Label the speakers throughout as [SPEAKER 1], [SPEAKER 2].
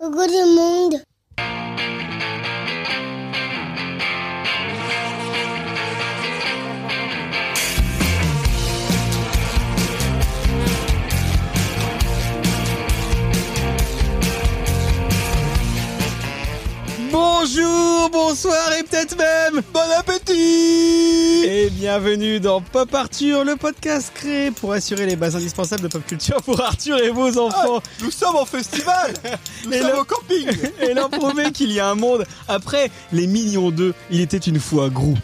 [SPEAKER 1] Coucou le monde.
[SPEAKER 2] Bonjour, bonsoir et peut-être même bon appétit Et bienvenue dans Pop Arthur, le podcast créé pour assurer les bases indispensables de pop culture pour Arthur et vos enfants.
[SPEAKER 3] Nous sommes en festival Nous
[SPEAKER 2] Et
[SPEAKER 3] sommes
[SPEAKER 2] le-
[SPEAKER 3] au camping
[SPEAKER 2] et leur prouver qu'il y a un monde après les millions d'eux, il était une fois Grou.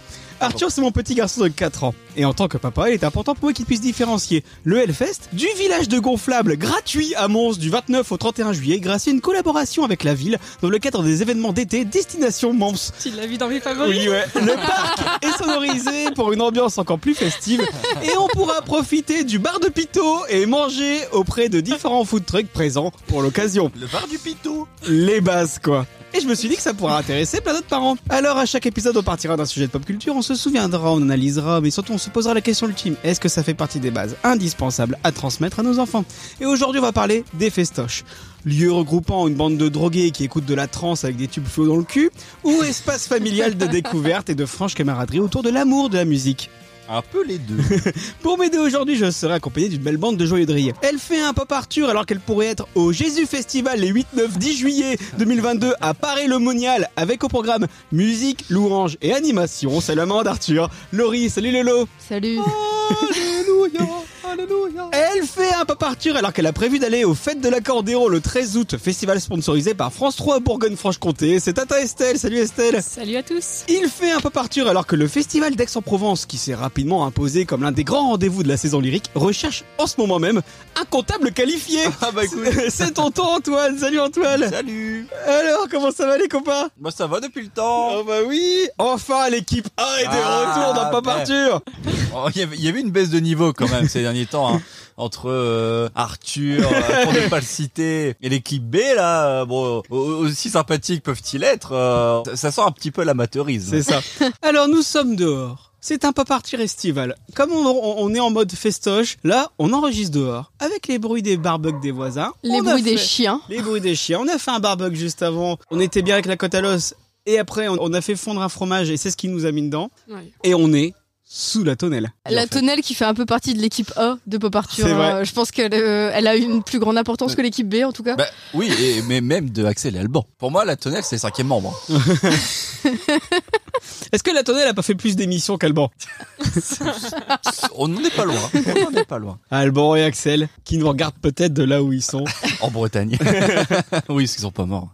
[SPEAKER 2] Arthur, c'est mon petit garçon de 4 ans. Et en tant que papa, il est important pour moi qu'il puisse différencier le Hellfest du village de gonflables gratuit à Mons du 29 au 31 juillet grâce à une collaboration avec la ville dans le cadre des événements d'été Destination Mons.
[SPEAKER 4] Tu l'as vu dans mes favoris
[SPEAKER 2] Oui, ouais. Le parc est sonorisé pour une ambiance encore plus festive et on pourra profiter du bar de Pito et manger auprès de différents food trucks présents pour l'occasion.
[SPEAKER 3] Le bar du Pitou
[SPEAKER 2] Les bases, quoi. Et je me suis dit que ça pourrait intéresser plein d'autres parents. Alors à chaque épisode, on partira d'un sujet de pop culture, on se souviendra, on analysera, mais surtout on se posera la question ultime est-ce que ça fait partie des bases indispensables à transmettre à nos enfants Et aujourd'hui, on va parler des festoches. Lieu regroupant une bande de drogués qui écoutent de la trance avec des tubes flots dans le cul, ou espace familial de découverte et de franche camaraderie autour de l'amour de la musique.
[SPEAKER 3] Un peu les deux.
[SPEAKER 2] Pour m'aider aujourd'hui, je serai accompagné d'une belle bande de joyeux drilles. Elle fait un pop Arthur alors qu'elle pourrait être au Jésus Festival les 8, 9, 10 juillet 2022 à Paris-le-Monial avec au programme musique, louange et animation. C'est l'amant d'Arthur. Laurie, salut Lolo.
[SPEAKER 4] Salut
[SPEAKER 3] Alléluia Alléluia
[SPEAKER 2] Elle fait un pop Arthur alors qu'elle a prévu d'aller aux fêtes de l'accordéon le 13 août, festival sponsorisé par France 3 Bourgogne-Franche-Comté. C'est Tata Estelle. Salut Estelle.
[SPEAKER 4] Salut à tous
[SPEAKER 2] Il fait un peu partir alors que le festival d'Aix-en-Provence, qui s'est rapidement imposé comme l'un des grands rendez-vous de la saison lyrique, recherche en ce moment même un comptable qualifié.
[SPEAKER 3] Ah bah écoute
[SPEAKER 2] C'est tonton Antoine, salut Antoine
[SPEAKER 3] Salut
[SPEAKER 2] Alors, comment ça va les copains
[SPEAKER 3] Moi ça va depuis le temps
[SPEAKER 2] Oh bah oui Enfin l'équipe A est de
[SPEAKER 3] Ah,
[SPEAKER 2] retour dans Pop
[SPEAKER 3] bah.
[SPEAKER 2] Arthur
[SPEAKER 3] Oh, Il y avait- il y avait une baisse de niveau quand même ces derniers temps. hein. Entre euh, Arthur, euh, pour ne pas le citer, et l'équipe B là, euh, bon, au- aussi sympathiques peuvent-ils être, euh, ça, ça sent un petit peu l'amateurisme.
[SPEAKER 2] C'est ça. Alors nous sommes dehors. C'est un pas partir estival. Comme on, on- on est en mode festoche, là, on enregistre dehors. Avec les bruits des barbecues des voisins.
[SPEAKER 4] Les
[SPEAKER 2] on a
[SPEAKER 4] bruits des
[SPEAKER 2] fait-
[SPEAKER 4] chiens.
[SPEAKER 2] Les bruits des chiens. On a fait un barbecue juste avant. On était bien avec la côte à l'os. Et après, on- on a fait fondre un fromage et c'est ce qui nous a mis dedans. Et on est sous la tonnelle.
[SPEAKER 4] La
[SPEAKER 3] En fait.
[SPEAKER 4] tonnelle qui fait un peu partie de l'équipe A de Pop Arthur.
[SPEAKER 2] C'est vrai.
[SPEAKER 4] hein. Je pense qu'elle euh, elle a une plus grande importance que l'équipe B en tout cas.
[SPEAKER 3] Bah, oui, et, mais même de Axel Alban. Pour moi, la tonnelle, c'est le cinquième membre.
[SPEAKER 2] Est-ce que la tonnelle a pas fait plus d'émissions qu'Alban
[SPEAKER 3] hein. On n'en est pas loin. On n'en est pas loin.
[SPEAKER 2] Alban et Axel, qui nous regardent peut-être de là où ils sont.
[SPEAKER 3] En Bretagne. oui, parce qu'ils sont pas morts.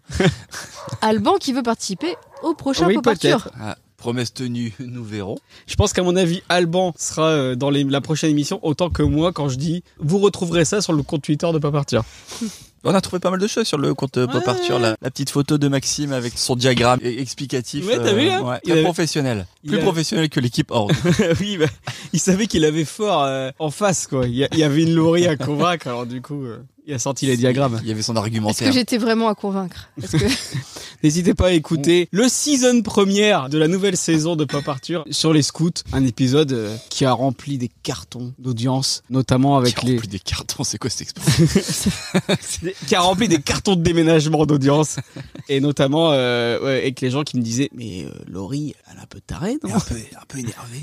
[SPEAKER 4] Alban qui veut participer au prochain
[SPEAKER 2] Bah. Oui,
[SPEAKER 4] Pop Arthur.
[SPEAKER 2] peut-être.
[SPEAKER 3] Ah, promesse tenue, nous verrons.
[SPEAKER 2] Je pense qu'à mon avis, Alban sera euh, dans les- la prochaine émission autant que moi quand je dis vous retrouverez ça sur le compte Twitter de Pas Partir.
[SPEAKER 3] On a trouvé pas mal de choses sur le compte euh, Pop
[SPEAKER 2] Ouais.
[SPEAKER 3] Arthur, la, la petite photo de Maxime avec son diagramme e- explicatif. euh,
[SPEAKER 2] Ouais, t'as vu, là
[SPEAKER 3] ouais,
[SPEAKER 2] Il
[SPEAKER 3] Très
[SPEAKER 2] avait-
[SPEAKER 3] professionnel.
[SPEAKER 2] il
[SPEAKER 3] Plus
[SPEAKER 2] avait-
[SPEAKER 3] professionnel que l'équipe Horde.
[SPEAKER 2] oui, bah, il savait qu'il avait fort euh, en face quoi. Il y, a- il y avait une Laurie à convaincre alors du coup, euh, il a sorti les diagrammes.
[SPEAKER 3] Il y avait son
[SPEAKER 4] Est-ce que
[SPEAKER 3] argumentaire.
[SPEAKER 4] j'étais vraiment à convaincre Parce que
[SPEAKER 2] N'hésitez pas à écouter le season première de la nouvelle saison de Pop Arthur sur les scouts, un épisode euh, qui a rempli des cartons d'audience, notamment avec
[SPEAKER 3] Qui
[SPEAKER 2] les
[SPEAKER 3] remplit des cartons, c'est quoi cette expression
[SPEAKER 2] qui a rempli des cartons de déménagement d'audience et notamment euh, ouais, avec les gens qui me disaient mais euh, Laurie elle est un peu tarée non
[SPEAKER 3] peu, un peu énervé.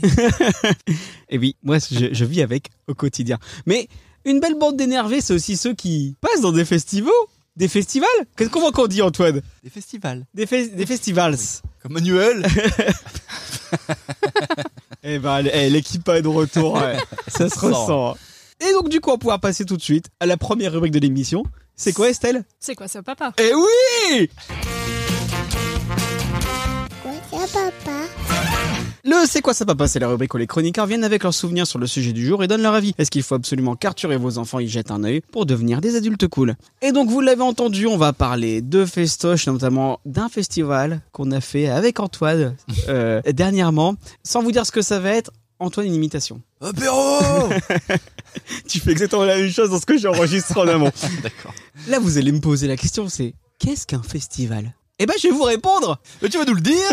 [SPEAKER 2] Et Eh oui, moi je, je vis avec au quotidien. Mais une belle bande d'énervés c'est aussi ceux qui passent dans des festivals, des festivals. Qu'est-ce qu'on qu'on dit Antoine
[SPEAKER 3] Des festivals.
[SPEAKER 2] Des fes- des festivals.
[SPEAKER 3] Comme Manuel.
[SPEAKER 2] Eh ben, l- eh, l'équipe est de retour, ouais. ça se
[SPEAKER 3] Ça
[SPEAKER 2] ressent. Et donc, du coup, on va pouvoir passer tout de suite à la première rubrique de l'émission. C'est quoi, Estelle
[SPEAKER 5] C'est quoi ça, papa
[SPEAKER 2] Eh oui
[SPEAKER 1] Quoi ça, papa
[SPEAKER 2] Le C'est quoi ça papa C'est la rubrique où les chroniqueurs viennent avec leurs souvenirs sur le sujet du jour et donnent leur avis. Est-ce qu'il faut absolument qu'Arthur et vos enfants y jettent un œil pour devenir des adultes cool Et donc vous l'avez entendu, on va parler de festoche, notamment d'un festival qu'on a fait avec Antoine euh, dernièrement. Sans vous dire ce que ça va être, Antoine une imitation.
[SPEAKER 3] Apéro
[SPEAKER 2] Tu fais exactement la même chose dans ce que j'enregistre en amont.
[SPEAKER 3] D'accord.
[SPEAKER 2] Là vous allez me poser la question, c'est qu'est-ce qu'un festival Eh ben je vais vous répondre Hein
[SPEAKER 3] Mais tu vas nous le dire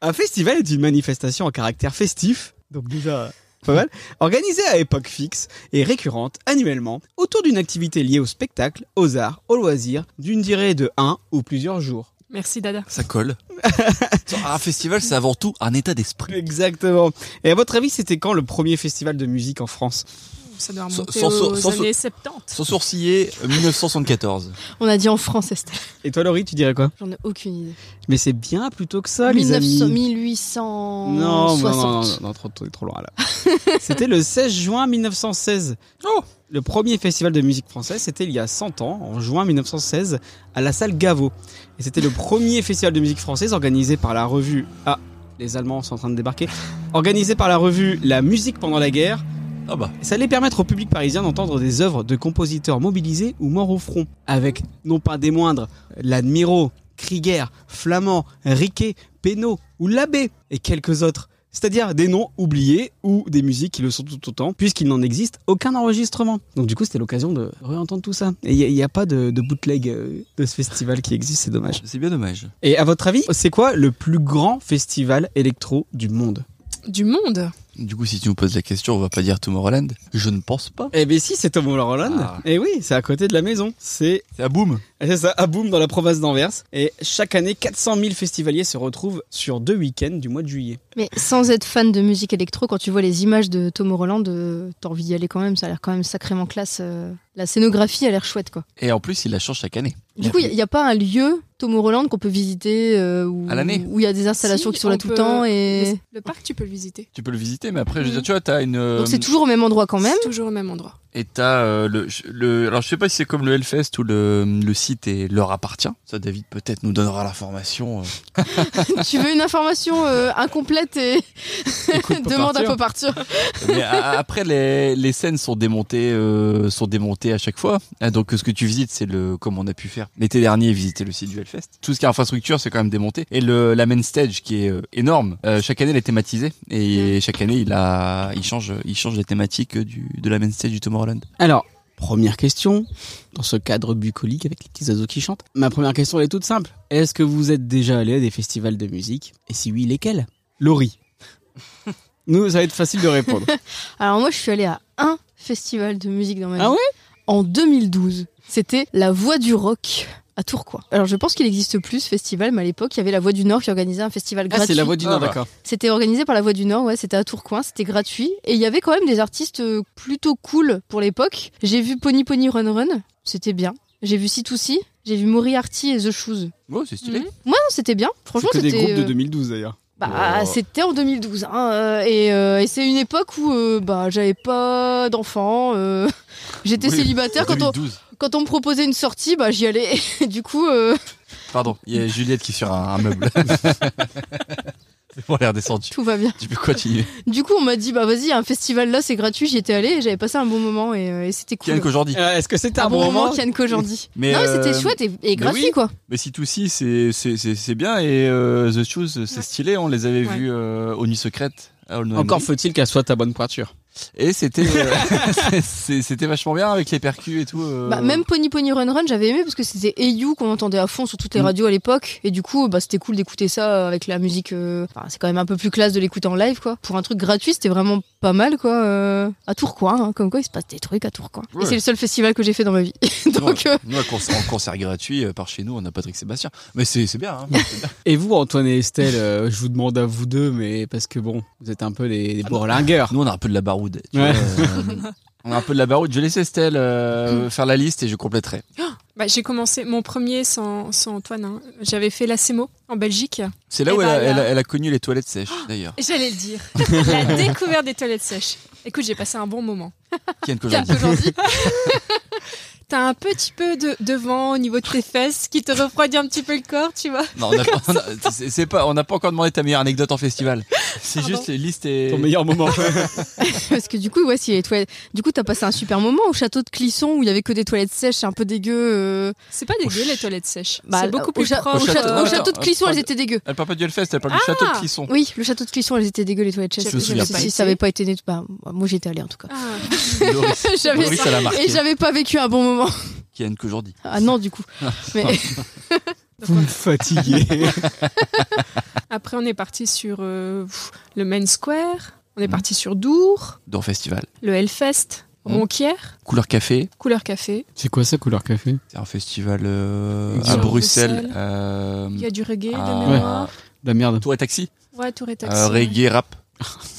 [SPEAKER 2] Un festival est une manifestation à caractère festif. Donc déjà, pas mal, organisée à époque fixe et récurrente annuellement autour d'une activité liée au spectacle, aux arts, aux loisirs, d'une durée de un ou plusieurs jours.
[SPEAKER 4] Merci Dada.
[SPEAKER 3] Ça colle. un festival, c'est avant tout un état d'esprit.
[SPEAKER 2] Exactement. Et à votre avis, c'était quand le premier festival de musique en France
[SPEAKER 1] Ça doit
[SPEAKER 3] Sans-
[SPEAKER 1] remonter
[SPEAKER 3] sans-
[SPEAKER 1] aux
[SPEAKER 3] sans-
[SPEAKER 1] années 70.
[SPEAKER 3] Sans sourciller, euh, 1974.
[SPEAKER 4] On a dit en France, Estelle.
[SPEAKER 2] Et toi, Laurie, tu dirais quoi
[SPEAKER 4] J'en ai aucune idée.
[SPEAKER 2] Mais c'est bien plus tôt que ça, les
[SPEAKER 4] 1900,
[SPEAKER 2] amis. Non,
[SPEAKER 4] 1860.
[SPEAKER 2] non, non, non, non, trop, trop, trop loin là. c'était le 16 juin 1916.
[SPEAKER 3] Oh.
[SPEAKER 2] Le premier festival de musique française, c'était il y a 100 ans, en juin 1916, à la salle Gaveau. Et c'était le premier festival de musique française organisé par la revue. Ah, les Allemands sont en train de débarquer. Organisé par la revue La musique pendant la guerre.
[SPEAKER 3] Ah bah.
[SPEAKER 2] Ça allait permettre au public parisien d'entendre des œuvres de compositeurs mobilisés ou morts au front, avec non pas des moindres, l'Admiro, Krieger, Flamand, Riquet, Penaud ou Labbé et quelques autres. C'est-à-dire des noms oubliés ou des musiques qui le sont tout autant, puisqu'il n'en existe aucun enregistrement. Donc du coup, c'était l'occasion de réentendre tout ça. Et il n'y a, pas de, de bootleg euh, de ce festival qui existe, c'est dommage.
[SPEAKER 3] C'est bien dommage.
[SPEAKER 2] Et à votre avis, c'est quoi le plus grand festival électro du monde
[SPEAKER 1] Du monde
[SPEAKER 3] Du coup, si tu nous poses la question, on va pas dire Tomorrowland. Je ne pense pas.
[SPEAKER 2] Eh bien si, c'est Tomorrowland.
[SPEAKER 3] Ah.
[SPEAKER 2] Et Eh oui, c'est à côté de la maison. C'est
[SPEAKER 3] C'est à boum.
[SPEAKER 2] Et C'est ça, à Boum, dans la province d'Anvers. Et chaque année, 400 000 festivaliers se retrouvent sur deux week-ends du mois de juillet.
[SPEAKER 4] Mais sans être fan de musique électro, quand tu vois les images de Tom Roland, euh, t'as envie d'y aller quand même. Ça a l'air quand même sacrément classe. euh. La scénographie a l'air chouette, quoi.
[SPEAKER 3] Et en plus, il la change chaque année.
[SPEAKER 4] Du coup, il n'y a, pas un lieu Tom Roland qu'on peut visiter euh, où
[SPEAKER 3] À l'année.
[SPEAKER 4] où il y a des installations
[SPEAKER 1] Si,
[SPEAKER 4] qui sont là
[SPEAKER 1] on
[SPEAKER 4] tout
[SPEAKER 1] peut-
[SPEAKER 4] le temps et
[SPEAKER 1] Le, le parc, tu peux le visiter.
[SPEAKER 3] Tu peux le visiter, mais après, je veux
[SPEAKER 1] Mhm.
[SPEAKER 3] dire, tu vois, t'as une. euh,
[SPEAKER 4] Mm. donc c'est toujours au même endroit quand même.
[SPEAKER 1] C'est toujours au même endroit.
[SPEAKER 3] Et t'as euh, le, le. Alors, je sais pas si c'est comme le Hellfest où le, le site est, leur appartient. Ça, David peut-être nous donnera l'information. euh.
[SPEAKER 4] tu veux une information euh, incomplète et
[SPEAKER 2] Écoute,
[SPEAKER 4] demande à
[SPEAKER 2] Pop
[SPEAKER 4] Pop partir.
[SPEAKER 3] Mais a- après, les, les scènes sont démontées, euh, sont démontées à chaque fois. Ah, Donc, ce que tu visites, c'est le, comme on a pu faire l'été dernier, visiter le site du Hellfest. Tout ce qui est infrastructure, c'est quand même démonté. Et le, la main stage, qui est euh, énorme, euh, chaque année, elle est thématisée. Et
[SPEAKER 4] Mm.
[SPEAKER 3] chaque année, il a, il change, il change les thématiques euh, du, de la main stage du Tomorrowland.
[SPEAKER 2] Alors, première question, dans ce cadre bucolique avec les petits oiseaux qui chantent. Ma première question, elle est toute simple. Est-ce que vous êtes déjà allé à des festivals de musique Et si oui, lesquels Laurie. Nous, ça va être facile de répondre.
[SPEAKER 4] Alors moi, je suis allée à un festival de musique dans ma vie.
[SPEAKER 2] Ah ouais
[SPEAKER 4] En 2012, c'était La Voix du Rock à Tourcoing. Alors je pense qu'il existe plus ce festival, mais à l'époque, il y avait La Voix du Nord qui organisait un festival
[SPEAKER 2] Ah,
[SPEAKER 4] gratuit.
[SPEAKER 2] c'est la voix du Nord,
[SPEAKER 3] Ah bah.
[SPEAKER 2] d'accord.
[SPEAKER 4] C'était organisé par La Voix du Nord, ouais, c'était à Tourcoing, c'était gratuit. Et il y avait quand même des artistes euh, plutôt cool pour l'époque. J'ai vu Pony Pony Run Run, c'était bien. J'ai vu Si Si, j'ai vu Moriarty et The Shoes.
[SPEAKER 3] Oh, c'est stylé.
[SPEAKER 1] Mhm.
[SPEAKER 4] Moi, non, c'était bien. Franchement,
[SPEAKER 2] C'est que
[SPEAKER 4] c'était.
[SPEAKER 2] des groupes de
[SPEAKER 4] euh,
[SPEAKER 2] 2012 d'ailleurs.
[SPEAKER 4] bah,
[SPEAKER 3] Oh.
[SPEAKER 4] c'était en 2012. hein, euh, et euh, et c'est une époque où euh, bah, j'avais pas d'enfant. euh, J'étais
[SPEAKER 3] Oui,
[SPEAKER 4] célibataire. Quand on,
[SPEAKER 3] 2012.
[SPEAKER 4] quand on me proposait une sortie, bah, j'y allais. Et du coup, euh,
[SPEAKER 3] Pardon, il y a Juliette qui est sur un, un meuble. c'est pour l'air descendu.
[SPEAKER 4] tout va bien.
[SPEAKER 3] Tu peux continuer.
[SPEAKER 4] Du coup, on m'a dit, bah vas-y, un festival là, c'est gratuit. J'y étais allée et j'avais passé un bon moment. Et, euh, et c'était cool.
[SPEAKER 3] Kian qu'aujourd'hui.
[SPEAKER 2] Euh, Est-ce que c'était un,
[SPEAKER 4] un Ah bon moment, Kian qu'aujourd'hui.
[SPEAKER 3] Mais,
[SPEAKER 4] non, mais c'était
[SPEAKER 3] euh,
[SPEAKER 4] chouette et, et gratuit,
[SPEAKER 3] oui.
[SPEAKER 4] quoi.
[SPEAKER 3] Mais si tout si, c'est c'est- c'est- c'est bien. Et euh, The Shoes, c'est
[SPEAKER 1] Ouais.
[SPEAKER 3] stylé. On les avait
[SPEAKER 1] Ouais.
[SPEAKER 3] vus euh, au Nuit Secrète. à Aulnoy-Marie.
[SPEAKER 2] Encore faut-il qu'elle soit ta bonne pointure.
[SPEAKER 3] Et c'était euh, c'est- c'était vachement bien avec les percus et tout. euh.
[SPEAKER 4] Bah, même Pony Pony Run Run, j'avais aimé parce que c'était Eyu qu'on entendait à fond sur toutes les
[SPEAKER 3] Mm.
[SPEAKER 4] radios à l'époque. Et du coup, bah, c'était cool d'écouter ça avec la musique. euh, enfin, c'est quand même un peu plus classe de l'écouter en live, quoi. Pour un truc gratuit, c'était vraiment pas mal, quoi. euh, à Tourcoing, hein, comme quoi il se passe des trucs à Tourcoin.
[SPEAKER 3] Ouais.
[SPEAKER 4] Et c'est le seul festival que j'ai fait dans ma vie. Donc, euh,
[SPEAKER 3] Nous, à concert- en concert gratuit, euh, par chez nous, on a Patrick Sébastien. Mais c'est c'est bien. hein. C'est bien.
[SPEAKER 2] Et vous, Antoine et Estelle, euh, je vous demande à vous deux, mais parce que bon, vous êtes un peu des, des bourlingueurs.
[SPEAKER 3] Nous, on a un peu de la baroude. tu
[SPEAKER 2] Ouais.
[SPEAKER 3] vois, euh, on a un peu de la baroude. Je laisse Estelle
[SPEAKER 4] Mm.
[SPEAKER 3] euh, faire la liste et je compléterai.
[SPEAKER 1] Bah, j'ai commencé mon premier sans, sans Antoine. hein. J'avais fait la CEMO en Belgique.
[SPEAKER 3] C'est là
[SPEAKER 1] Eh
[SPEAKER 3] où elle,
[SPEAKER 1] ben, Ah.
[SPEAKER 3] a, elle a-
[SPEAKER 1] là.
[SPEAKER 3] elle a connu les toilettes sèches, d'ailleurs.
[SPEAKER 1] J'allais le dire. la découverte des toilettes sèches. Écoute, j'ai passé un bon moment.
[SPEAKER 3] Kian
[SPEAKER 4] Kian
[SPEAKER 3] Kojandi.
[SPEAKER 4] qu'aujourd'hui.
[SPEAKER 1] T'as un petit peu de, de vent au niveau de tes fesses qui te refroidit un petit peu le corps, tu vois.
[SPEAKER 3] Non, on n'a pas, on a- c'est- c'est pas, on n'a pas encore demandé ta meilleure anecdote en festival. C'est
[SPEAKER 1] Pardon.
[SPEAKER 3] juste les listes et.
[SPEAKER 2] Ton meilleur moment.
[SPEAKER 4] parce que du coup, ouais, si les toilettes. Du coup, t'as passé un super moment au château de Clisson où il y avait que des toilettes sèches, c'est un peu dégueu. euh,
[SPEAKER 1] C'est pas dégueu les toilettes sèches.
[SPEAKER 4] bah,
[SPEAKER 1] c'est beaucoup plus
[SPEAKER 4] au, cha-
[SPEAKER 1] propre.
[SPEAKER 4] au cha-
[SPEAKER 3] château-
[SPEAKER 4] au
[SPEAKER 3] Attends,
[SPEAKER 4] château de Clisson,
[SPEAKER 3] attends.
[SPEAKER 4] elles étaient dégueu.
[SPEAKER 3] Elle parle pas du Hellfest, elle parle du
[SPEAKER 1] Ah
[SPEAKER 3] château de Clisson.
[SPEAKER 4] Oui, le château de Clisson, elles étaient dégueu les toilettes
[SPEAKER 1] Je
[SPEAKER 4] sèches.
[SPEAKER 3] me souviens
[SPEAKER 4] Si
[SPEAKER 1] pas.
[SPEAKER 4] ça avait pas été né, bah, moi j'étais allée en tout cas.
[SPEAKER 1] Ah.
[SPEAKER 3] Doris,
[SPEAKER 4] J'avais
[SPEAKER 3] Doris, elle a marqué.
[SPEAKER 4] Et j'avais pas vécu un bon moment.
[SPEAKER 3] Qui a une qu'aujourd'hui.
[SPEAKER 4] Ah non, du coup. Mais
[SPEAKER 2] Vous me fatiguez.
[SPEAKER 1] Après, on est parti sur euh, pff, le Main Square. On On est parti sur Dour,
[SPEAKER 3] Dans Festival.
[SPEAKER 1] le Hellfest,
[SPEAKER 3] Mm.
[SPEAKER 1] Ronquière,
[SPEAKER 3] Couleur Café.
[SPEAKER 1] Couleur Café.
[SPEAKER 2] C'est quoi ça, couleur café
[SPEAKER 3] C'est un festival euh,
[SPEAKER 2] Sur
[SPEAKER 3] à Bruxelles.
[SPEAKER 1] Bruxelles.
[SPEAKER 3] euh,
[SPEAKER 1] Il y a du reggae
[SPEAKER 3] à-
[SPEAKER 1] de mémoire.
[SPEAKER 2] La merde.
[SPEAKER 3] Tour et taxi.
[SPEAKER 1] Ouais, Tour et Taxi.
[SPEAKER 3] Euh, reggae rap.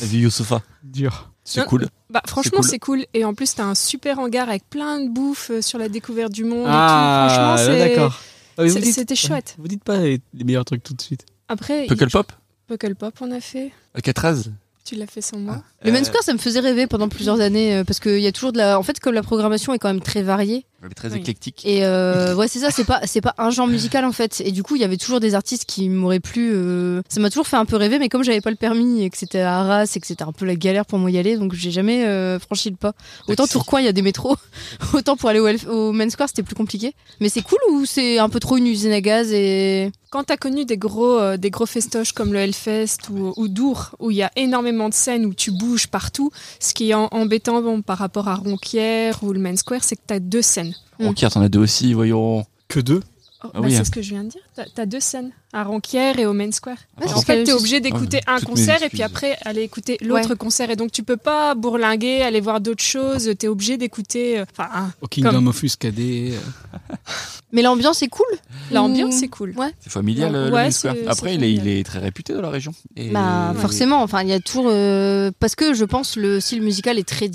[SPEAKER 3] La vie Youssoufa.
[SPEAKER 2] Dur.
[SPEAKER 3] C'est
[SPEAKER 1] Non.
[SPEAKER 3] cool.
[SPEAKER 1] Bah, franchement,
[SPEAKER 3] cool.
[SPEAKER 1] c'est cool. Et en plus, t'as un super hangar avec plein de bouffe euh, sur la découverte du monde. et tout.
[SPEAKER 2] Ah, là,
[SPEAKER 1] Franchement, c'est-
[SPEAKER 2] d'accord. Ah, mais vous
[SPEAKER 1] c'est-
[SPEAKER 2] dites-
[SPEAKER 1] c'était chouette.
[SPEAKER 2] Vous dites pas les, les meilleurs trucs tout de suite.
[SPEAKER 1] Après,
[SPEAKER 3] Puckle
[SPEAKER 1] il-
[SPEAKER 3] Pop.
[SPEAKER 1] Puckle Pop, on a fait.
[SPEAKER 3] Alcatraz.
[SPEAKER 1] Tu l'as fait sans moi.
[SPEAKER 4] Le
[SPEAKER 3] Euh,
[SPEAKER 4] Main Square, ça me faisait rêver pendant plusieurs années euh, parce qu'il y a toujours de la. En fait, comme la programmation est quand même très variée.
[SPEAKER 3] mais Très
[SPEAKER 1] Oui.
[SPEAKER 3] éclectique.
[SPEAKER 4] Et euh, ouais, c'est ça, c'est pas, c'est pas un genre musical en fait. Et du coup, il y avait toujours des artistes qui m'auraient plu. euh, Ça m'a toujours fait un peu rêver, mais comme j'avais pas le permis et que c'était à Arras et que c'était un peu la galère pour moi y aller, donc j'ai jamais euh, franchi le pas. Autant
[SPEAKER 3] Taxi.
[SPEAKER 4] Tourcoing, il y a des métros. Autant pour aller au, Elf- au Main Square, c'était plus compliqué. Mais c'est cool ou c'est un peu trop une usine à gaz et.
[SPEAKER 1] Quand t'as connu des gros, euh, des gros festoches comme le Hellfest ou, ou Dour, où il y a énormément de scènes, où tu bouges partout, ce qui est en- embêtant bon, par rapport à Ronquière ou le Main Square, c'est que t'as deux scènes.
[SPEAKER 4] Mm.
[SPEAKER 3] Ronquière, t'en as deux aussi, voyons.
[SPEAKER 2] Que deux
[SPEAKER 1] Oh,
[SPEAKER 3] Ah
[SPEAKER 1] bah,
[SPEAKER 3] oui, hein.
[SPEAKER 1] c'est ce que je viens de dire. T'as as deux scènes, à Ronquière et au Main Square.
[SPEAKER 4] Ouais,
[SPEAKER 1] Ah, en
[SPEAKER 4] Ah, c'est
[SPEAKER 1] fait,
[SPEAKER 4] pas-
[SPEAKER 1] t'es obligé d'écouter
[SPEAKER 3] Ah,
[SPEAKER 1] un
[SPEAKER 3] toutes mes
[SPEAKER 1] concert et
[SPEAKER 3] excuses.
[SPEAKER 1] puis après aller écouter l'autre concert. Et donc, tu peux pas bourlinguer, aller voir d'autres choses. T'es obligé d'écouter. euh, Enfin, hein,
[SPEAKER 2] Au Kingdom
[SPEAKER 1] Comme-
[SPEAKER 2] of euh, Uscadet.
[SPEAKER 4] Mais l'ambiance est cool.
[SPEAKER 1] l'ambiance,
[SPEAKER 4] Ou-
[SPEAKER 1] c'est cool.
[SPEAKER 3] C'est familial, euh,
[SPEAKER 1] Ouais,
[SPEAKER 3] le
[SPEAKER 1] ouais,
[SPEAKER 3] Main Square.
[SPEAKER 1] c'est-
[SPEAKER 3] Après,
[SPEAKER 1] c'est
[SPEAKER 3] il est, il
[SPEAKER 1] familial.
[SPEAKER 3] est très réputé dans la région. Et- euh,
[SPEAKER 4] Bah
[SPEAKER 3] et-
[SPEAKER 4] forcément, enfin il y a toujours euh, parce que je pense le style musical est très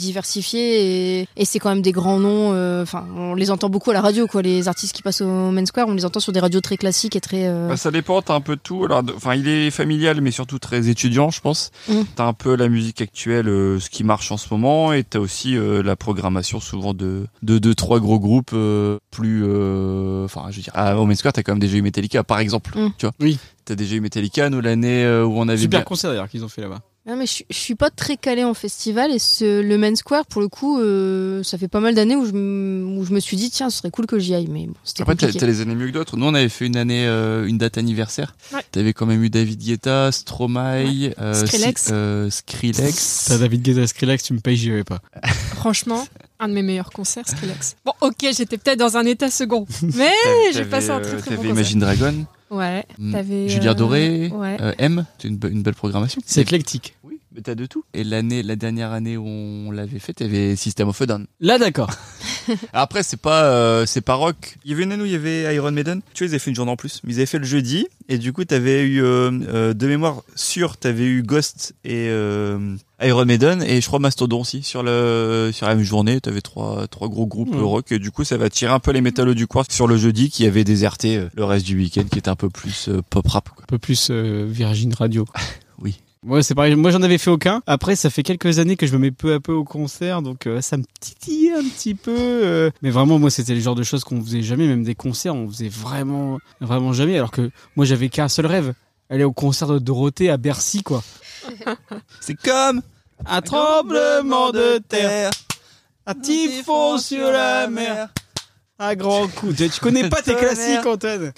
[SPEAKER 4] diversifié et, et c'est quand même des grands noms. euh, Enfin on les entend beaucoup à la radio quoi, les artistes qui passent au Main Square, on les entend sur des radios très classiques et très. euh,
[SPEAKER 3] Bah, ça dépend, t'as un peu de tout. Alors, de- enfin, il est familial, mais surtout très étudiant, je pense.
[SPEAKER 4] Mm.
[SPEAKER 3] T'as un peu la musique actuelle, euh, ce qui marche en ce moment, et t'as aussi euh, la programmation souvent de de deux trois gros groupes euh, plus. euh, Enfin, je veux dire, à, au Main Square, t'as quand même déjà eu Metallica, par exemple.
[SPEAKER 4] Mm.
[SPEAKER 3] Tu vois.
[SPEAKER 2] Oui.
[SPEAKER 3] T'as déjà eu Metallica, nous l'année euh, où on avait
[SPEAKER 2] Super
[SPEAKER 3] bien-
[SPEAKER 2] concert d'ailleurs qu'ils ont fait là-bas.
[SPEAKER 4] Non mais je, je suis pas très calée en festival et ce, le Main Square pour le coup euh, ça fait pas mal d'années où je, m- où je me suis dit tiens ce serait cool que j'y aille mais bon, c'était
[SPEAKER 3] Après, t'as
[SPEAKER 4] compliqué.
[SPEAKER 3] t'as les années mieux que d'autres. Nous, on avait fait une année, euh, une date anniversaire.
[SPEAKER 1] Ouais.
[SPEAKER 3] T'avais quand même eu David Guetta, Stromae, euh,
[SPEAKER 1] Skrillex.
[SPEAKER 3] si- euh, Skrillex.
[SPEAKER 2] T'as David Guetta Skrillex, tu me payes, j'y vais pas.
[SPEAKER 1] Franchement, un de mes meilleurs concerts, Skrillex. Bon, ok, j'étais peut-être dans un état second, mais
[SPEAKER 3] T'avais-
[SPEAKER 1] j'ai passé un
[SPEAKER 3] euh,
[SPEAKER 1] très très bon
[SPEAKER 3] T'avais
[SPEAKER 1] concert.
[SPEAKER 3] Imagine Dragon.
[SPEAKER 1] Ouais,
[SPEAKER 3] Mm.
[SPEAKER 1] t'avais.
[SPEAKER 3] Julien
[SPEAKER 1] euh,
[SPEAKER 3] Doré,
[SPEAKER 1] Ouais.
[SPEAKER 3] euh, M, c'est une, be- une belle programmation.
[SPEAKER 2] C'est éclectique.
[SPEAKER 3] Oui, mais t'as de tout. Et l'année, la dernière année où on l'avait fait, t'avais System of a Down.
[SPEAKER 2] Là, d'accord.
[SPEAKER 3] Après, c'est pas, euh, c'est pas rock. Il y avait une année où il y avait Iron Maiden. Tu vois, ils avaient fait une journée en plus. Mais ils avaient fait le jeudi. Et du coup, t'avais eu, euh, euh, de mémoire sûre, t'avais eu Ghost et euh, Iron Maiden. Et je crois Mastodon aussi. Sur, le, sur la même journée, t'avais trois, trois gros groupes
[SPEAKER 2] Ouais.
[SPEAKER 3] rock. Et du coup, ça va tirer un peu les métallos du quartz sur le jeudi qui avait déserté euh, le reste du week-end qui était un peu plus euh, pop rap. Quoi.
[SPEAKER 2] Un peu plus euh, Virgin Radio.
[SPEAKER 3] Oui.
[SPEAKER 2] Ouais, c'est pareil. Moi, j'en avais fait aucun. Après, ça fait quelques années que je me mets peu à peu au concert, donc euh, ça me titillait un petit peu. euh. Mais vraiment, moi, c'était le genre de choses qu'on faisait jamais, même des concerts, on faisait vraiment, vraiment jamais. Alors que moi, j'avais qu'un seul rêve aller au concert de Dorothée à Bercy, quoi.
[SPEAKER 3] C'est comme
[SPEAKER 2] Un tremblement de terre, un typhon sur la mer, un grand coup. Tu tu connais pas tes classiques, Antoine.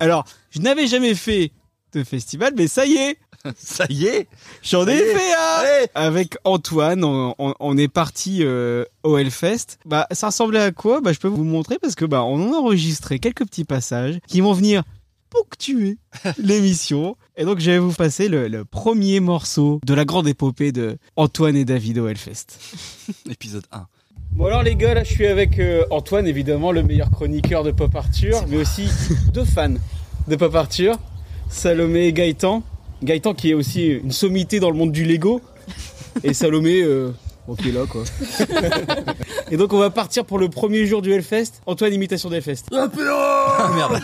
[SPEAKER 2] Alors, je n'avais jamais fait de festival, mais ça y est,
[SPEAKER 3] Ça y est
[SPEAKER 2] j'en ai
[SPEAKER 3] Allez,
[SPEAKER 2] fait un.
[SPEAKER 3] allez
[SPEAKER 2] Avec Antoine, on, on- on est parti euh, au Hellfest. Bah, ça ressemblait à quoi Bah, je peux vous montrer parce que bah, on a enregistré quelques petits passages qui vont venir ponctuer l'émission. Et donc, je vais vous passer le, le premier morceau de la grande épopée de Antoine et David au Hellfest.
[SPEAKER 3] Épisode 1.
[SPEAKER 2] Bon alors les gars, là, je suis avec euh, Antoine, évidemment, le meilleur chroniqueur de Pop Arthur, mais aussi deux fans de Pop Arthur, Salomé et Gaëtan. Gaëtan qui est aussi une sommité dans le monde du Lego, et Salomé, euh, bon, qui est là quoi. et donc on va partir pour le premier jour du Hellfest. Antoine, imitation du Hellfest.
[SPEAKER 3] Ah merde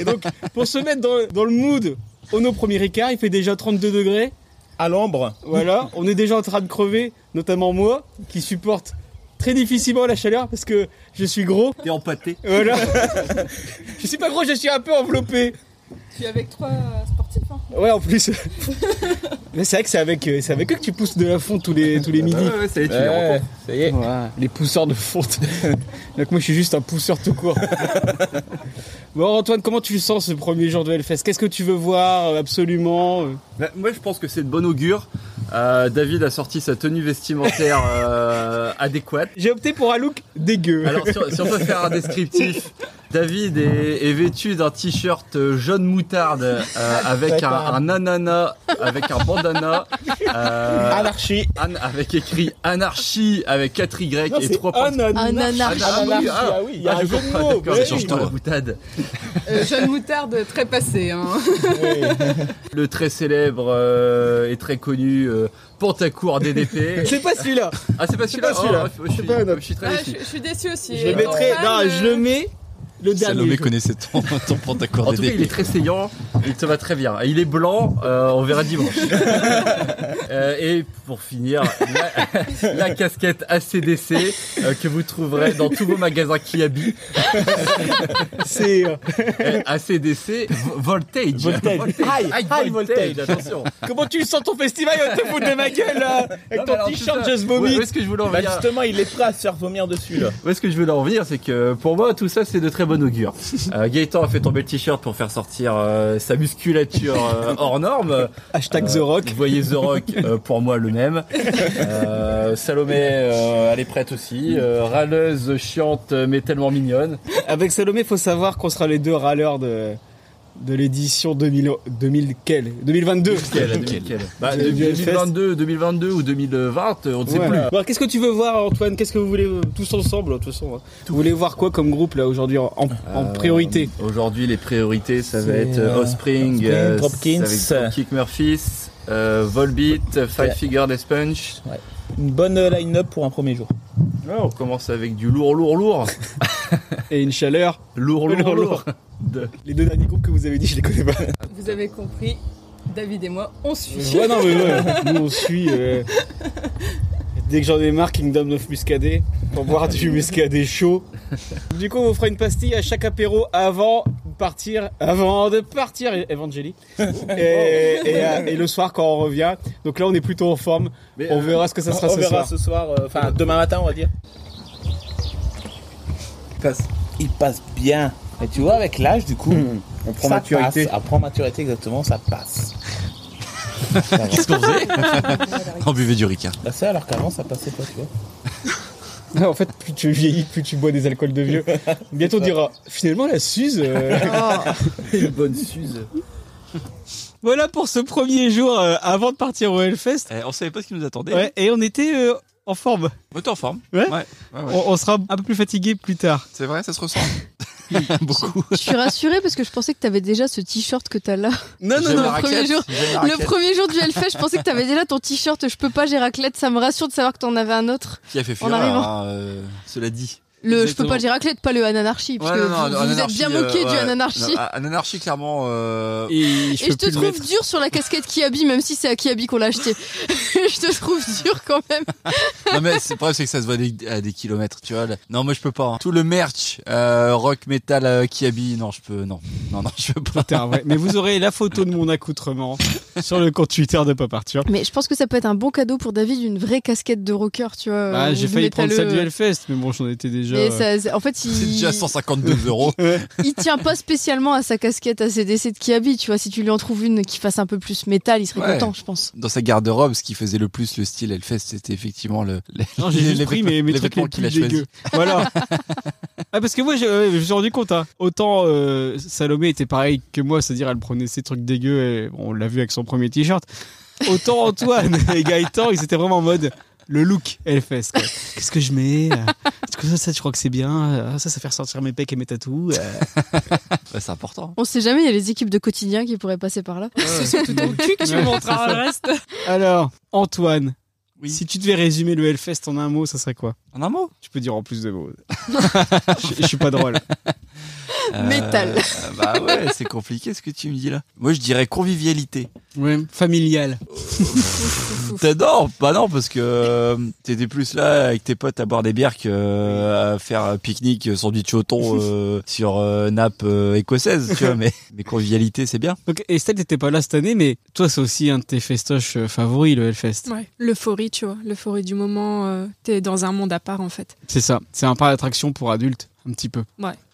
[SPEAKER 2] Et donc pour se mettre dans, dans le mood, on est au premier écart, il fait déjà 32 degrés.
[SPEAKER 6] à l'ambre.
[SPEAKER 2] Voilà, on est déjà en train de crever, notamment moi, qui supporte très difficilement la chaleur parce que je suis gros.
[SPEAKER 3] T'es empâté.
[SPEAKER 2] Voilà. je suis pas gros, je suis un peu enveloppé.
[SPEAKER 1] Tu es avec trois sportifs, hein
[SPEAKER 2] Ouais, en plus. Mais c'est vrai que c'est avec, euh, c'est avec eux que tu pousses de la fonte tous les, tous Ah les midis.
[SPEAKER 3] ouais, ça y est, tu
[SPEAKER 6] Ouais,
[SPEAKER 3] l'as
[SPEAKER 6] ça y est.
[SPEAKER 2] Voilà, les pousseurs de fonte. Donc moi, je suis juste un pousseur tout court. bon, Antoine, comment tu le sens ce premier jour de Hellfest Qu'est-ce que tu veux voir euh, absolument
[SPEAKER 3] Bah, Moi, je pense que c'est de bon augure. Euh, David a sorti sa tenue vestimentaire euh, adéquate.
[SPEAKER 2] J'ai opté pour un look dégueu.
[SPEAKER 3] Alors, si on, si on peut faire un descriptif,
[SPEAKER 7] David est, est vêtu d'un t-shirt euh, jaune moutarde euh, avec un, un ananas, avec un bandana, euh,
[SPEAKER 8] Anarchie.
[SPEAKER 7] an- avec écrit anarchie avec 4 Y
[SPEAKER 8] Non,
[SPEAKER 7] et
[SPEAKER 8] c'est
[SPEAKER 7] 3 points.
[SPEAKER 8] ananas.
[SPEAKER 4] Un ananas.
[SPEAKER 7] Ah, oui,
[SPEAKER 8] Anarchie,
[SPEAKER 7] ah,
[SPEAKER 8] ah oui, il y a
[SPEAKER 7] Ah,
[SPEAKER 8] un
[SPEAKER 7] je
[SPEAKER 8] jeu de
[SPEAKER 7] comprends,
[SPEAKER 8] mots,
[SPEAKER 7] d'accord,
[SPEAKER 8] mais
[SPEAKER 7] change
[SPEAKER 8] oui.
[SPEAKER 7] la boutade.
[SPEAKER 9] Euh, jeune moutarde très passé. Hein.
[SPEAKER 8] Ouais.
[SPEAKER 7] Le très célèbre euh, et très connu euh, Pantacourt DDP.
[SPEAKER 8] C'est pas celui-là.
[SPEAKER 7] Ah, c'est pas
[SPEAKER 8] C'est
[SPEAKER 7] celui-là
[SPEAKER 8] pas celui-là.
[SPEAKER 7] Oh, je- je,
[SPEAKER 8] C'est pas un
[SPEAKER 7] suis-
[SPEAKER 8] autre.
[SPEAKER 7] je suis très
[SPEAKER 9] Ah,
[SPEAKER 7] déçu.
[SPEAKER 9] je, je suis déçue aussi.
[SPEAKER 8] Je le mettrai.
[SPEAKER 9] Antoine,
[SPEAKER 8] Non, je
[SPEAKER 9] euh,
[SPEAKER 8] le mets le dernier.
[SPEAKER 3] Salomé
[SPEAKER 8] je-
[SPEAKER 3] connaissait ton, ton pantacourt
[SPEAKER 7] En tout cas,
[SPEAKER 3] DDP.
[SPEAKER 7] il est très saillant, il te va très bien. Et Il est blanc, euh, on verra dimanche. Euh, et pour finir, la, la casquette ACDC euh, que vous trouverez dans tous vos magasins Kiabi.
[SPEAKER 8] C'est euh,
[SPEAKER 7] Euh, ACDC vo- Voltage.
[SPEAKER 8] Voltage. High,
[SPEAKER 7] High
[SPEAKER 8] high
[SPEAKER 7] voltage,
[SPEAKER 8] voltage.
[SPEAKER 7] attention.
[SPEAKER 8] Comment tu sens ton festival et te foutre de ma gueule là
[SPEAKER 7] Non,
[SPEAKER 8] Avec
[SPEAKER 7] mais alors,
[SPEAKER 8] ton
[SPEAKER 7] tout
[SPEAKER 8] t-shirt
[SPEAKER 7] ça-
[SPEAKER 8] Just
[SPEAKER 7] Où
[SPEAKER 8] Vomit.
[SPEAKER 7] où est-ce que je voulais en
[SPEAKER 8] Bah
[SPEAKER 7] venir
[SPEAKER 8] justement, il est prêt à se faire vomir dessus là.
[SPEAKER 7] Où est-ce que je voulais en venir C'est que pour moi, tout ça, c'est de très bon augure. Euh, Gaëtan a fait tomber le t-shirt pour faire sortir euh, sa musculature euh, hors norme.
[SPEAKER 2] Hashtag
[SPEAKER 7] Euh, Vous voyez The Rock, euh, pour moi le même. Euh, Salomé, euh, elle est prête aussi. Euh, râleuse, chiante, mais tellement mignonne.
[SPEAKER 2] Avec Salomé, faut savoir qu'on sera les deux râleurs de, de l'édition 2000, 2000 quel 2022.
[SPEAKER 7] Bah,
[SPEAKER 2] J'ai vu le fest.
[SPEAKER 7] 2022, 2022 ou 2020, on ne sait plus.
[SPEAKER 2] Voilà. Bon, Qu'est-ce que tu veux voir, Antoine Qu'est-ce que vous voulez euh, tous ensemble, de toute façon hein. Vous voulez voir quoi comme groupe là aujourd'hui en, en- en
[SPEAKER 7] Euh,
[SPEAKER 2] priorité
[SPEAKER 7] Aujourd'hui, les priorités, ça va
[SPEAKER 8] C'est,
[SPEAKER 7] être
[SPEAKER 8] euh,
[SPEAKER 7] Offspring,
[SPEAKER 8] Offspring,
[SPEAKER 7] euh,
[SPEAKER 8] Dropkins.
[SPEAKER 7] ça va être Dropkick Murphys, euh, Volbeat, Five
[SPEAKER 8] Ouais.
[SPEAKER 7] Figure Death Punch.
[SPEAKER 8] Une bonne euh, line-up pour un premier jour.
[SPEAKER 7] on commence avec du lourd, lourd, lourd.
[SPEAKER 2] et une chaleur
[SPEAKER 7] Lourd, lourd,
[SPEAKER 2] Lourd,
[SPEAKER 7] lourd.
[SPEAKER 2] lourd. Les deux derniers groupes que vous avez dit, je les connais pas.
[SPEAKER 9] Vous avez compris, David et moi, on suit.
[SPEAKER 2] ouais, non, mais ouais, nous on suit. euh, Dès que j'en ai marre, Kingdom of Muscadet, pour boire du muscadet chaud. Du coup, on vous fera une pastille à chaque apéro avant de partir, avant de partir, Evangélie. Et, et, euh, et le soir, quand on revient. Donc là, on est plutôt en forme.
[SPEAKER 7] Mais,
[SPEAKER 2] On
[SPEAKER 7] euh,
[SPEAKER 2] verra ce que ça sera
[SPEAKER 8] on
[SPEAKER 2] ce
[SPEAKER 8] verra
[SPEAKER 2] soir.
[SPEAKER 8] ce soir, euh, enfin demain matin, on va dire. Il passe bien.
[SPEAKER 10] Et tu vois, avec l'âge, du coup,
[SPEAKER 8] On
[SPEAKER 10] ça passe. Après maturité, exactement, ça passe.
[SPEAKER 3] Qu'est-ce qu'on faisait On buvait du ricard.
[SPEAKER 10] Bah, ça, alors qu'avant, ça passait pas, tu vois.
[SPEAKER 2] En fait, plus tu vieillis, plus tu bois des alcools de vieux. Bientôt, on dira finalement la Suze. euh,
[SPEAKER 4] Oh,
[SPEAKER 7] Une bonne suze.
[SPEAKER 2] Voilà pour ce premier jour euh, avant de partir au Hellfest.
[SPEAKER 3] Eh, on savait pas ce qui nous attendait.
[SPEAKER 2] Ouais, et on était euh, en forme.
[SPEAKER 3] On était en forme.
[SPEAKER 2] Ouais.
[SPEAKER 3] ouais. ouais, ouais.
[SPEAKER 2] On, on sera un peu plus fatigué plus tard.
[SPEAKER 3] C'est vrai, ça se ressent. Beaucoup.
[SPEAKER 4] Je suis rassurée parce que je pensais que t'avais déjà ce t-shirt que t'as là.
[SPEAKER 2] Non,
[SPEAKER 4] non,
[SPEAKER 3] J'aime
[SPEAKER 4] non,
[SPEAKER 3] la
[SPEAKER 4] le premier
[SPEAKER 3] raclette,
[SPEAKER 4] jour.
[SPEAKER 3] j'aime la
[SPEAKER 4] Le
[SPEAKER 3] raclette.
[SPEAKER 4] premier jour du Hellfest, je pensais que t'avais déjà ton t-shirt Je peux pas, j'ai raclette. Ça me rassure de savoir que t'en avais un autre.
[SPEAKER 3] Qui a fait fureur,
[SPEAKER 4] arrivant.
[SPEAKER 3] hein, euh, cela dit.
[SPEAKER 4] Le Je peux
[SPEAKER 3] Exactement.
[SPEAKER 4] pas, j'ai raclette, pas le anarchie. Parce
[SPEAKER 3] Ouais,
[SPEAKER 4] que
[SPEAKER 3] non, non,
[SPEAKER 4] vous,
[SPEAKER 3] un
[SPEAKER 4] vous êtes
[SPEAKER 3] anarchie,
[SPEAKER 4] bien
[SPEAKER 3] euh,
[SPEAKER 4] moqué du
[SPEAKER 3] ouais.
[SPEAKER 4] anarchie.
[SPEAKER 3] Non, Un anarchie, clairement. euh,
[SPEAKER 2] Et je,
[SPEAKER 4] Et je
[SPEAKER 2] peux
[SPEAKER 4] te
[SPEAKER 2] plus le
[SPEAKER 4] trouve
[SPEAKER 2] mettre.
[SPEAKER 4] dur sur la casquette Kiabi, même si c'est à Kiabi qu'on l'a acheté. je te trouve dur quand même.
[SPEAKER 3] non mais c'est le problème c'est que ça se voit des- à des kilomètres tu vois là. non moi je peux pas hein. tout le merch euh, rock metal euh, kiabi non je peux non non non je peux pas
[SPEAKER 2] Putain, ouais. Mais vous aurez la photo de mon accoutrement sur le compte Twitter de Pop Arthur.
[SPEAKER 4] Mais je pense que ça peut être un bon cadeau pour David, une vraie casquette de rocker, tu vois.
[SPEAKER 2] Ah,
[SPEAKER 4] ou
[SPEAKER 2] j'ai
[SPEAKER 4] de
[SPEAKER 2] failli prendre celle
[SPEAKER 4] métalleux.
[SPEAKER 2] du Hellfest, mais bon, j'en étais déjà.
[SPEAKER 4] Mais
[SPEAKER 2] euh,
[SPEAKER 4] ça- c'est- en fait,
[SPEAKER 3] c'est
[SPEAKER 4] il,
[SPEAKER 3] déjà 152 euros
[SPEAKER 4] il tient pas spécialement à sa casquette ACDC de Kiabi, tu vois. Si tu lui en trouves une qui fasse un peu plus métal, il serait
[SPEAKER 3] Ouais.
[SPEAKER 4] content, je pense.
[SPEAKER 3] dans sa garde-robe ce qui faisait le plus le style Hellfest c'était effectivement le les,
[SPEAKER 2] Non, j'ai juste pris mes, mes
[SPEAKER 3] les
[SPEAKER 2] trucs
[SPEAKER 3] vêtements
[SPEAKER 2] les
[SPEAKER 3] qu'il a
[SPEAKER 2] plus
[SPEAKER 3] choisi
[SPEAKER 2] dégueux. Voilà. Ah, parce que moi, j'ai- ouais, je me suis rendu compte, hein. autant euh, Salomé était pareil que moi, c'est-à-dire elle prenait ses trucs dégueux, et bon, on l'a vu avec son premier t-shirt, autant Antoine et Gaëtan, ils étaient vraiment en mode le look Hellfest. quoi. Qu'est-ce que je mets euh, Est-ce que ça, ça, je crois que c'est bien Ah, Ça, ça fait ressortir mes pecs et mes tatous. euh.
[SPEAKER 3] Ouais, c'est important
[SPEAKER 4] On sait jamais, il y a les équipes de quotidien qui pourraient passer par là.
[SPEAKER 1] C'est surtout ton cul que tu
[SPEAKER 2] Ouais,
[SPEAKER 1] montres, hein,
[SPEAKER 2] c'est
[SPEAKER 1] le
[SPEAKER 2] ça.
[SPEAKER 1] reste.
[SPEAKER 2] Alors, Antoine,
[SPEAKER 3] Oui.
[SPEAKER 2] si tu devais résumer le Hellfest en un mot, ça serait quoi
[SPEAKER 3] en un mot
[SPEAKER 2] Tu peux dire en plus de mots. je, je suis pas drôle.
[SPEAKER 3] Euh,
[SPEAKER 4] Métal.
[SPEAKER 3] euh, bah ouais c'est compliqué ce que tu me dis là moi je dirais convivialité
[SPEAKER 2] Familial.
[SPEAKER 3] T'adores Bah non, parce que euh, t'étais plus là avec tes potes à boire des bières que euh, à faire un pique-nique euh, sandwich au thon euh, sur euh, nappe euh, écossaise, tu vois. Mais, mais convivialité, c'est bien.
[SPEAKER 2] Donc Estelle n'était pas là cette année, mais toi c'est aussi un de tes festoches euh, favoris, le Hellfest.
[SPEAKER 1] Ouais, l'euphorie, tu vois, l'euphorie du moment, euh, t'es dans un monde à part en fait.
[SPEAKER 2] C'est ça, c'est un parc d'attraction pour adultes, un petit peu.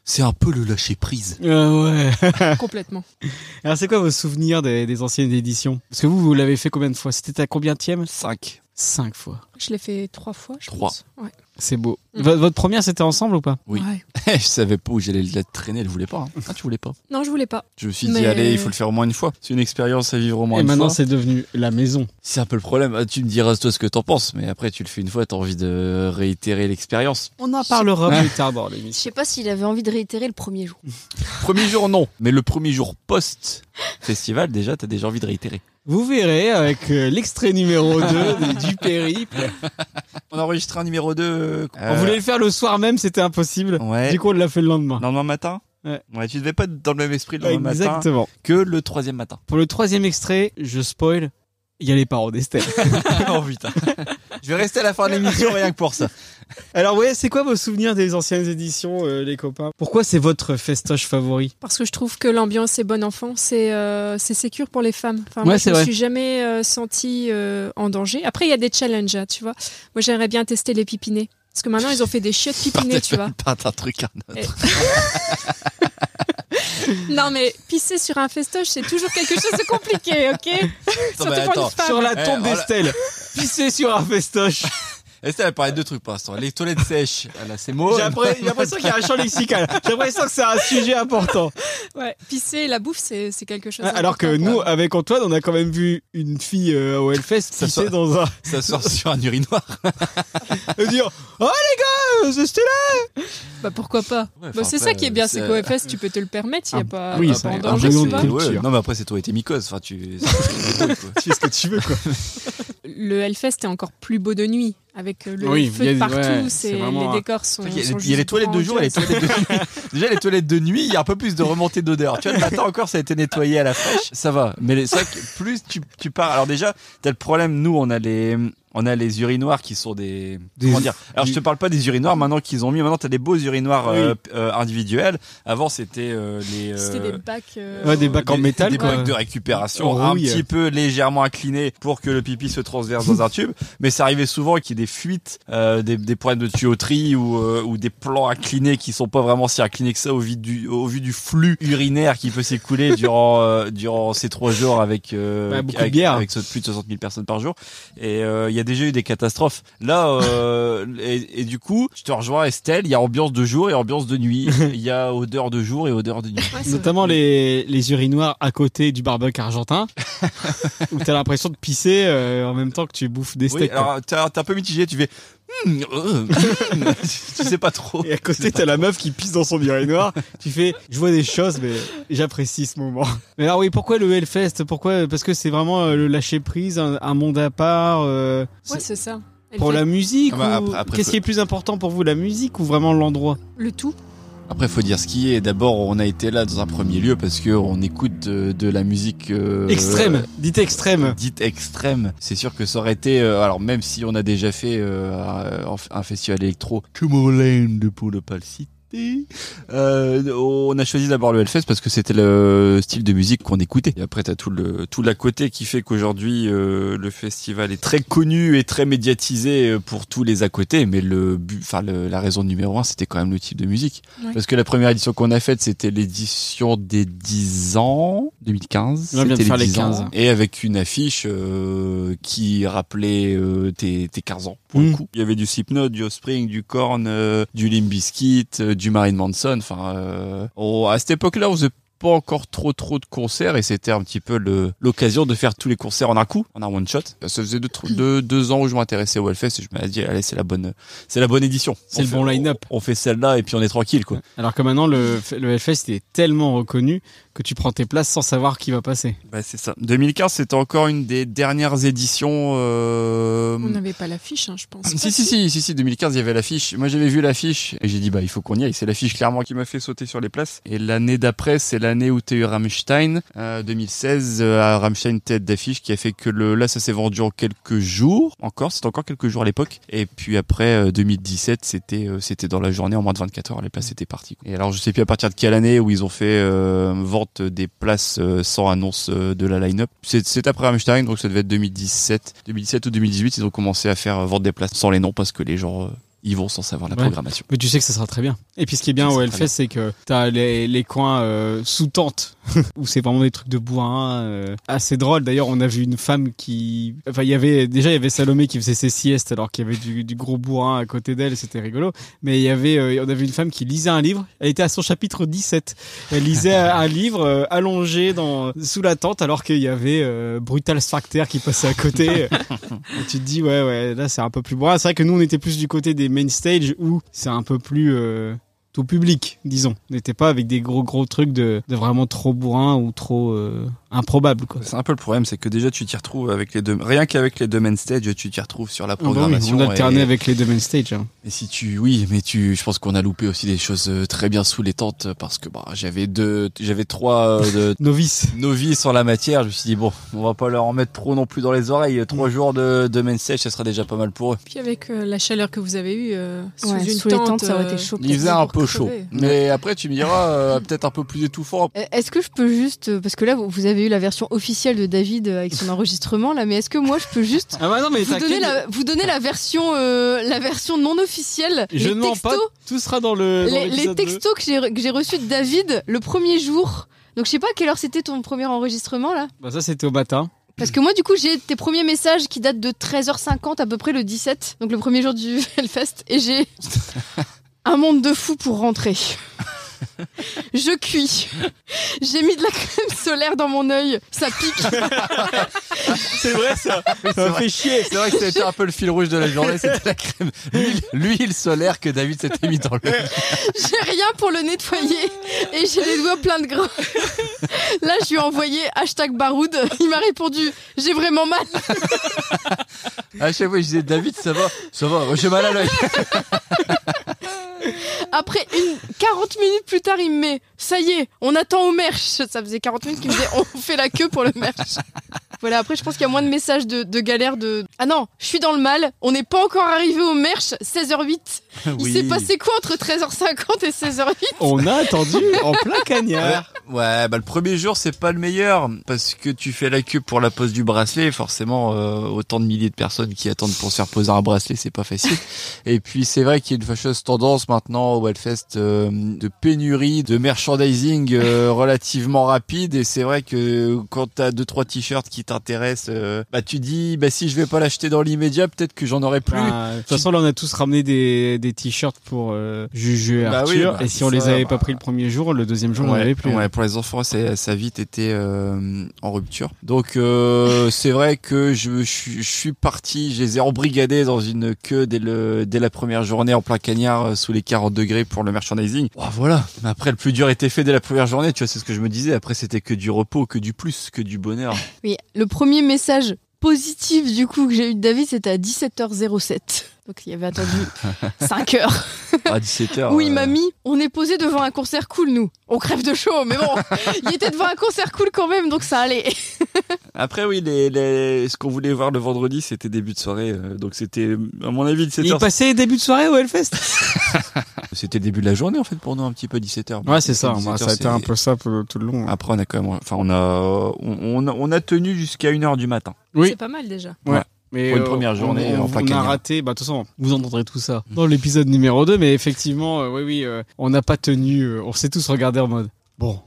[SPEAKER 3] C'est un peu le lâcher prise.
[SPEAKER 2] Euh, ouais.
[SPEAKER 1] Complètement.
[SPEAKER 2] Alors c'est quoi vos souvenirs des, des anciennes éditions Parce que vous, vous l'avez fait combien de fois C'était ta combien tième
[SPEAKER 3] 5.
[SPEAKER 2] Cinq fois. Mm.
[SPEAKER 1] Je l'ai fait trois fois, je
[SPEAKER 3] Trois.
[SPEAKER 1] pense. Ouais.
[SPEAKER 2] C'est beau. Vo- votre première, c'était ensemble ou pas
[SPEAKER 3] Oui.
[SPEAKER 1] Ouais.
[SPEAKER 3] je savais pas où j'allais la traîner, elle voulait pas. hein. Ah, tu voulais pas
[SPEAKER 1] Non, je voulais pas.
[SPEAKER 3] Je me suis dit,
[SPEAKER 1] Mais-
[SPEAKER 3] allez, il faut le faire au moins une fois. C'est une expérience à vivre au moins
[SPEAKER 2] Et
[SPEAKER 3] une
[SPEAKER 2] maintenant,
[SPEAKER 3] fois.
[SPEAKER 2] c'est devenu la maison.
[SPEAKER 3] C'est un peu le problème. Ah, Tu me diras toi ce que t'en penses, mais après, tu le fais une fois, t'as envie de réitérer l'expérience.
[SPEAKER 2] On en parlera Ah. plus tard dans
[SPEAKER 4] Je
[SPEAKER 2] l'émission.
[SPEAKER 4] sais pas s'il avait envie de réitérer le premier jour.
[SPEAKER 3] Premier jour, non. Mais le premier jour post-festival, déjà, t'as déjà envie de réitérer.
[SPEAKER 2] Vous verrez avec euh, l'extrait numéro 2 du périple.
[SPEAKER 3] On a enregistré un numéro 2.
[SPEAKER 2] On voulait le faire le soir même, c'était impossible.
[SPEAKER 3] Euh, Ouais.
[SPEAKER 2] Du coup, on l'a fait le lendemain.
[SPEAKER 3] Lendemain matin
[SPEAKER 2] Ouais.
[SPEAKER 3] tu devais pas être dans le même esprit le lendemain matin
[SPEAKER 2] Exactement.
[SPEAKER 3] que le troisième matin.
[SPEAKER 2] Pour le troisième extrait, je spoil, il y a les parents d'Estelle.
[SPEAKER 3] oh putain. Je vais rester à la fin de l'émission rien que pour ça.
[SPEAKER 2] Alors ouais, c'est quoi vos souvenirs des anciennes éditions, euh, les copains Pourquoi c'est votre festoche favori
[SPEAKER 1] Parce que je trouve que l'ambiance est bonne enfant, c'est euh, c'est sécure pour les femmes. Enfin,
[SPEAKER 2] Ouais,
[SPEAKER 1] moi,
[SPEAKER 2] c'est
[SPEAKER 1] je me
[SPEAKER 2] vrai.
[SPEAKER 1] suis jamais euh, sentie euh, en danger. Après, il y a des challenges, hein, tu vois. Moi, j'aimerais bien tester les pipinés. Parce que maintenant, ils ont fait des chiottes pipinées, tu vois.
[SPEAKER 3] Pas un truc à un autre.
[SPEAKER 1] Non, mais pisser sur un festoche, c'est toujours quelque chose de compliqué, ok Surtout
[SPEAKER 3] mais
[SPEAKER 1] pour
[SPEAKER 3] attends.
[SPEAKER 1] une femme.
[SPEAKER 2] Sur la
[SPEAKER 3] Eh,
[SPEAKER 2] tombe
[SPEAKER 3] voilà.
[SPEAKER 2] d'Estelle, pisser sur un festoche.
[SPEAKER 3] Estelle elle parlait de deux trucs pour l'instant. Les toilettes sèches, elle a ses mots.
[SPEAKER 2] Oh. J'ai l'impré- j'ai l'impression qu'il y a un champ lexical. J'ai l'impression que c'est un sujet important.
[SPEAKER 1] Ouais, pisser et la bouffe, c'est c'est quelque chose.
[SPEAKER 2] Alors que
[SPEAKER 1] d'important,
[SPEAKER 2] nous,
[SPEAKER 1] quoi.
[SPEAKER 2] avec Antoine, on a quand même vu une fille euh, au Hellfest pisser
[SPEAKER 3] soit-
[SPEAKER 2] dans un...
[SPEAKER 3] Ça sort sur un urinoir.
[SPEAKER 2] et dire « Oh les gars, euh, c'était là
[SPEAKER 1] Bah pourquoi pas Bah,
[SPEAKER 3] Ouais, enfin,
[SPEAKER 1] C'est
[SPEAKER 3] après,
[SPEAKER 1] ça qui est bien, c'est
[SPEAKER 3] c'est-
[SPEAKER 1] qu'au FS, tu peux te le permettre, il n'y
[SPEAKER 2] Ah,
[SPEAKER 1] a pas,
[SPEAKER 2] oui,
[SPEAKER 1] pas
[SPEAKER 2] ça,
[SPEAKER 1] en
[SPEAKER 2] un
[SPEAKER 1] danger,
[SPEAKER 2] brillant
[SPEAKER 1] tu vois.
[SPEAKER 2] de culture.
[SPEAKER 3] Non, mais après, c'est toi et tes mycoses. Enfin, tu. c'est- c'est- c'est- !»
[SPEAKER 2] Tu fais ce que tu veux, quoi.
[SPEAKER 1] Le Hellfest est encore plus beau de nuit, avec euh, le
[SPEAKER 2] Oui, il y a
[SPEAKER 1] feu
[SPEAKER 2] des-
[SPEAKER 1] de partout,
[SPEAKER 2] ouais,
[SPEAKER 1] c'est-
[SPEAKER 2] c'est vraiment un-
[SPEAKER 1] les décors sont.
[SPEAKER 3] Il y a,
[SPEAKER 1] sont
[SPEAKER 3] il y a les
[SPEAKER 1] juste
[SPEAKER 3] toilettes de jour et les
[SPEAKER 1] grandioses.
[SPEAKER 3] toilettes de nuit. Déjà, les toilettes de nuit, il y a un peu plus de remontée d'odeur. Tu vois, le matin encore, ça a été nettoyé à la fraîche. Ça va. Mais les sacs, plus tu, tu pars. Alors, déjà, t'as le problème. Nous, on a les, on a les urinoirs qui sont des.
[SPEAKER 2] Des-
[SPEAKER 3] comment dire Alors,
[SPEAKER 2] du-
[SPEAKER 3] je te parle pas des urinoirs maintenant qu'ils ont mis. Maintenant, t'as des beaux urinoirs euh, p- euh, individuels. Avant, c'était euh, les. euh,
[SPEAKER 1] C'était des bacs. euh,
[SPEAKER 2] Ouais, des bacs en métal,
[SPEAKER 3] Des
[SPEAKER 2] quoi.
[SPEAKER 3] bacs de récupération,
[SPEAKER 2] Oh,
[SPEAKER 3] un
[SPEAKER 2] oui.
[SPEAKER 3] petit peu légèrement inclinés pour que le pipi se transverse dans un tube. Mais ça arrivait souvent qu'il y ait des fuites, euh, des, des problèmes de tuyauterie ou, euh, ou des plans inclinés qui sont pas vraiment si inclinés que ça au vu du, au vu du flux urinaire qui peut s'écouler durant, euh, durant ces trois jours avec, euh,
[SPEAKER 2] Bah, beaucoup de
[SPEAKER 3] avec,
[SPEAKER 2] bière.
[SPEAKER 3] avec ce- plus de 60 000 personnes par jour. Et euh, il y a déjà eu des catastrophes. Là, euh, et, et du coup, je te rejoins Estelle, il y a ambiance de jour et ambiance de nuit. Il y a odeur de jour et odeur de nuit.
[SPEAKER 1] ouais, c'est-
[SPEAKER 2] Notamment les, les urinoirs à côté du barbecue argentin, où t'as l'impression de pisser euh, en même temps que tu bouffes des
[SPEAKER 3] Oui,
[SPEAKER 2] steaks. quoi.
[SPEAKER 3] alors t'es un t'es un peu mitigé, tu fais. Hmm, euh, hmm. tu sais pas trop.
[SPEAKER 2] Et à côté, t'as la meuf qui pisse dans son urinoir. tu fais, je vois des choses, mais j'apprécie ce moment. Mais alors oui, pourquoi le Hellfest Pourquoi Parce que c'est vraiment euh, le lâcher prise, un, un monde à part. euh,
[SPEAKER 1] Ouais,
[SPEAKER 2] c'est-
[SPEAKER 1] c'est ça. Elle
[SPEAKER 2] pour
[SPEAKER 1] fait
[SPEAKER 2] la musique
[SPEAKER 3] Ah bah,
[SPEAKER 2] ou-
[SPEAKER 3] après- après,
[SPEAKER 2] Qu'est-ce
[SPEAKER 3] faut-
[SPEAKER 2] qui est plus important pour vous, la musique ou vraiment l'endroit
[SPEAKER 1] Le tout.
[SPEAKER 3] Après, faut dire ce qui est. D'abord, on a été là dans un premier lieu parce que on écoute de, de la musique euh,
[SPEAKER 2] Extrême, dites extrême.
[SPEAKER 3] dite extrême. C'est sûr que ça aurait été. euh, alors même si on a déjà fait euh, un, un festival électro, Tomorrowland pour ne pas le citer. euh, on a choisi d'abord le Hellfest parce que c'était le style de musique qu'on écoutait. Et après, t'as tout le tout l'à côté qui fait qu'aujourd'hui euh, le festival est très connu et très médiatisé euh, pour tous les à côté. Mais le but, enfin le- la raison numéro un, c'était quand même le type de musique.
[SPEAKER 1] Ouais.
[SPEAKER 3] Parce que la première édition qu'on a faite, c'était l'édition des 10 ans, 2015.
[SPEAKER 2] Ouais, on vient de
[SPEAKER 3] C'était
[SPEAKER 2] faire les
[SPEAKER 3] 10 ans.
[SPEAKER 2] 15.
[SPEAKER 3] Et avec une affiche euh, qui rappelait euh, tes, tes 15 ans, pour
[SPEAKER 1] Mmh.
[SPEAKER 2] Mm.
[SPEAKER 3] le coup. Il y avait du Slipknot, du Offspring, du Korn, euh, du Limp Bizkit, euh, du Marine Manson. Enfin, euh, on- à cette époque-là, on faisait pas encore trop trop de concerts et c'était un petit peu le- l'occasion de faire tous les concerts en un coup, en un one shot. Ça faisait deux, tr- deux, deux ans où je m'intéressais au Hellfest et je me suis dit allez c'est la bonne c'est la bonne édition.
[SPEAKER 2] C'est
[SPEAKER 3] On
[SPEAKER 2] le
[SPEAKER 3] fait-
[SPEAKER 2] bon line-up.
[SPEAKER 3] On fait celle-là et puis on est tranquille quoi.
[SPEAKER 2] Alors que maintenant, le, le Hellfest il est tellement reconnu que tu prends tes places sans savoir qui va passer.
[SPEAKER 3] Bah, c'est ça. 2015, c'était encore une des dernières éditions. euh,
[SPEAKER 1] On n'avait pas l'affiche, hein, je pense.
[SPEAKER 3] Ah, Si, si, si, si, si, 2015, il y avait l'affiche. Moi, j'avais vu l'affiche et j'ai dit, bah, il faut qu'on y aille. C'est l'affiche clairement qui m'a fait sauter sur les places. Et l'année d'après, c'est l'année où t'as eu Rammstein, euh, 2016, euh, à Rammstein tête d'affiche qui a fait que le, là, ça s'est vendu en quelques jours. Encore, c'était encore quelques jours à l'époque. Et puis après, euh, 2017, c'était, euh, c'était dans la journée, en moins de 24 heures, les places étaient parties. quoi. Et alors, je sais plus à partir de quelle année où ils ont fait, euh, vente des places euh, sans annonce euh, de la line-up. C'est, c'est après Rammstein, donc ça devait être 2017. 2017 ou 2018, ils ont commencé à faire euh, vendre des places sans les noms parce que les gens, euh, y vont sans savoir la
[SPEAKER 2] Ouais.
[SPEAKER 3] programmation.
[SPEAKER 2] Mais tu sais que ça sera très bien. Et puis ce qui est bien
[SPEAKER 3] Ça
[SPEAKER 2] au
[SPEAKER 3] sera
[SPEAKER 2] Hellfest, c'est que t'as les, les coins euh, sous tente où c'est vraiment des trucs de bourrin euh, assez drôle d'ailleurs on a vu une femme qui enfin il y avait déjà il y avait Salomé qui faisait ses siestes alors qu'il y avait du, du gros bourrin à côté d'elle c'était rigolo mais il y avait euh, on a vu une femme qui lisait un livre elle était à son chapitre 17 elle lisait un livre euh, allongé dans sous la tente alors qu'il y avait euh, Brutal Sphincter qui passait à côté Et tu te dis ouais ouais là c'est un peu plus bourrin c'est vrai que nous on était plus du côté des main stage où c'est un peu plus euh, tout public, disons. On N'était pas avec des gros gros trucs de, de vraiment trop bourrin ou trop euh, improbable quoi. Ah
[SPEAKER 3] C'est un peu le problème, c'est que déjà tu t'y retrouves avec les deux, rien qu'avec les deux main stage, tu t'y retrouves sur la programmation.
[SPEAKER 2] Ah bah on alternait
[SPEAKER 3] et-
[SPEAKER 2] avec les deux main stage. hein.
[SPEAKER 3] Et si tu, oui, mais tu, je pense qu'on a loupé aussi des choses euh, très bien sous les tentes euh, parce que bah, j'avais deux, j'avais trois euh, de
[SPEAKER 2] Novice.
[SPEAKER 3] novices en la matière. Je me suis dit bon, on va pas leur en mettre trop non plus dans les oreilles. Euh,
[SPEAKER 2] Mm.
[SPEAKER 3] Trois jours de, de main stage, ça serait déjà pas mal pour eux.
[SPEAKER 1] Puis avec euh, la chaleur que vous avez eue euh, sous
[SPEAKER 4] Ouais,
[SPEAKER 1] une
[SPEAKER 4] sous les
[SPEAKER 1] tente,
[SPEAKER 4] tentes, ça aurait
[SPEAKER 1] euh,
[SPEAKER 4] été chaud.
[SPEAKER 3] Il faisait un peu
[SPEAKER 1] pour
[SPEAKER 3] chaud.
[SPEAKER 1] crever.
[SPEAKER 3] Mais après, tu me diras euh, peut-être un peu plus étouffant.
[SPEAKER 4] Euh, Est-ce que je peux juste, euh, parce que là vous- vous avez eu la version officielle de David euh, avec son enregistrement là, mais est-ce que moi je peux juste
[SPEAKER 2] Ah bah non mais
[SPEAKER 4] vous donner la, vous donner la version, euh, la version non officielle,
[SPEAKER 2] Je
[SPEAKER 4] les
[SPEAKER 2] ne mens
[SPEAKER 4] textos,
[SPEAKER 2] pas, tout sera dans le dans
[SPEAKER 4] les, les
[SPEAKER 2] l'épisode deux.
[SPEAKER 4] textos que j'ai re- que j'ai reçus de David le premier jour. Donc je sais pas à quelle heure c'était ton premier enregistrement là,
[SPEAKER 2] Bah ça c'était au matin.
[SPEAKER 4] parce que moi du coup j'ai tes premiers messages qui datent de 13h50 à peu près le 17, donc le premier jour du Hellfest, et j'ai un monde de fou pour rentrer. Je cuis. J'ai mis de la crème solaire dans mon œil. Ça pique.
[SPEAKER 2] C'est vrai ça. ça fait chier.
[SPEAKER 3] C'est vrai que c'était un peu le fil rouge de la journée, c'était la crème, l'huile, l'huile solaire que David s'était mis dans le.
[SPEAKER 4] J'ai rien pour le nettoyer et j'ai les doigts pleins de gras. Là, je lui ai envoyé hashtag baroud. Il m'a répondu J'ai vraiment mal.
[SPEAKER 3] À chaque fois, je disais David, ça va, ça va, j'ai mal à l'œil.
[SPEAKER 4] Après une 40 minutes plus tard, il me met Ça y est, on attend au merch. Ça faisait 40 minutes qu'il me disait On fait la queue pour le merch. Voilà, après, je pense qu'il y a moins de messages de, de galère. de Ah non, je suis dans le mal. On n'est pas encore arrivé au merch. 16h08. Il s'est passé quoi entre 13h50 et 16h08
[SPEAKER 2] On a attendu en plein
[SPEAKER 3] Ouais,
[SPEAKER 2] cagnard.
[SPEAKER 3] ouais, bah le premier jour c'est pas le meilleur parce que tu fais la queue pour la pose du bracelet, forcément euh, autant de milliers de personnes qui attendent pour se faire poser un bracelet, c'est pas facile. Et puis c'est vrai qu'il y a une fâcheuse tendance maintenant au Hellfest euh, de pénurie, de merchandising euh, relativement rapide et c'est vrai que quand t'as deux trois t-shirts qui t'intéressent, euh, bah tu dis bah si je vais pas l'acheter dans l'immédiat, peut-être que j'en aurai plus.
[SPEAKER 2] Bah, de toute façon, là, on a tous ramené des, des t-shirts pour euh, Juju et
[SPEAKER 3] Bah oui,
[SPEAKER 2] Arthur.
[SPEAKER 3] bah,
[SPEAKER 2] et si on
[SPEAKER 3] ça,
[SPEAKER 2] les avait
[SPEAKER 3] bah.
[SPEAKER 2] pas pris le premier jour, le deuxième jour, on n'en avait plus. hein.
[SPEAKER 3] ouais, pour les enfants, c'est- ça a vite été euh, en rupture. Donc euh, c'est vrai que je, je, suis- je suis parti, je les ai embrigadés dans une queue dès, le, dès la première journée en plein cagnard euh, sous les 40 degrés pour le merchandising. Oh, voilà, Mais après le plus dur était fait dès la première journée, tu vois, c'est ce que je me disais. Après c'était que du repos, que du plus, que du bonheur.
[SPEAKER 4] Oui, le premier message positif du coup que j'ai eu de David, c'était à 17h07. Donc il avait attendu 5 heures.
[SPEAKER 3] À euh. 17h.
[SPEAKER 4] Oui, mamie, on est posé devant un concert cool, nous. On crève de chaud, mais bon, il était devant un concert cool quand même, donc ça allait.
[SPEAKER 3] Après oui, les, les- ce qu'on voulait voir le vendredi, c'était début de soirée. euh, donc c'était, à mon avis,
[SPEAKER 2] Il
[SPEAKER 3] 17h.
[SPEAKER 2] passait début de soirée au Hellfest.
[SPEAKER 3] C'était le début de la journée en fait pour nous, un petit peu 17h.
[SPEAKER 2] Ouais, c'est ça.
[SPEAKER 3] 17,
[SPEAKER 2] moi, ça a été un
[SPEAKER 3] c'est-
[SPEAKER 2] peu ça pour- tout le long. hein.
[SPEAKER 3] Bah, Après, on a quand même, enfin, on a, on, on a, on a tenu jusqu'à 1h du matin.
[SPEAKER 2] Oui.
[SPEAKER 1] C'est pas mal déjà.
[SPEAKER 2] Mais
[SPEAKER 3] Pour une
[SPEAKER 2] euh,
[SPEAKER 3] première
[SPEAKER 2] on-
[SPEAKER 3] journée,
[SPEAKER 2] on,
[SPEAKER 3] en plein
[SPEAKER 2] on a
[SPEAKER 3] cagnard.
[SPEAKER 2] raté. Bah, de toute façon, vous entendrez tout ça dans l'épisode numéro 2. Mais effectivement, euh, oui, oui, euh, on n'a pas tenu. euh, on s'est tous regardés en mode bon.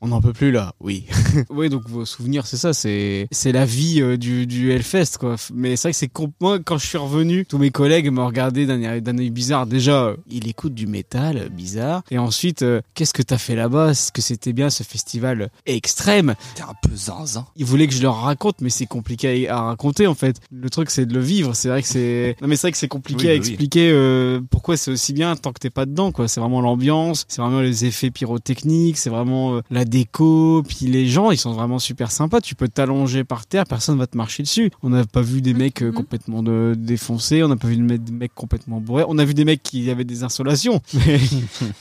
[SPEAKER 2] On n'en peut plus là, oui. oui, donc vos souvenirs, c'est ça, c'est c'est la vie euh, du, du Hellfest, quoi. F- Mais c'est vrai que c'est com- moi quand je suis revenu, tous mes collègues m'ont regardé d'un air- d'un œil bizarre. Déjà, euh, il écoute du métal euh, bizarre, et ensuite, euh, qu'est-ce que t'as fait là-bas Est-ce que c'était bien ce festival euh, extrême
[SPEAKER 3] C'était un peu zinzin.
[SPEAKER 2] ils voulaient que je leur raconte, mais c'est compliqué à à raconter en fait. Le truc, c'est de le vivre. C'est vrai que c'est. Non, mais c'est vrai que c'est compliqué
[SPEAKER 3] Oui, bah
[SPEAKER 2] à
[SPEAKER 3] oui.
[SPEAKER 2] expliquer euh, pourquoi c'est aussi bien tant que t'es pas dedans, quoi. C'est vraiment l'ambiance, c'est vraiment les effets pyrotechniques, c'est vraiment euh, la déco. Puis les gens, ils sont vraiment super sympas. Tu peux t'allonger par terre, personne va te marcher dessus. On n'a pas vu des mecs euh,
[SPEAKER 1] Mhm.
[SPEAKER 2] complètement de- défoncés, on n'a pas vu de me- des mecs complètement bourrés. On a vu des mecs qui avaient des insolations, mais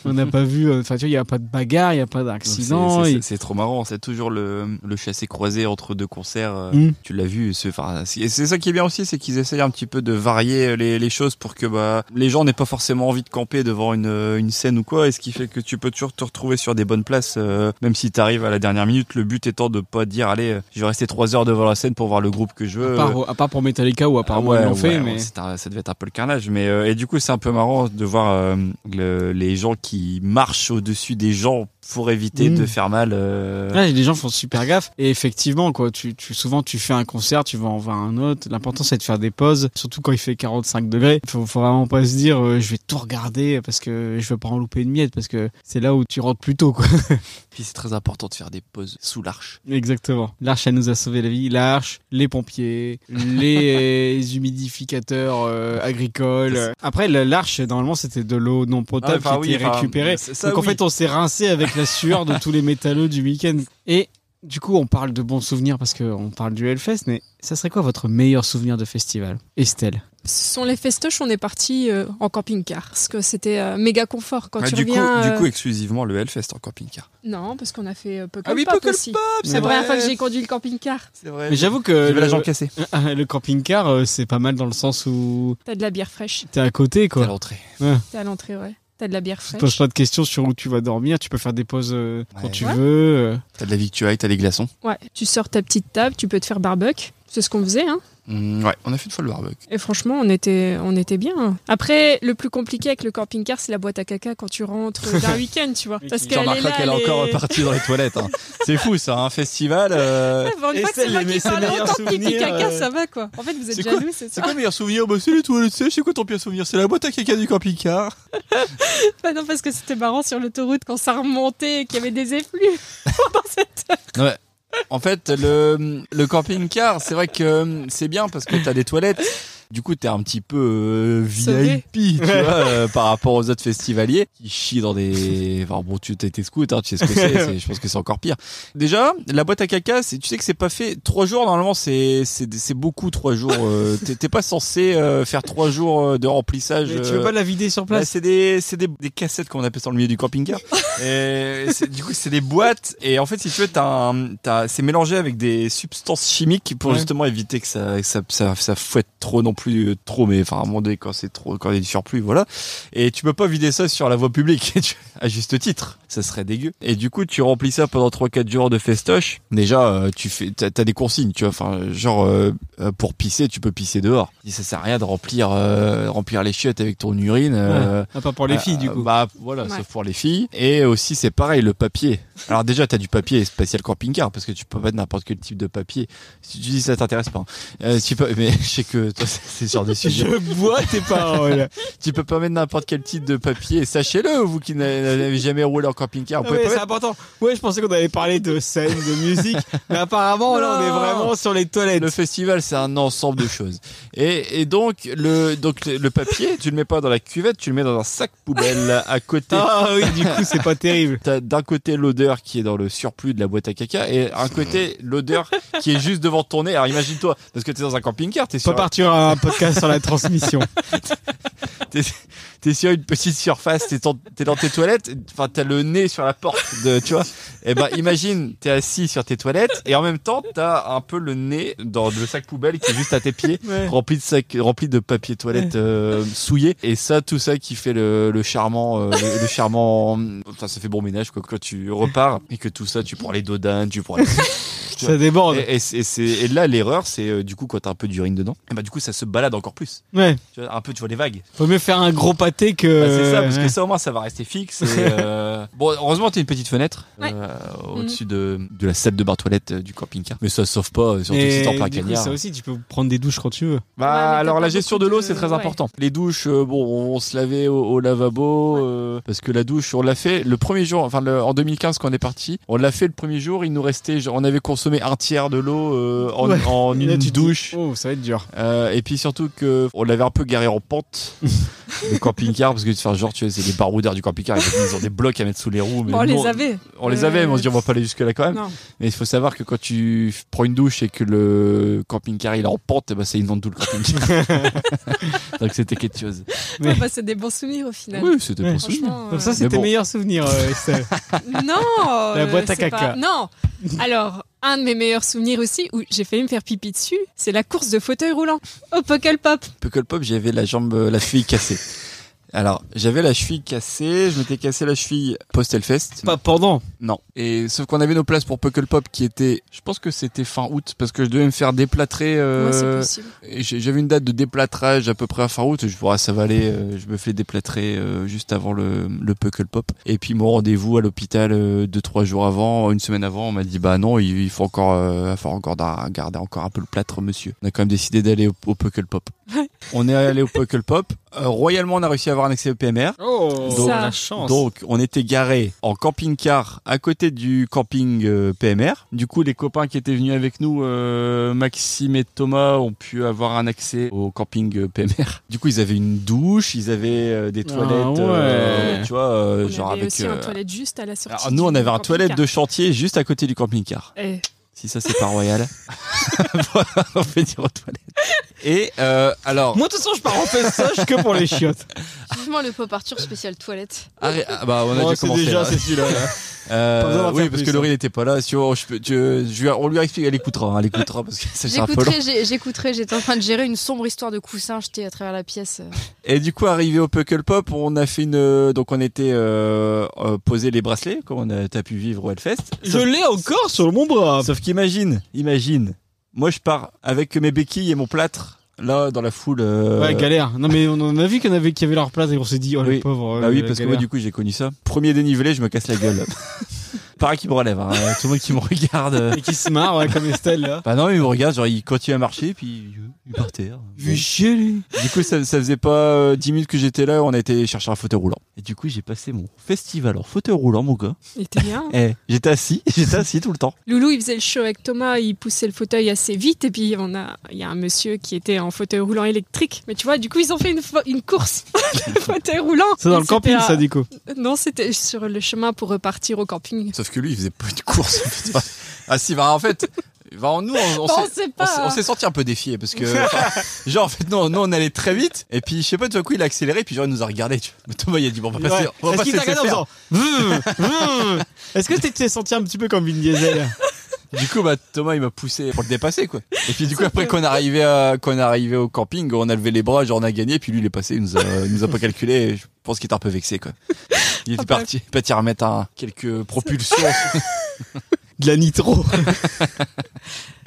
[SPEAKER 2] on n'a pas vu. euh, Enfin, tu vois, il n'y a pas de bagarre, il n'y a pas d'accident.
[SPEAKER 3] Donc, c'est-
[SPEAKER 2] et-
[SPEAKER 3] c'est- C'est trop marrant. C'est toujours le, le chassé croisé entre deux concerts. euh,
[SPEAKER 2] Mm.
[SPEAKER 3] Tu l'as vu. C'est enfin, c'est- c'est ça qui est bien aussi, c'est qu'ils essayent un petit peu de varier euh, les, les choses pour que bah, les gens n'aient pas forcément envie de camper devant une, euh, une scène ou quoi. Et ce qui fait que tu peux toujours te retrouver sur des bonnes places, euh, même si t'arrives à la dernière minute. Le but étant de pas dire, allez, euh, je vais rester trois heures devant la scène pour voir le groupe que je veux.
[SPEAKER 2] À part, à part pour Metallica ou à part moi, ils l'ont fait,
[SPEAKER 3] Ah ouais,
[SPEAKER 2] mais.
[SPEAKER 3] c'est un- ça devait être un peu le carnage. Mais euh, et du coup, c'est un peu marrant de voir euh, le- les gens qui marchent au-dessus des gens pour éviter
[SPEAKER 2] Mm.
[SPEAKER 3] de faire mal. euh,
[SPEAKER 2] Ouais, les gens font super gaffe. Et effectivement, quoi, tu, tu, souvent, tu fais un concert, tu vas en voir un autre. L'important, c'est de faire des pauses, surtout quand il fait 45 degrés. Faut, faut vraiment pas se dire, euh, je vais tout regarder parce que je veux pas en louper une miette, parce que c'est là où tu rentres plus tôt, quoi.
[SPEAKER 3] Puis c'est très important de faire des pauses sous l'arche.
[SPEAKER 2] Exactement. L'arche, elle nous a sauvé la vie. L'arche, les pompiers, les euh, humidificateurs euh, agricoles. Après, la- l'arche, normalement, c'était de l'eau non potable
[SPEAKER 3] Ah, enfin,
[SPEAKER 2] qui était
[SPEAKER 3] oui, enfin,
[SPEAKER 2] récupérée.
[SPEAKER 3] c'est- ça,
[SPEAKER 2] Donc en
[SPEAKER 3] oui.
[SPEAKER 2] fait, on s'est rincé avec la sueur de tous les métalleux du week-end. Et du coup, on parle de bons souvenirs parce qu'on parle du Hellfest, mais ça serait quoi votre meilleur souvenir de festival Estelle
[SPEAKER 1] Ce sont les festoches, on est parti euh, en camping-car, parce que c'était euh, méga confort quand
[SPEAKER 3] Ah,
[SPEAKER 1] tu
[SPEAKER 3] du,
[SPEAKER 1] reviens.
[SPEAKER 3] coup,
[SPEAKER 1] euh,
[SPEAKER 3] du coup, exclusivement le Hellfest en camping-car.
[SPEAKER 1] Non, parce qu'on a fait euh, Poképop
[SPEAKER 3] Ah oui,
[SPEAKER 1] aussi.
[SPEAKER 3] Poképop,
[SPEAKER 1] C'est la première fois que j'ai conduit le camping-car.
[SPEAKER 3] C'est vrai.
[SPEAKER 2] Mais euh, j'avoue que
[SPEAKER 3] J'avais la jambe
[SPEAKER 2] le,
[SPEAKER 3] cassée.
[SPEAKER 2] le camping-car, euh, c'est pas mal dans le sens où
[SPEAKER 1] T'as de la bière fraîche,
[SPEAKER 2] t'es à côté,
[SPEAKER 3] À
[SPEAKER 2] quoi.
[SPEAKER 3] l'entrée.
[SPEAKER 1] t'es à l'entrée, ouais. T'as de la bière
[SPEAKER 2] Tu te
[SPEAKER 1] fraîche.
[SPEAKER 2] poses pas de questions sur où tu vas dormir, tu peux faire des pauses euh, quand
[SPEAKER 3] Ouais.
[SPEAKER 2] tu
[SPEAKER 1] Ouais.
[SPEAKER 2] veux. euh.
[SPEAKER 3] T'as de la victuaille, t'as des glaçons.
[SPEAKER 1] Ouais, tu sors ta petite table, tu peux te faire barbecue. C'est ce qu'on faisait, hein.
[SPEAKER 3] Mm, ouais, on a fait une fois le barbecue.
[SPEAKER 1] Et franchement, on était, on était bien. Après, le plus compliqué avec le camping-car, c'est la boîte à caca quand tu rentres euh, d'un week-end, tu vois. Parce
[SPEAKER 2] Tu
[SPEAKER 1] qu'elle est là,
[SPEAKER 3] qu'elle est
[SPEAKER 1] elle est-
[SPEAKER 3] encore partie dans les toilettes. hein. C'est fou, ça, un festival. euh,
[SPEAKER 1] Ouais, pour une
[SPEAKER 2] Et
[SPEAKER 1] fois que c'est
[SPEAKER 2] celle,
[SPEAKER 1] moi
[SPEAKER 2] mais
[SPEAKER 1] qui
[SPEAKER 2] ses
[SPEAKER 1] parle
[SPEAKER 2] meilleurs
[SPEAKER 1] autant de pipi
[SPEAKER 2] souvenirs,
[SPEAKER 1] caca,
[SPEAKER 2] euh,
[SPEAKER 1] ça va quoi. En fait, vous
[SPEAKER 3] c'est
[SPEAKER 1] êtes
[SPEAKER 3] quoi-
[SPEAKER 1] jaloux, c'est
[SPEAKER 3] C'est
[SPEAKER 1] ça
[SPEAKER 3] quoi le meilleur souvenir Bah, C'est les toilettes sèches, c'est quoi ton pire souvenir C'est la boîte à caca du camping-car.
[SPEAKER 1] Bah non, parce que c'était marrant sur l'autoroute quand ça remontait et qu'il y avait des effluves pendant cette
[SPEAKER 3] En fait, le, le camping-car, c'est vrai que euh, c'est bien parce que t'as des toilettes. Du coup, t'es un petit peu euh,
[SPEAKER 1] Sauvé.
[SPEAKER 3] VIP, tu vois, euh, par rapport aux autres festivaliers qui chient dans des. Enfin bon, tu t'es t'es scout, hein, tu sais ce que c'est. c'est- Je pense que c'est encore pire. Déjà, la boîte à caca, c'est- tu sais que c'est pas fait trois jours. Normalement, c'est c'est c'est beaucoup trois jours. euh, t'es- T'es pas censé euh, faire trois jours euh, de remplissage.
[SPEAKER 2] Mais tu veux
[SPEAKER 3] euh,
[SPEAKER 2] pas la vider sur
[SPEAKER 3] bah,
[SPEAKER 2] place
[SPEAKER 3] c'est des, c'est des, des cassettes qu'on appelle ça dans le milieu du camping-car. Et c'est- du coup, c'est des boîtes. Et en fait, si tu veux, t'as un- t'as- c'est mélangé avec des substances chimiques pour
[SPEAKER 2] Ouais.
[SPEAKER 3] justement éviter que ça, que ça, ça, ça fouette trop non plus, euh, trop. Mais enfin, à un moment donné, quand c'est trop, quand il y a du surplus, voilà. Et tu peux pas vider ça sur la voie publique, tu- à juste titre. Ça serait dégueu. Et du coup, tu remplis ça pendant 3-4 jours de festoche. Déjà, euh, tu fais, t'as, t'as des consignes, tu vois. Enfin, genre, euh, euh, pour pisser, tu peux pisser dehors. Et ça sert à rien de remplir, euh, remplir les chiottes avec ton urine. euh,
[SPEAKER 2] Ah, pas pour les
[SPEAKER 3] euh,
[SPEAKER 2] filles, du coup.
[SPEAKER 3] Bah voilà,
[SPEAKER 1] Ouais.
[SPEAKER 3] sauf pour les filles. Et aussi, c'est pareil, le papier. Alors déjà, t'as du papier spécial camping-car parce que tu peux mettre n'importe quel type de papier. Si tu dis ça t'intéresse pas. hein. Euh, tu peux, mais je sais que toi, c'est c'est sur des sujets.
[SPEAKER 2] Je bois tes paroles.
[SPEAKER 3] Tu peux pas mettre n'importe quel type de papier. Sachez-le, vous qui n'a- n'avez jamais roulé en camping-car,
[SPEAKER 2] Ah
[SPEAKER 3] vous pouvez
[SPEAKER 2] ouais,
[SPEAKER 3] pas
[SPEAKER 2] c'est
[SPEAKER 3] mettre-
[SPEAKER 2] important. Ouais, je pensais qu'on avait parlé de scène, de musique, mais apparemment là on est
[SPEAKER 3] Non.
[SPEAKER 2] vraiment sur les toilettes.
[SPEAKER 3] Le festival, c'est un ensemble de choses. Et, et donc, le, donc, le le papier, tu le mets pas dans la cuvette, tu le mets dans un sac poubelle à côté.
[SPEAKER 2] Ah oui, du coup c'est pas terrible.
[SPEAKER 3] T'as d'un côté l'odeur qui est dans le surplus de la boîte à caca et un côté l'odeur qui est juste devant ton nez. Alors imagine-toi, parce que t'es dans un camping-car, t'es
[SPEAKER 2] On
[SPEAKER 3] sur,
[SPEAKER 2] peut partir à un podcast sur la transmission.
[SPEAKER 3] t'es sur une petite surface, t'es, dans- t'es dans tes toilettes, enfin t'as le nez sur la porte de, tu vois. Et ben imagine, t'es assis sur tes toilettes et en même temps t'as un peu le nez dans le sac poubelle qui est juste à tes pieds.
[SPEAKER 2] Ouais.
[SPEAKER 3] Rempli de sac, rempli de papier toilette euh, souillé et ça, tout ça qui fait le, le charmant, euh, le, le charmant. Enfin, ça fait bon ménage quoi, quand tu repars et que tout ça, tu prends les dodanes, tu prends les
[SPEAKER 2] Ça déborde.
[SPEAKER 3] Et, et c'est- et c'est- et là, l'erreur, c'est euh, du coup quand t'as un peu d'urine dedans, et bah du coup ça se balade encore plus.
[SPEAKER 2] Ouais.
[SPEAKER 3] Tu vois, un peu, tu vois les vagues.
[SPEAKER 2] Faut mieux faire un gros pâté que.
[SPEAKER 3] Bah, c'est ça, parce
[SPEAKER 2] ouais.
[SPEAKER 3] que ça au moins ça va rester fixe. et, euh, Bon, heureusement t'as une petite fenêtre
[SPEAKER 1] Ouais. Mhm.
[SPEAKER 3] euh, au-dessus de, de la salle de bain toilette euh, du camping-car. Mais ça sauve pas, euh, surtout si
[SPEAKER 2] Et
[SPEAKER 3] t'es en plein
[SPEAKER 2] du coup,
[SPEAKER 3] cagnard.
[SPEAKER 2] ça aussi, tu peux prendre des douches quand tu veux.
[SPEAKER 1] Ouais, mais
[SPEAKER 3] Bah
[SPEAKER 1] t'as
[SPEAKER 3] alors
[SPEAKER 1] pas
[SPEAKER 3] la gestion
[SPEAKER 1] beaucoup
[SPEAKER 3] de l'eau
[SPEAKER 1] de-
[SPEAKER 3] c'est très
[SPEAKER 1] ouais.
[SPEAKER 3] important. Les douches, euh, bon, on se lavait au, au lavabo euh, parce que la douche on l'a fait le premier jour, enfin le- en 2015 quand on est parti, on l'a fait le premier jour. Il nous restait, genre, on avait consommé un tiers de l'eau euh, en,
[SPEAKER 2] Ouais.
[SPEAKER 3] en
[SPEAKER 2] Et là,
[SPEAKER 3] une
[SPEAKER 2] tu te dis,
[SPEAKER 3] douche.
[SPEAKER 2] Oh, ça va être dur.
[SPEAKER 3] Euh, et puis surtout que on l'avait un peu garé en pente le camping-car parce que enfin, genre tu sais c'est des baroudeurs du camping-car ils ont des blocs à mettre sous les roues mais
[SPEAKER 1] Bon, on
[SPEAKER 3] bon,
[SPEAKER 1] les avait.
[SPEAKER 3] on les avait mais on se dit
[SPEAKER 1] Euh,
[SPEAKER 3] on va pas aller jusque là quand même
[SPEAKER 1] Non.
[SPEAKER 3] mais il faut savoir que quand tu f- prends une douche et que le camping-car il est en pente, eh ben, ça inonde tout le camping-car. Donc c'était quelque chose.
[SPEAKER 2] Mais-
[SPEAKER 1] Ouais, bah, c'est des bons souvenirs au final.
[SPEAKER 3] Oui, c'était
[SPEAKER 2] Ouais.
[SPEAKER 3] pour ça.
[SPEAKER 1] Franchement,
[SPEAKER 2] Donc, ça,
[SPEAKER 1] euh,
[SPEAKER 2] c'est
[SPEAKER 3] Mais
[SPEAKER 2] tes
[SPEAKER 3] bon.
[SPEAKER 2] meilleurs souvenirs, euh, Estelle.
[SPEAKER 1] non.
[SPEAKER 2] La
[SPEAKER 1] euh,
[SPEAKER 2] boîte à
[SPEAKER 1] c'est
[SPEAKER 2] caca.
[SPEAKER 1] pas- Non. Alors, un de mes meilleurs souvenirs aussi où j'ai failli me faire pipi dessus, c'est la course de fauteuil roulant au Poképop.
[SPEAKER 3] Puckle Pop, j'avais la jambe, euh, la cheville cassée. Alors, j'avais la cheville cassée, je m'étais cassé la cheville post-Hellfest.
[SPEAKER 2] Pas pendant.
[SPEAKER 3] Non. Et sauf qu'on avait nos places pour Puckle Pop qui était, je pense que c'était fin août parce que je devais me faire déplâtrer. euh,
[SPEAKER 1] Moi, c'est possible.
[SPEAKER 3] et j'ai- J'avais une date de déplâtrage à peu près à fin août. Je vois ça va aller. euh, je me fais déplâtrer euh, juste avant le, le Puckle Pop. Et puis mon rendez-vous à l'hôpital euh, deux trois jours avant, une semaine avant, on m'a dit bah non, il, il faut encore, euh, il faut encore da- garder encore un peu le plâtre, monsieur. On a quand même décidé d'aller au, au Puckle Pop. on est allé au Puckle Pop. Euh, royalement, on a réussi à avoir un accès au PMR.
[SPEAKER 2] Oh,
[SPEAKER 3] Donc-
[SPEAKER 1] Ça.
[SPEAKER 2] la chance.
[SPEAKER 3] Donc, on était garé en camping-car à côté du camping euh, PMR. Du coup, les copains qui étaient venus avec nous, euh, Maxime et Thomas, ont pu avoir un accès au camping euh, PMR. Du coup, ils avaient une douche, ils avaient euh, des
[SPEAKER 2] Ah,
[SPEAKER 3] toilettes,
[SPEAKER 2] ouais.
[SPEAKER 3] tu vois, euh,
[SPEAKER 1] On
[SPEAKER 3] genre
[SPEAKER 1] avait
[SPEAKER 3] avec.
[SPEAKER 1] aussi
[SPEAKER 3] euh,
[SPEAKER 1] un toilette juste à la sortie.
[SPEAKER 3] alors, nous, on
[SPEAKER 1] du
[SPEAKER 3] avait un
[SPEAKER 1] camping-car.
[SPEAKER 3] toilette de chantier juste à côté du camping-car.
[SPEAKER 1] Eh,
[SPEAKER 3] Si ça, c'est pas royal. on peut dire aux toilettes. Et euh, alors,
[SPEAKER 2] Moi, de toute façon, je pars en sage que pour les chiottes.
[SPEAKER 4] Vivement le pop Arthur spécial toilette.
[SPEAKER 3] arrête- ah, bah, on
[SPEAKER 2] Oh,
[SPEAKER 3] a déjà
[SPEAKER 2] c'est
[SPEAKER 3] commencé.
[SPEAKER 2] déjà,
[SPEAKER 3] là.
[SPEAKER 2] c'est celui-là. là.
[SPEAKER 3] Euh,
[SPEAKER 2] Pas besoin d'en
[SPEAKER 3] oui,
[SPEAKER 2] faire
[SPEAKER 3] parce
[SPEAKER 2] plus,
[SPEAKER 3] que
[SPEAKER 2] hein.
[SPEAKER 3] Laurie n'était pas là. Si on, je peux- tu- je lui- on lui a expliqué, elle écoutera, hein, elle écoutera parce que c'est un peu long.
[SPEAKER 4] J'écouterai, j'ai- j'écouterai, j'étais en train de gérer une sombre histoire de coussin jeté à travers la pièce.
[SPEAKER 3] Et du coup, arrivé au Puckle Pop, on a fait une, euh, donc on était euh, euh, posé les bracelets, comme on a, t'as pu vivre au Hellfest.
[SPEAKER 2] Je
[SPEAKER 3] Sauf,
[SPEAKER 2] l'ai encore sur mon bras.
[SPEAKER 3] sauf qu'imagine, imagine, moi je pars avec mes béquilles et mon plâtre là dans la foule. euh,
[SPEAKER 2] Ouais, galère. Non, mais on en a vu qu'il y en avait qui avaient leur place et on s'est dit, oh les
[SPEAKER 3] Oui.
[SPEAKER 2] pauvres.
[SPEAKER 3] Bah
[SPEAKER 2] euh,
[SPEAKER 3] oui, parce que moi,
[SPEAKER 2] galère.
[SPEAKER 3] du coup, j'ai connu ça. Premier dénivelé, je me casse la gueule. Pareil qui me relève, hein, tout le monde qui me regarde. euh,
[SPEAKER 2] Et qui se marre, ouais, comme Estelle là.
[SPEAKER 3] Bah non, il me regarde, genre il continue à marcher, puis euh, il part terre. Bon.
[SPEAKER 2] chier lui.
[SPEAKER 3] Du coup, ça, ça faisait pas euh, 10 minutes que j'étais là, on a été chercher un fauteuil roulant. Et du coup, j'ai passé mon festival en fauteuil roulant, mon gars.
[SPEAKER 1] il était bien.
[SPEAKER 3] Eh, j'étais assis, j'étais assis tout le temps.
[SPEAKER 1] Loulou, il faisait le show avec Thomas, il poussait le fauteuil assez vite, et puis on a, il y a un monsieur qui était en fauteuil roulant électrique. Mais tu vois, du coup, ils ont fait une, fo- une course de fauteuil roulant.
[SPEAKER 2] C'est dans le
[SPEAKER 1] C'était
[SPEAKER 2] camping,
[SPEAKER 1] à-
[SPEAKER 2] ça, du coup.
[SPEAKER 1] Non, c'était sur le chemin pour repartir au camping.
[SPEAKER 3] Sauf que lui, il faisait pas de course. putain. ah si, bah en fait, bah, nous, on, on
[SPEAKER 1] Bah, on sait
[SPEAKER 3] s'est- on s'est-
[SPEAKER 1] pas.
[SPEAKER 3] on s'est senti un peu défié parce que, enfin, genre, en fait, non, nous, on allait très vite. Et puis, je sais pas, tout à coup, il a accéléré, puis genre, il nous a regardé. Tu... vois. Thomas, il a dit, bon, on va passer.
[SPEAKER 2] Ouais.
[SPEAKER 3] on va
[SPEAKER 2] Est-ce
[SPEAKER 3] passer
[SPEAKER 2] qu'il t'a
[SPEAKER 3] laisser
[SPEAKER 2] regardé en
[SPEAKER 3] faire.
[SPEAKER 2] faisant Vroom, vroom Est-ce que tu t'es senti un petit peu comme Vin Diesel
[SPEAKER 3] Du coup, bah, Thomas, il m'a poussé pour le dépasser, quoi. Et puis, du coup, après qu'on est arrivé à, qu'on est arrivé au camping, on a levé les bras, genre, on a gagné, puis lui, il est passé, il nous a, il nous a pas calculé, et je pense qu'il était un peu vexé, quoi. Il était parti, parti remettre un- quelques propulsions.
[SPEAKER 2] De la nitro.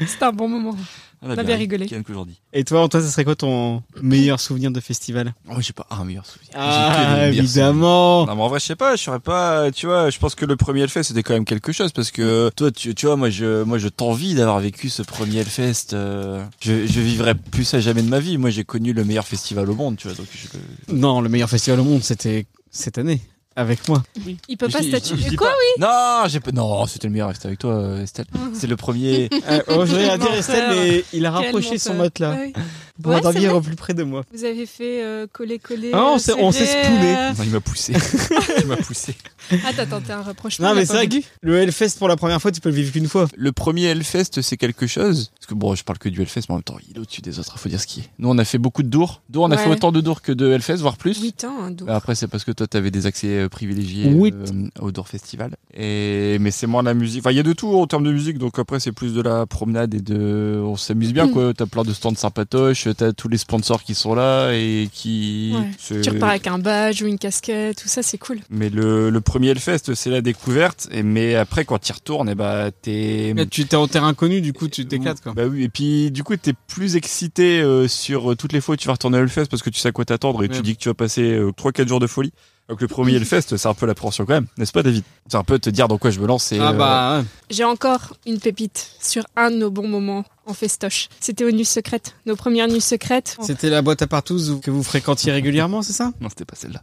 [SPEAKER 1] C'était un bon moment.
[SPEAKER 3] On a
[SPEAKER 1] bien rigolé.
[SPEAKER 3] Quelques aujourd'hui.
[SPEAKER 2] Et toi, Antoine, ça serait quoi ton meilleur souvenir de festival
[SPEAKER 3] Oh, j'ai pas un meilleur souvenir. J'ai que des
[SPEAKER 2] Ah,
[SPEAKER 3] meilleurs souvenirs.
[SPEAKER 2] évidemment.
[SPEAKER 3] Non, mais en vrai, je sais pas, je saurais pas, euh, tu vois, je pense que le premier Hellfest, c'était quand même quelque chose, parce que, euh, toi, tu, tu vois, moi, je, moi, je t'envie d'avoir vécu ce premier Hellfest, euh, je, je vivrai plus ça jamais de ma vie. Moi, j'ai connu le meilleur festival au monde, tu vois, donc je le-
[SPEAKER 2] Non, le meilleur festival au monde, c'était cette année. Avec moi.
[SPEAKER 1] Il peut
[SPEAKER 3] Je
[SPEAKER 1] pas
[SPEAKER 3] dis- je
[SPEAKER 1] statuer.
[SPEAKER 3] dis
[SPEAKER 1] Quoi, oui
[SPEAKER 3] Non, j'ai pas- non, c'était le meilleur. Reste avec toi, euh, Estelle. C'est le premier.
[SPEAKER 2] Euh, oh, je voulais la dire, Estelle, mais il a
[SPEAKER 1] Quel
[SPEAKER 2] rapproché Ah, son
[SPEAKER 1] menteur.
[SPEAKER 2] matelas
[SPEAKER 1] Ouais, Ah oui.
[SPEAKER 2] pour
[SPEAKER 1] Ouais,
[SPEAKER 2] dormir
[SPEAKER 1] c'est
[SPEAKER 2] au plus près de moi.
[SPEAKER 1] Vous avez fait euh, coller-coller.
[SPEAKER 2] Ah, on
[SPEAKER 1] euh,
[SPEAKER 2] s'est- on
[SPEAKER 1] serrer,
[SPEAKER 2] s'est spoulé.
[SPEAKER 1] euh.
[SPEAKER 3] Non, il m'a poussé. il m'a poussé.
[SPEAKER 1] Ah, t'as tenté un rapprochement.
[SPEAKER 2] Non,
[SPEAKER 1] on
[SPEAKER 2] mais
[SPEAKER 1] l'a
[SPEAKER 2] c'est
[SPEAKER 1] pas
[SPEAKER 2] vrai
[SPEAKER 1] voulu.
[SPEAKER 2] que le Hellfest pour la première fois, tu peux le vivre qu'une fois.
[SPEAKER 3] Le premier Hellfest, c'est quelque chose. Parce que bon, je parle que du Hellfest, mais en même temps, il est au-dessus des autres. Faut dire ce qui est. Nous, on a fait beaucoup de dours. Dours, on a
[SPEAKER 1] Ouais.
[SPEAKER 3] fait autant de dours que de Hellfest, voire plus.
[SPEAKER 1] Huit ans, hein, donc.
[SPEAKER 2] Ah,
[SPEAKER 3] Bah, Après, c'est parce que toi, t'avais des accès euh, privilégiés
[SPEAKER 2] Oui.
[SPEAKER 3] euh, au Dour Festival. Et... Mais c'est moins la musique. Enfin, il y a de tout en termes de musique. Donc après, c'est plus de la promenade et de. On s'amuse bien, quoi. T'as plein de stands sympatoches. T'as tous les sponsors qui sont là et qui.
[SPEAKER 1] Ouais.
[SPEAKER 3] C'est-
[SPEAKER 1] Tu repars avec un badge ou une casquette, tout ça, c'est cool.
[SPEAKER 3] Mais le, le premier Hellfest, c'est la découverte. Et, mais après, quand tu retournes, et bah, t'es.
[SPEAKER 2] Mais tu t'es en terrain connu, du coup, tu t'éclates, quoi.
[SPEAKER 3] Bah oui, et puis du coup, t'es plus excité euh, sur euh, toutes les fois où tu vas retourner à Hellfest parce que tu sais à quoi t'attendre et
[SPEAKER 2] Ouais.
[SPEAKER 3] tu dis que tu vas passer euh, 3-4 jours de folie. Donc le premier Hellfest, c'est un peu l'appréhension quand même, n'est-ce pas, David C'est un peu te dire dans quoi je me lance. Et,
[SPEAKER 2] Ah
[SPEAKER 3] euh,
[SPEAKER 2] bah, ouais.
[SPEAKER 1] J'ai encore une pépite sur un de nos bons moments en festoche. C'était aux nuits secrètes, nos premières nuits secrètes.
[SPEAKER 2] C'était la boîte à partous que vous fréquentiez régulièrement, c'est ça
[SPEAKER 3] Non, c'était pas celle-là.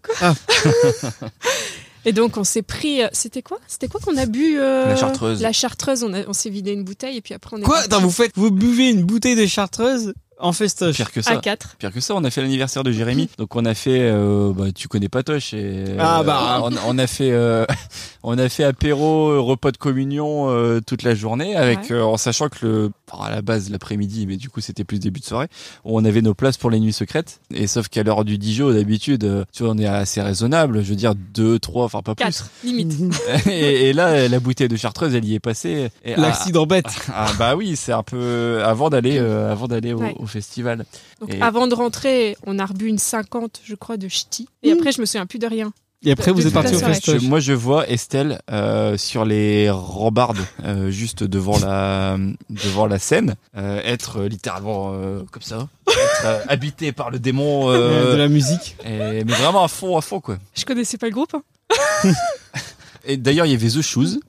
[SPEAKER 1] Et donc on s'est pris, euh, c'était quoi C'était quoi qu'on a bu euh,
[SPEAKER 3] La chartreuse.
[SPEAKER 1] La chartreuse, on, a- on s'est vidé une bouteille et puis après on est
[SPEAKER 2] Quoi
[SPEAKER 1] parti
[SPEAKER 2] Attends, vous faites vous buvez une bouteille de chartreuse en festoche.
[SPEAKER 3] Pire que
[SPEAKER 1] à
[SPEAKER 3] ça.
[SPEAKER 1] quatre.
[SPEAKER 3] Pire que ça, on a fait l'anniversaire de Jérémy. Donc on a fait, euh, bah, tu connais pas Toche. Et,
[SPEAKER 2] Ah bah.
[SPEAKER 3] euh, on, on a fait, euh, on a fait apéro, euh, repas de communion euh, toute la journée, avec
[SPEAKER 1] Ouais.
[SPEAKER 3] euh, en sachant que le, bon, à la base l'après-midi, mais du coup c'était plus début de soirée, on avait nos places pour les nuits secrètes. Et sauf qu'à l'heure du Dijon, d'habitude, euh, tu vois, on est assez raisonnable. Je veux dire deux, trois, enfin pas plus. Mhm.
[SPEAKER 1] Quatre, limite.
[SPEAKER 3] et, et là, la bouteille de Chartreuse, elle y est passée. Et ah, à-
[SPEAKER 2] L'accident bête.
[SPEAKER 3] ah bah oui, c'est un peu avant d'aller euh, avant d'aller au,
[SPEAKER 1] Ouais.
[SPEAKER 3] au festival.
[SPEAKER 1] Donc
[SPEAKER 3] Et-
[SPEAKER 1] avant de rentrer, on a rebu une 50, je crois, de ch'ti. Et
[SPEAKER 3] Mhm.
[SPEAKER 1] après, je me souviens plus de rien.
[SPEAKER 2] Et après, vous êtes parti au
[SPEAKER 1] toute façon,
[SPEAKER 3] Je-
[SPEAKER 2] festoche.
[SPEAKER 3] moi, je vois Estelle euh, sur les rambardes, euh, juste devant la, devant la scène, euh, être euh, littéralement euh, comme ça, être euh, habitée par le démon,
[SPEAKER 2] Euh,
[SPEAKER 3] euh,
[SPEAKER 2] De la musique.
[SPEAKER 3] et- mais vraiment à fond, à fond quoi.
[SPEAKER 1] Je connaissais pas le groupe. hein.
[SPEAKER 3] Et d'ailleurs, il y avait The Shoes.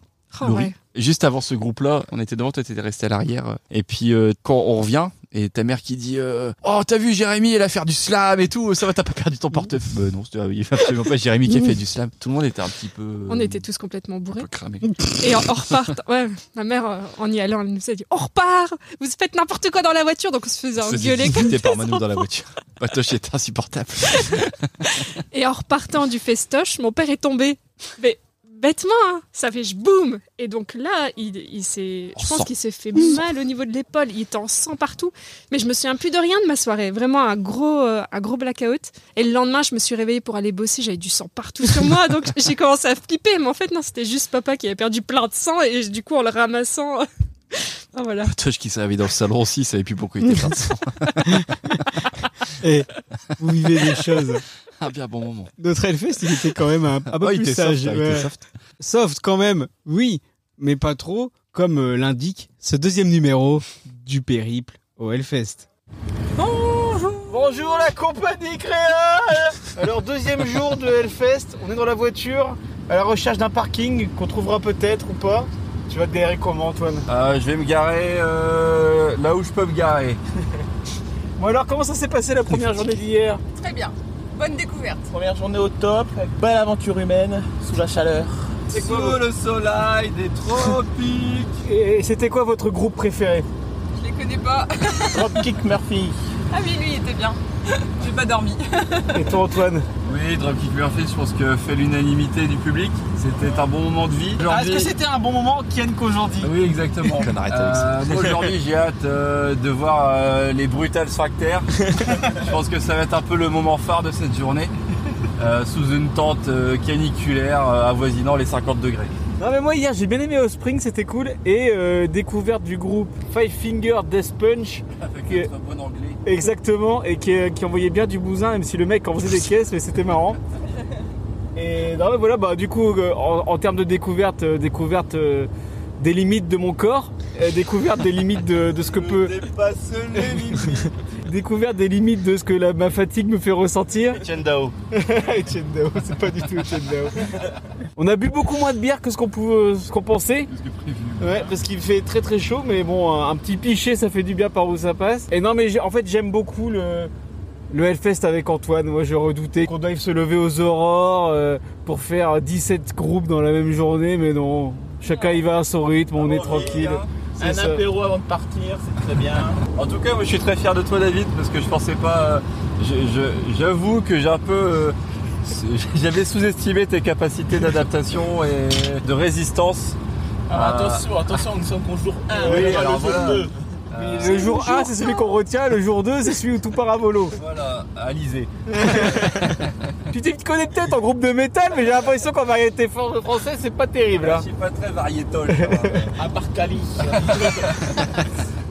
[SPEAKER 1] Oh,
[SPEAKER 3] Laurie.
[SPEAKER 1] ouais.
[SPEAKER 3] Juste avant ce groupe-là, on était devant, toi t'étais resté à l'arrière. Et puis euh, quand on revient, et ta mère qui dit euh, Oh, t'as vu Jérémy, elle a fait du slam et tout, ça va, t'as pas perdu ton portefeuille. Bah non, c'était il y avait absolument pas Jérémy qui a fait du slam. Tout le monde était un petit peu. euh,
[SPEAKER 1] On était tous complètement
[SPEAKER 3] un
[SPEAKER 1] bourrés.
[SPEAKER 3] peu cramés.
[SPEAKER 1] Et en, en repartant, ouais, ma mère, euh, en y allant, elle nous a dit On repart Vous faites n'importe quoi dans la voiture Donc on se faisait
[SPEAKER 3] On se faisait
[SPEAKER 1] engueuler comme
[SPEAKER 3] disputer par
[SPEAKER 1] des
[SPEAKER 3] Manu dans la
[SPEAKER 1] enfants.
[SPEAKER 3] voiture. Patoche était insupportable.
[SPEAKER 1] Et en repartant du festoche, mon père est tombé. Mais bêtement, hein, ça fait je boum. Et donc là, il, il s'est,
[SPEAKER 3] En
[SPEAKER 1] je
[SPEAKER 3] sang.
[SPEAKER 1] pense qu'il s'est fait mal au niveau de l'épaule. Il était en sang partout. Mais je me souviens plus de rien de ma soirée. Vraiment un gros, euh, un gros blackout. Et le lendemain, je me suis réveillée pour aller bosser. J'avais du sang partout sur moi. Donc j'ai commencé à flipper. Mais en fait, non, c'était juste papa qui avait perdu plein de sang. Et du coup, en le ramassant. Ah, voilà.
[SPEAKER 3] Patoche qui s'est réveillé dans le salon aussi, il savait plus pourquoi il était plein de sang.
[SPEAKER 2] Et vous vivez des choses.
[SPEAKER 3] Un bien bon moment.
[SPEAKER 2] Notre Hellfest, Ah bah, il était quand même un, un peu
[SPEAKER 3] Oh, il
[SPEAKER 2] plus
[SPEAKER 3] était soft,
[SPEAKER 2] sage.
[SPEAKER 3] il était
[SPEAKER 2] ouais.
[SPEAKER 3] soft.
[SPEAKER 2] Soft quand même, oui, mais pas trop, comme euh, l'indique ce deuxième numéro du périple au Hellfest.
[SPEAKER 11] Bonjour la compagnie créole Alors deuxième jour de Hellfest, on est dans la voiture à la recherche d'un parking qu'on trouvera peut-être ou pas. Tu vas te garer comment Antoine
[SPEAKER 7] Euh, je vais me garer euh, là où je peux me garer.
[SPEAKER 11] Bon alors comment ça s'est passé la première journée d'hier
[SPEAKER 9] Très bien. Bonne découverte.
[SPEAKER 8] Première journée au top, avec belle aventure humaine, sous la chaleur.
[SPEAKER 7] Sous le soleil des tropiques.
[SPEAKER 11] Et c'était quoi votre groupe préféré
[SPEAKER 9] Je les connais pas.
[SPEAKER 8] Dropkick Murphy.
[SPEAKER 9] Ah oui, lui, il était bien. J'ai pas dormi.
[SPEAKER 11] Et toi Antoine
[SPEAKER 7] Oui, Dropkick Murphy, je pense que fait l'unanimité du public. C'était un bon moment de vie.
[SPEAKER 11] Ah, Est-ce
[SPEAKER 7] Aujourd'hui-
[SPEAKER 11] que c'était un bon moment Kian qu'aujourd'hui
[SPEAKER 7] Ah Oui, exactement.
[SPEAKER 3] Qu'on arrête avec ça.
[SPEAKER 7] Euh, moi, aujourd'hui, j'ai hâte euh, de voir euh, les brutales fractaires. je pense que ça va être un peu le moment phare de cette journée. euh, sous une tente euh, caniculaire euh, avoisinant les 50 degrés.
[SPEAKER 11] Non mais moi hier j'ai bien aimé Spring, c'était cool. Et euh, découverte du groupe Five Finger Death Punch,
[SPEAKER 7] Avec
[SPEAKER 11] notre
[SPEAKER 7] bon anglais.
[SPEAKER 11] exactement, et qui, euh, qui envoyait bien du bousin, même si le mec en faisait des caisses, mais c'était marrant. Et non mais voilà, bah du coup euh, en, en termes de découverte, euh, découverte euh, des limites de mon corps, euh, découverte des limites de, de ce que peut,
[SPEAKER 7] Dépasse les limites.
[SPEAKER 11] découverte des limites de ce que la- ma fatigue me fait ressentir.
[SPEAKER 8] Etienne Dao.
[SPEAKER 11] Etienne Dao, c'est pas du tout Etienne Dao. On a bu beaucoup moins de bière que ce qu'on pouvait- ce qu'on pensait. Ouais, parce qu'il fait très très chaud, mais bon, un un petit pichet, ça fait du bien par où ça passe. Et non, mais j'ai- en fait, j'aime beaucoup le, le Hellfest avec Antoine. Moi, je redoutais qu'on doive se lever aux aurores euh, pour faire 17 groupes dans la même journée, mais non. Chacun y va à son rythme,
[SPEAKER 8] Ah
[SPEAKER 11] on est tranquille. C'est ça.
[SPEAKER 8] avant de partir, c'est très bien.
[SPEAKER 7] En tout cas, moi, je suis très fier de toi, David, parce que je pensais pas. euh, je- je- J'avoue que j'ai un peu. euh, c'est- J'avais sous-estimé tes capacités d'adaptation et de résistance. Euh,
[SPEAKER 8] Ah, attention, nous sommes qu'au jour
[SPEAKER 7] Oui, alors voilà.
[SPEAKER 8] Mais
[SPEAKER 11] Le jour 1, c'est celui qu'on retient, le jour 2, c'est celui où tout part à volo.
[SPEAKER 7] Voilà, Alizé.
[SPEAKER 11] Tu t'y connais peut-être en groupe de métal, mais j'ai l'impression qu'en variété for- française, c'est pas terrible. hein.
[SPEAKER 7] Je suis pas très variétole.
[SPEAKER 8] À part Cali.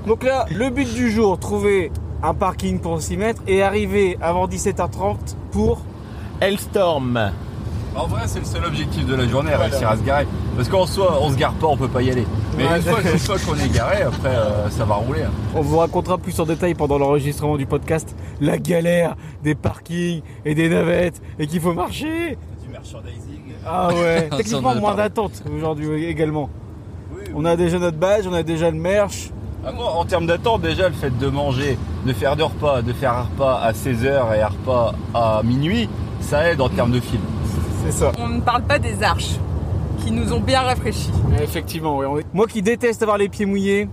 [SPEAKER 11] Donc là, le but du jour, trouver un parking pour s'y mettre et arriver avant 17h30 pour...
[SPEAKER 8] Hellstorm.
[SPEAKER 7] en vrai, c'est le seul objectif de la journée, réussir à se garer. Parce qu'en soi, on se gare pas, on peut pas y aller. Mais
[SPEAKER 11] Ouais.
[SPEAKER 7] une fois que- une fois qu'on est garé, après, euh, ça va rouler. hein.
[SPEAKER 11] On vous racontera plus en détail pendant l'enregistrement du podcast la galère des parkings et des navettes et qu'il faut marcher.
[SPEAKER 7] Du merchandising.
[SPEAKER 11] Ah ouais,
[SPEAKER 3] Ça, on
[SPEAKER 11] techniquement
[SPEAKER 3] en a
[SPEAKER 11] moins
[SPEAKER 3] parlé.
[SPEAKER 11] d'attente aujourd'hui également.
[SPEAKER 7] Oui, oui.
[SPEAKER 11] On a déjà notre badge, on a déjà le merch.
[SPEAKER 7] Ah, moi, en termes d'attente, déjà, le fait de manger, de faire deux repas, de faire un repas à 16h et un repas à minuit, ça aide en termes de film.
[SPEAKER 11] C'est ça.
[SPEAKER 9] On ne parle pas des arches qui nous ont bien rafraîchis.
[SPEAKER 11] Effectivement, oui. Moi qui déteste avoir les pieds mouillés,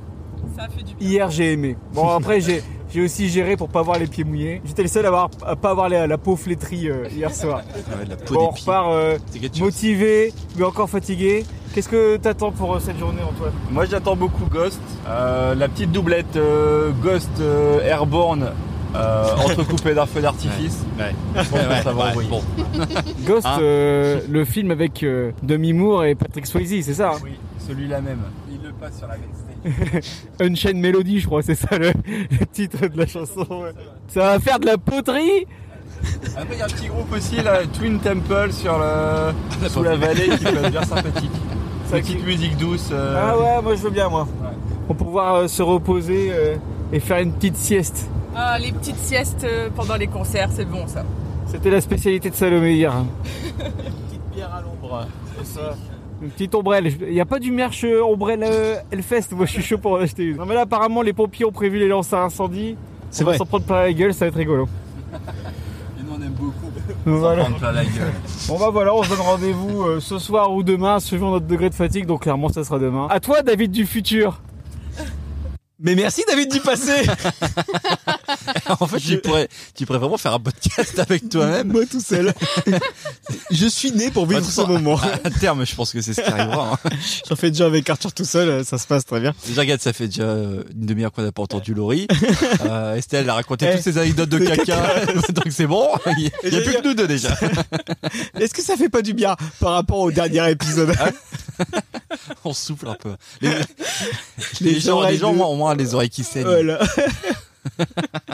[SPEAKER 9] Ça fait du bien.
[SPEAKER 11] hier j'ai aimé. Bon après j'ai... J'ai aussi géré pour pas avoir les pieds mouillés. J'étais le seul à, avoir, à pas avoir la, la peau flétrie euh, hier soir.
[SPEAKER 3] Ah Ouais, la peau
[SPEAKER 11] Bon, on
[SPEAKER 3] des pieds.
[SPEAKER 11] repart euh,
[SPEAKER 3] C'est quelque chose.
[SPEAKER 11] motivé, mais encore fatigué. Qu'est-ce que t'attends pour euh, cette journée, Antoine
[SPEAKER 7] Moi j'attends beaucoup Ghost, Euh, la petite doublette euh, Ghost euh, Airborne euh, entrecoupée d'un feu d'artifice.
[SPEAKER 3] Ouais.
[SPEAKER 7] Je pense que
[SPEAKER 3] Ouais,
[SPEAKER 7] ça va
[SPEAKER 3] ouais,
[SPEAKER 7] envoyer.
[SPEAKER 3] bon.
[SPEAKER 11] Ghost,
[SPEAKER 3] Hein
[SPEAKER 11] euh, le film avec euh, Demi Moore et Patrick Swayze, c'est ça hein
[SPEAKER 7] Oui, Ah, celui-là même. Il le pas sur la main stage.
[SPEAKER 11] Unchained Melody, je crois, c'est ça le, le titre de la chanson. ouais. Ça va faire de la poterie
[SPEAKER 7] Après, il y a un petit groupe aussi, là, Twin Temple, sur le... sous la vallée, qui peut être bien sympathique.
[SPEAKER 11] Ça
[SPEAKER 7] Petite
[SPEAKER 11] qui-
[SPEAKER 7] musique douce. euh,
[SPEAKER 11] Ah ouais, moi je veux bien, moi.
[SPEAKER 7] Ouais.
[SPEAKER 11] Pour pouvoir euh, se reposer euh, et faire une petite sieste.
[SPEAKER 9] Ah, les petites siestes euh, pendant les concerts, c'est bon ça.
[SPEAKER 11] C'était la spécialité de Salomé hier. hein.
[SPEAKER 10] Pierre à l'ombre.
[SPEAKER 11] Une petite ombrelle. Il n'y a pas du merch euh, ombrelle euh, Hellfest. Moi, je suis chaud pour en acheter une. Non, mais là, apparemment, les pompiers ont prévu les lances à incendie.
[SPEAKER 2] C'est
[SPEAKER 11] On va
[SPEAKER 2] vrai.
[SPEAKER 11] s'en prendre plein la gueule, ça va être rigolo.
[SPEAKER 7] Et nous, on aime beaucoup.
[SPEAKER 11] Voilà.
[SPEAKER 7] Prendre plein la gueule.
[SPEAKER 11] Bon, bah voilà, on se donne rendez-vous euh, ce soir ou demain, suivant notre degré de fatigue. Donc, clairement, ça sera demain. À toi, David du futur.
[SPEAKER 2] Mais merci David du passé
[SPEAKER 3] En fait, tu pourrais, tu pourrais vraiment faire un podcast avec toi-même.
[SPEAKER 2] Eh, Moi tout seul. je suis né pour vivre
[SPEAKER 3] Attends,
[SPEAKER 2] ce moment.
[SPEAKER 3] À terme, je pense que c'est ce qui arrivera. hein.
[SPEAKER 2] Bah, J'en fais déjà avec Arthur tout seul, euh, ça se passe très bien.
[SPEAKER 3] Déjà, regarde, ça fait déjà euh, une demi-heure qu'on n'a pas entendu Laurie. Euh, Estelle a raconté
[SPEAKER 2] Eh.
[SPEAKER 3] toutes ses anecdotes de caca. Donc c'est bon. Il n'y a plus que nous deux déjà.
[SPEAKER 2] Est-ce que ça fait pas du bien par rapport au dernier épisode
[SPEAKER 3] Ah On souffle un peu. Les, les gens, les
[SPEAKER 2] oreilles
[SPEAKER 3] gens
[SPEAKER 2] de-
[SPEAKER 3] au moins, les oreilles qui saignent.
[SPEAKER 2] Voilà.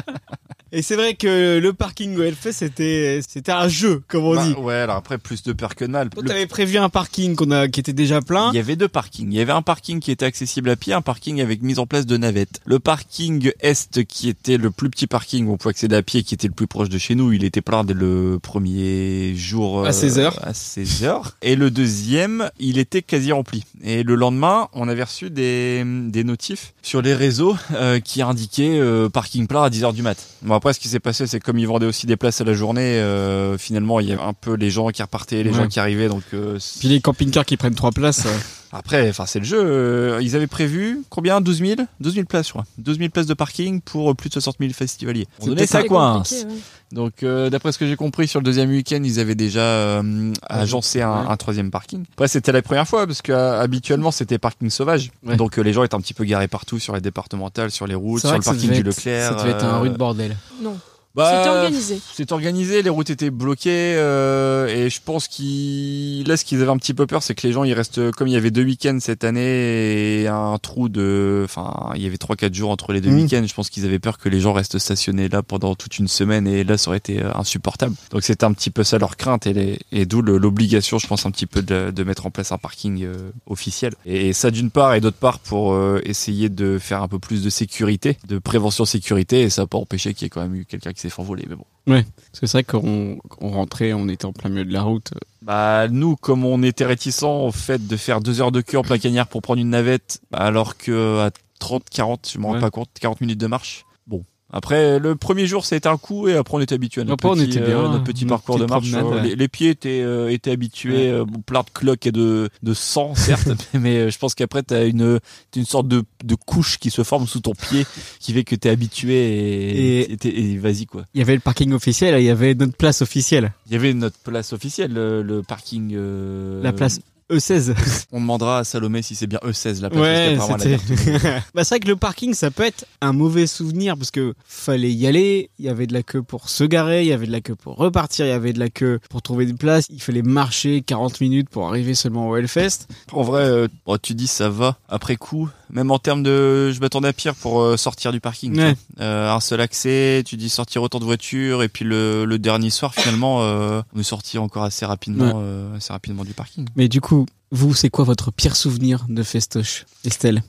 [SPEAKER 2] Et c'est vrai que le parking au Hellfest, c'était, c'était un jeu, comme on
[SPEAKER 3] Bah,
[SPEAKER 2] dit.
[SPEAKER 3] ouais, alors après, plus de peur que de mal.
[SPEAKER 2] Toi,
[SPEAKER 3] Le-
[SPEAKER 2] t'avais prévu un parking qu'on a, qui était déjà plein.
[SPEAKER 3] Il y avait deux parkings. Il y avait un parking qui était accessible à pied, un parking avec mise en place de navettes. Le parking est qui était le plus petit parking où on pouvait accéder à pied, qui était le plus proche de chez nous, il était plein dès le premier jour. euh,
[SPEAKER 2] À 16 heures.
[SPEAKER 3] À 16 heures. Et le deuxième, il était quasi rempli. Et le lendemain, on avait reçu des, des notifs sur les réseaux euh, qui indiquaient euh, parking plein à 10 heures du mat. Bon après, ce qui s'est passé, c'est que comme ils vendaient aussi des places à la journée, euh, finalement, il y avait un peu les gens qui repartaient, les
[SPEAKER 2] Ouais.
[SPEAKER 3] gens qui arrivaient, donc euh,
[SPEAKER 2] Puis les camping-cars qui prennent trois places. euh,
[SPEAKER 3] après, enfin, c'est le jeu. Euh, Ils avaient prévu combien 12 000 12 000 places, je crois. 12 000 places de parking pour euh, plus de 60 000 festivaliers. On donnait ça
[SPEAKER 1] C'est
[SPEAKER 3] coin.
[SPEAKER 1] compliqué, ouais.
[SPEAKER 3] Donc, euh, d'après ce que j'ai compris, sur le deuxième week-end, ils avaient déjà euh, agencé un, un troisième parking. Après, c'était la première fois parce que euh, habituellement, c'était parking sauvage.
[SPEAKER 12] Ouais.
[SPEAKER 3] Donc, euh, les gens étaient un petit peu garés partout sur les départementales, sur les
[SPEAKER 12] C'est
[SPEAKER 3] routes, sur
[SPEAKER 12] vrai
[SPEAKER 3] le
[SPEAKER 12] que ça
[SPEAKER 3] parking
[SPEAKER 12] devait
[SPEAKER 3] du
[SPEAKER 12] être-
[SPEAKER 3] Leclerc.
[SPEAKER 12] Ça devait être un
[SPEAKER 3] euh,
[SPEAKER 12] rude bordel.
[SPEAKER 1] Non.
[SPEAKER 3] bah,
[SPEAKER 1] C'était organisé.
[SPEAKER 3] c'est organisé, les routes étaient bloquées euh, et je pense qu'ils là ce qu'ils avaient un petit peu peur, c'est que les gens ils restent comme il y avait deux week-ends cette année et un trou de, enfin il y avait trois quatre jours entre les deux
[SPEAKER 2] Mm.
[SPEAKER 3] week-ends. Je pense qu'ils avaient peur que les gens restent stationnés là pendant toute une semaine et là ça aurait été euh, insupportable. Donc c'était un petit peu ça leur crainte et, les- et d'où le- l'obligation, je pense un petit peu de, de mettre en place un parking euh, officiel. Et ça d'une part et d'autre part pour euh, essayer de faire un peu plus de sécurité, de prévention sécurité et ça a pas empêché qu'il y ait quand même eu quelqu'un qui s'est fait envoler. Mais bon.
[SPEAKER 12] Parce que c'est vrai qu'on on rentrait, on était en plein milieu de la route.
[SPEAKER 3] Bah nous, comme on était réticents au fait de faire deux heures de queue en plein cagnard pour prendre une navette, bah, alors que à 30, 40, je m'en rends
[SPEAKER 12] Ouais.
[SPEAKER 3] pas compte, 40 minutes de marche. Bon. Après, le premier jour, ça a été un coup, et après, on était habitué à notre
[SPEAKER 12] Après, on
[SPEAKER 3] petit,
[SPEAKER 12] était bien,
[SPEAKER 3] euh, notre petit
[SPEAKER 12] notre
[SPEAKER 3] parcours de
[SPEAKER 12] petite
[SPEAKER 3] marche.
[SPEAKER 12] promenade,
[SPEAKER 3] Euh,
[SPEAKER 12] ouais.
[SPEAKER 3] les, les pieds étaient, euh, étaient habitués, euh, bon, plein de cloques et de, de sang, certes, mais euh, je pense qu'après, t'as une, t'as une sorte de, de couche qui se forme sous ton pied, qui fait que t'es habitué et,
[SPEAKER 2] Et-
[SPEAKER 3] et, t'es- et vas-y, quoi.
[SPEAKER 2] Il y avait le parking officiel et il y avait notre place officielle.
[SPEAKER 3] Il y avait notre place officielle, le, le parking... euh,
[SPEAKER 2] La place E E16.
[SPEAKER 3] On demandera à Salomé si c'est bien E E16 la place.
[SPEAKER 2] Ouais,
[SPEAKER 3] parce qu'apparemment, elle a
[SPEAKER 2] c'était.
[SPEAKER 3] bien-
[SPEAKER 2] bah, c'est vrai que le parking, ça peut être un mauvais souvenir parce que fallait y aller. Il y avait de la queue pour se garer, il y avait de la queue pour repartir, il y avait de la queue pour trouver des places. Il fallait marcher 40 minutes pour arriver seulement au Hellfest.
[SPEAKER 3] En vrai, euh, bon, tu dis ça va après coup. Même en termes de, je m'attendais à pire pour euh, sortir du parking. tu
[SPEAKER 2] Ouais.
[SPEAKER 3] vois. Euh, un seul accès, tu dis sortir autant de voitures et puis le, le dernier soir finalement, euh, on est sorti encore assez rapidement, euh, assez rapidement du parking.
[SPEAKER 2] Mais du coup, vous, c'est quoi votre pire souvenir de Festoche, Estelle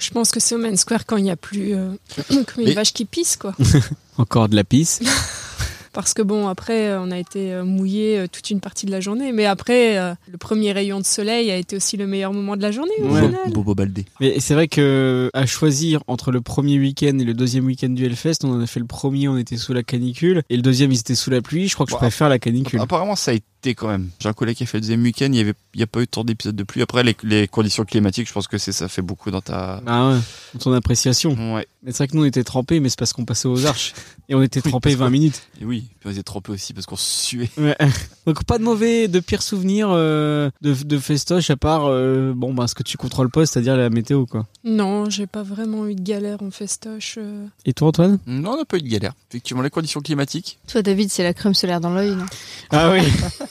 [SPEAKER 1] Je pense que c'est au Main Square quand il n'y a plus euh, comme une
[SPEAKER 3] Mais-
[SPEAKER 1] vache qui pisse, quoi.
[SPEAKER 2] Encore de la pisse.
[SPEAKER 1] Parce que bon, après, euh, on a été euh, mouillé euh, toute une partie de la journée. Mais après, euh, le premier rayon de soleil a été aussi le meilleur moment de la journée, au
[SPEAKER 2] Ouais.
[SPEAKER 1] final.
[SPEAKER 3] Bobo Baldé.
[SPEAKER 2] Mais c'est vrai que à choisir entre le premier week-end et le deuxième week-end du Hellfest, on en a fait le premier, on était sous la canicule, et le deuxième, ils étaient sous la pluie. Je crois que je
[SPEAKER 3] Bah,
[SPEAKER 2] préfère la canicule.
[SPEAKER 3] Apparemment, ça a été quand même. J'ai un collègue qui a fait le deuxième week-end. Il y avait, il y a pas eu tant d'épisodes de pluie. Après, les, les conditions climatiques, je pense que c'est ça fait beaucoup dans ta.
[SPEAKER 2] Ah ouais, dans ton appréciation.
[SPEAKER 3] Ouais.
[SPEAKER 2] Mais C'est vrai que nous on était trempés, mais c'est parce qu'on passait aux arches. Et on était
[SPEAKER 3] Oui,
[SPEAKER 2] trempés
[SPEAKER 3] parce
[SPEAKER 2] 20
[SPEAKER 3] que-
[SPEAKER 2] minutes.
[SPEAKER 3] Et oui, puis on était trempés aussi parce qu'on suait.
[SPEAKER 2] Donc pas de mauvais, de pires souvenirs euh, de, de festoche à part euh, bon bah ce que tu contrôles pas, c'est-à-dire la météo quoi.
[SPEAKER 1] Non, j'ai pas vraiment eu de galère en festoche. euh.
[SPEAKER 2] Et toi Antoine
[SPEAKER 3] Non, on n'a pas eu de galère. Effectivement, les conditions climatiques.
[SPEAKER 4] Toi, David, c'est la crème solaire dans l'œil, non
[SPEAKER 2] Ah oui. Ah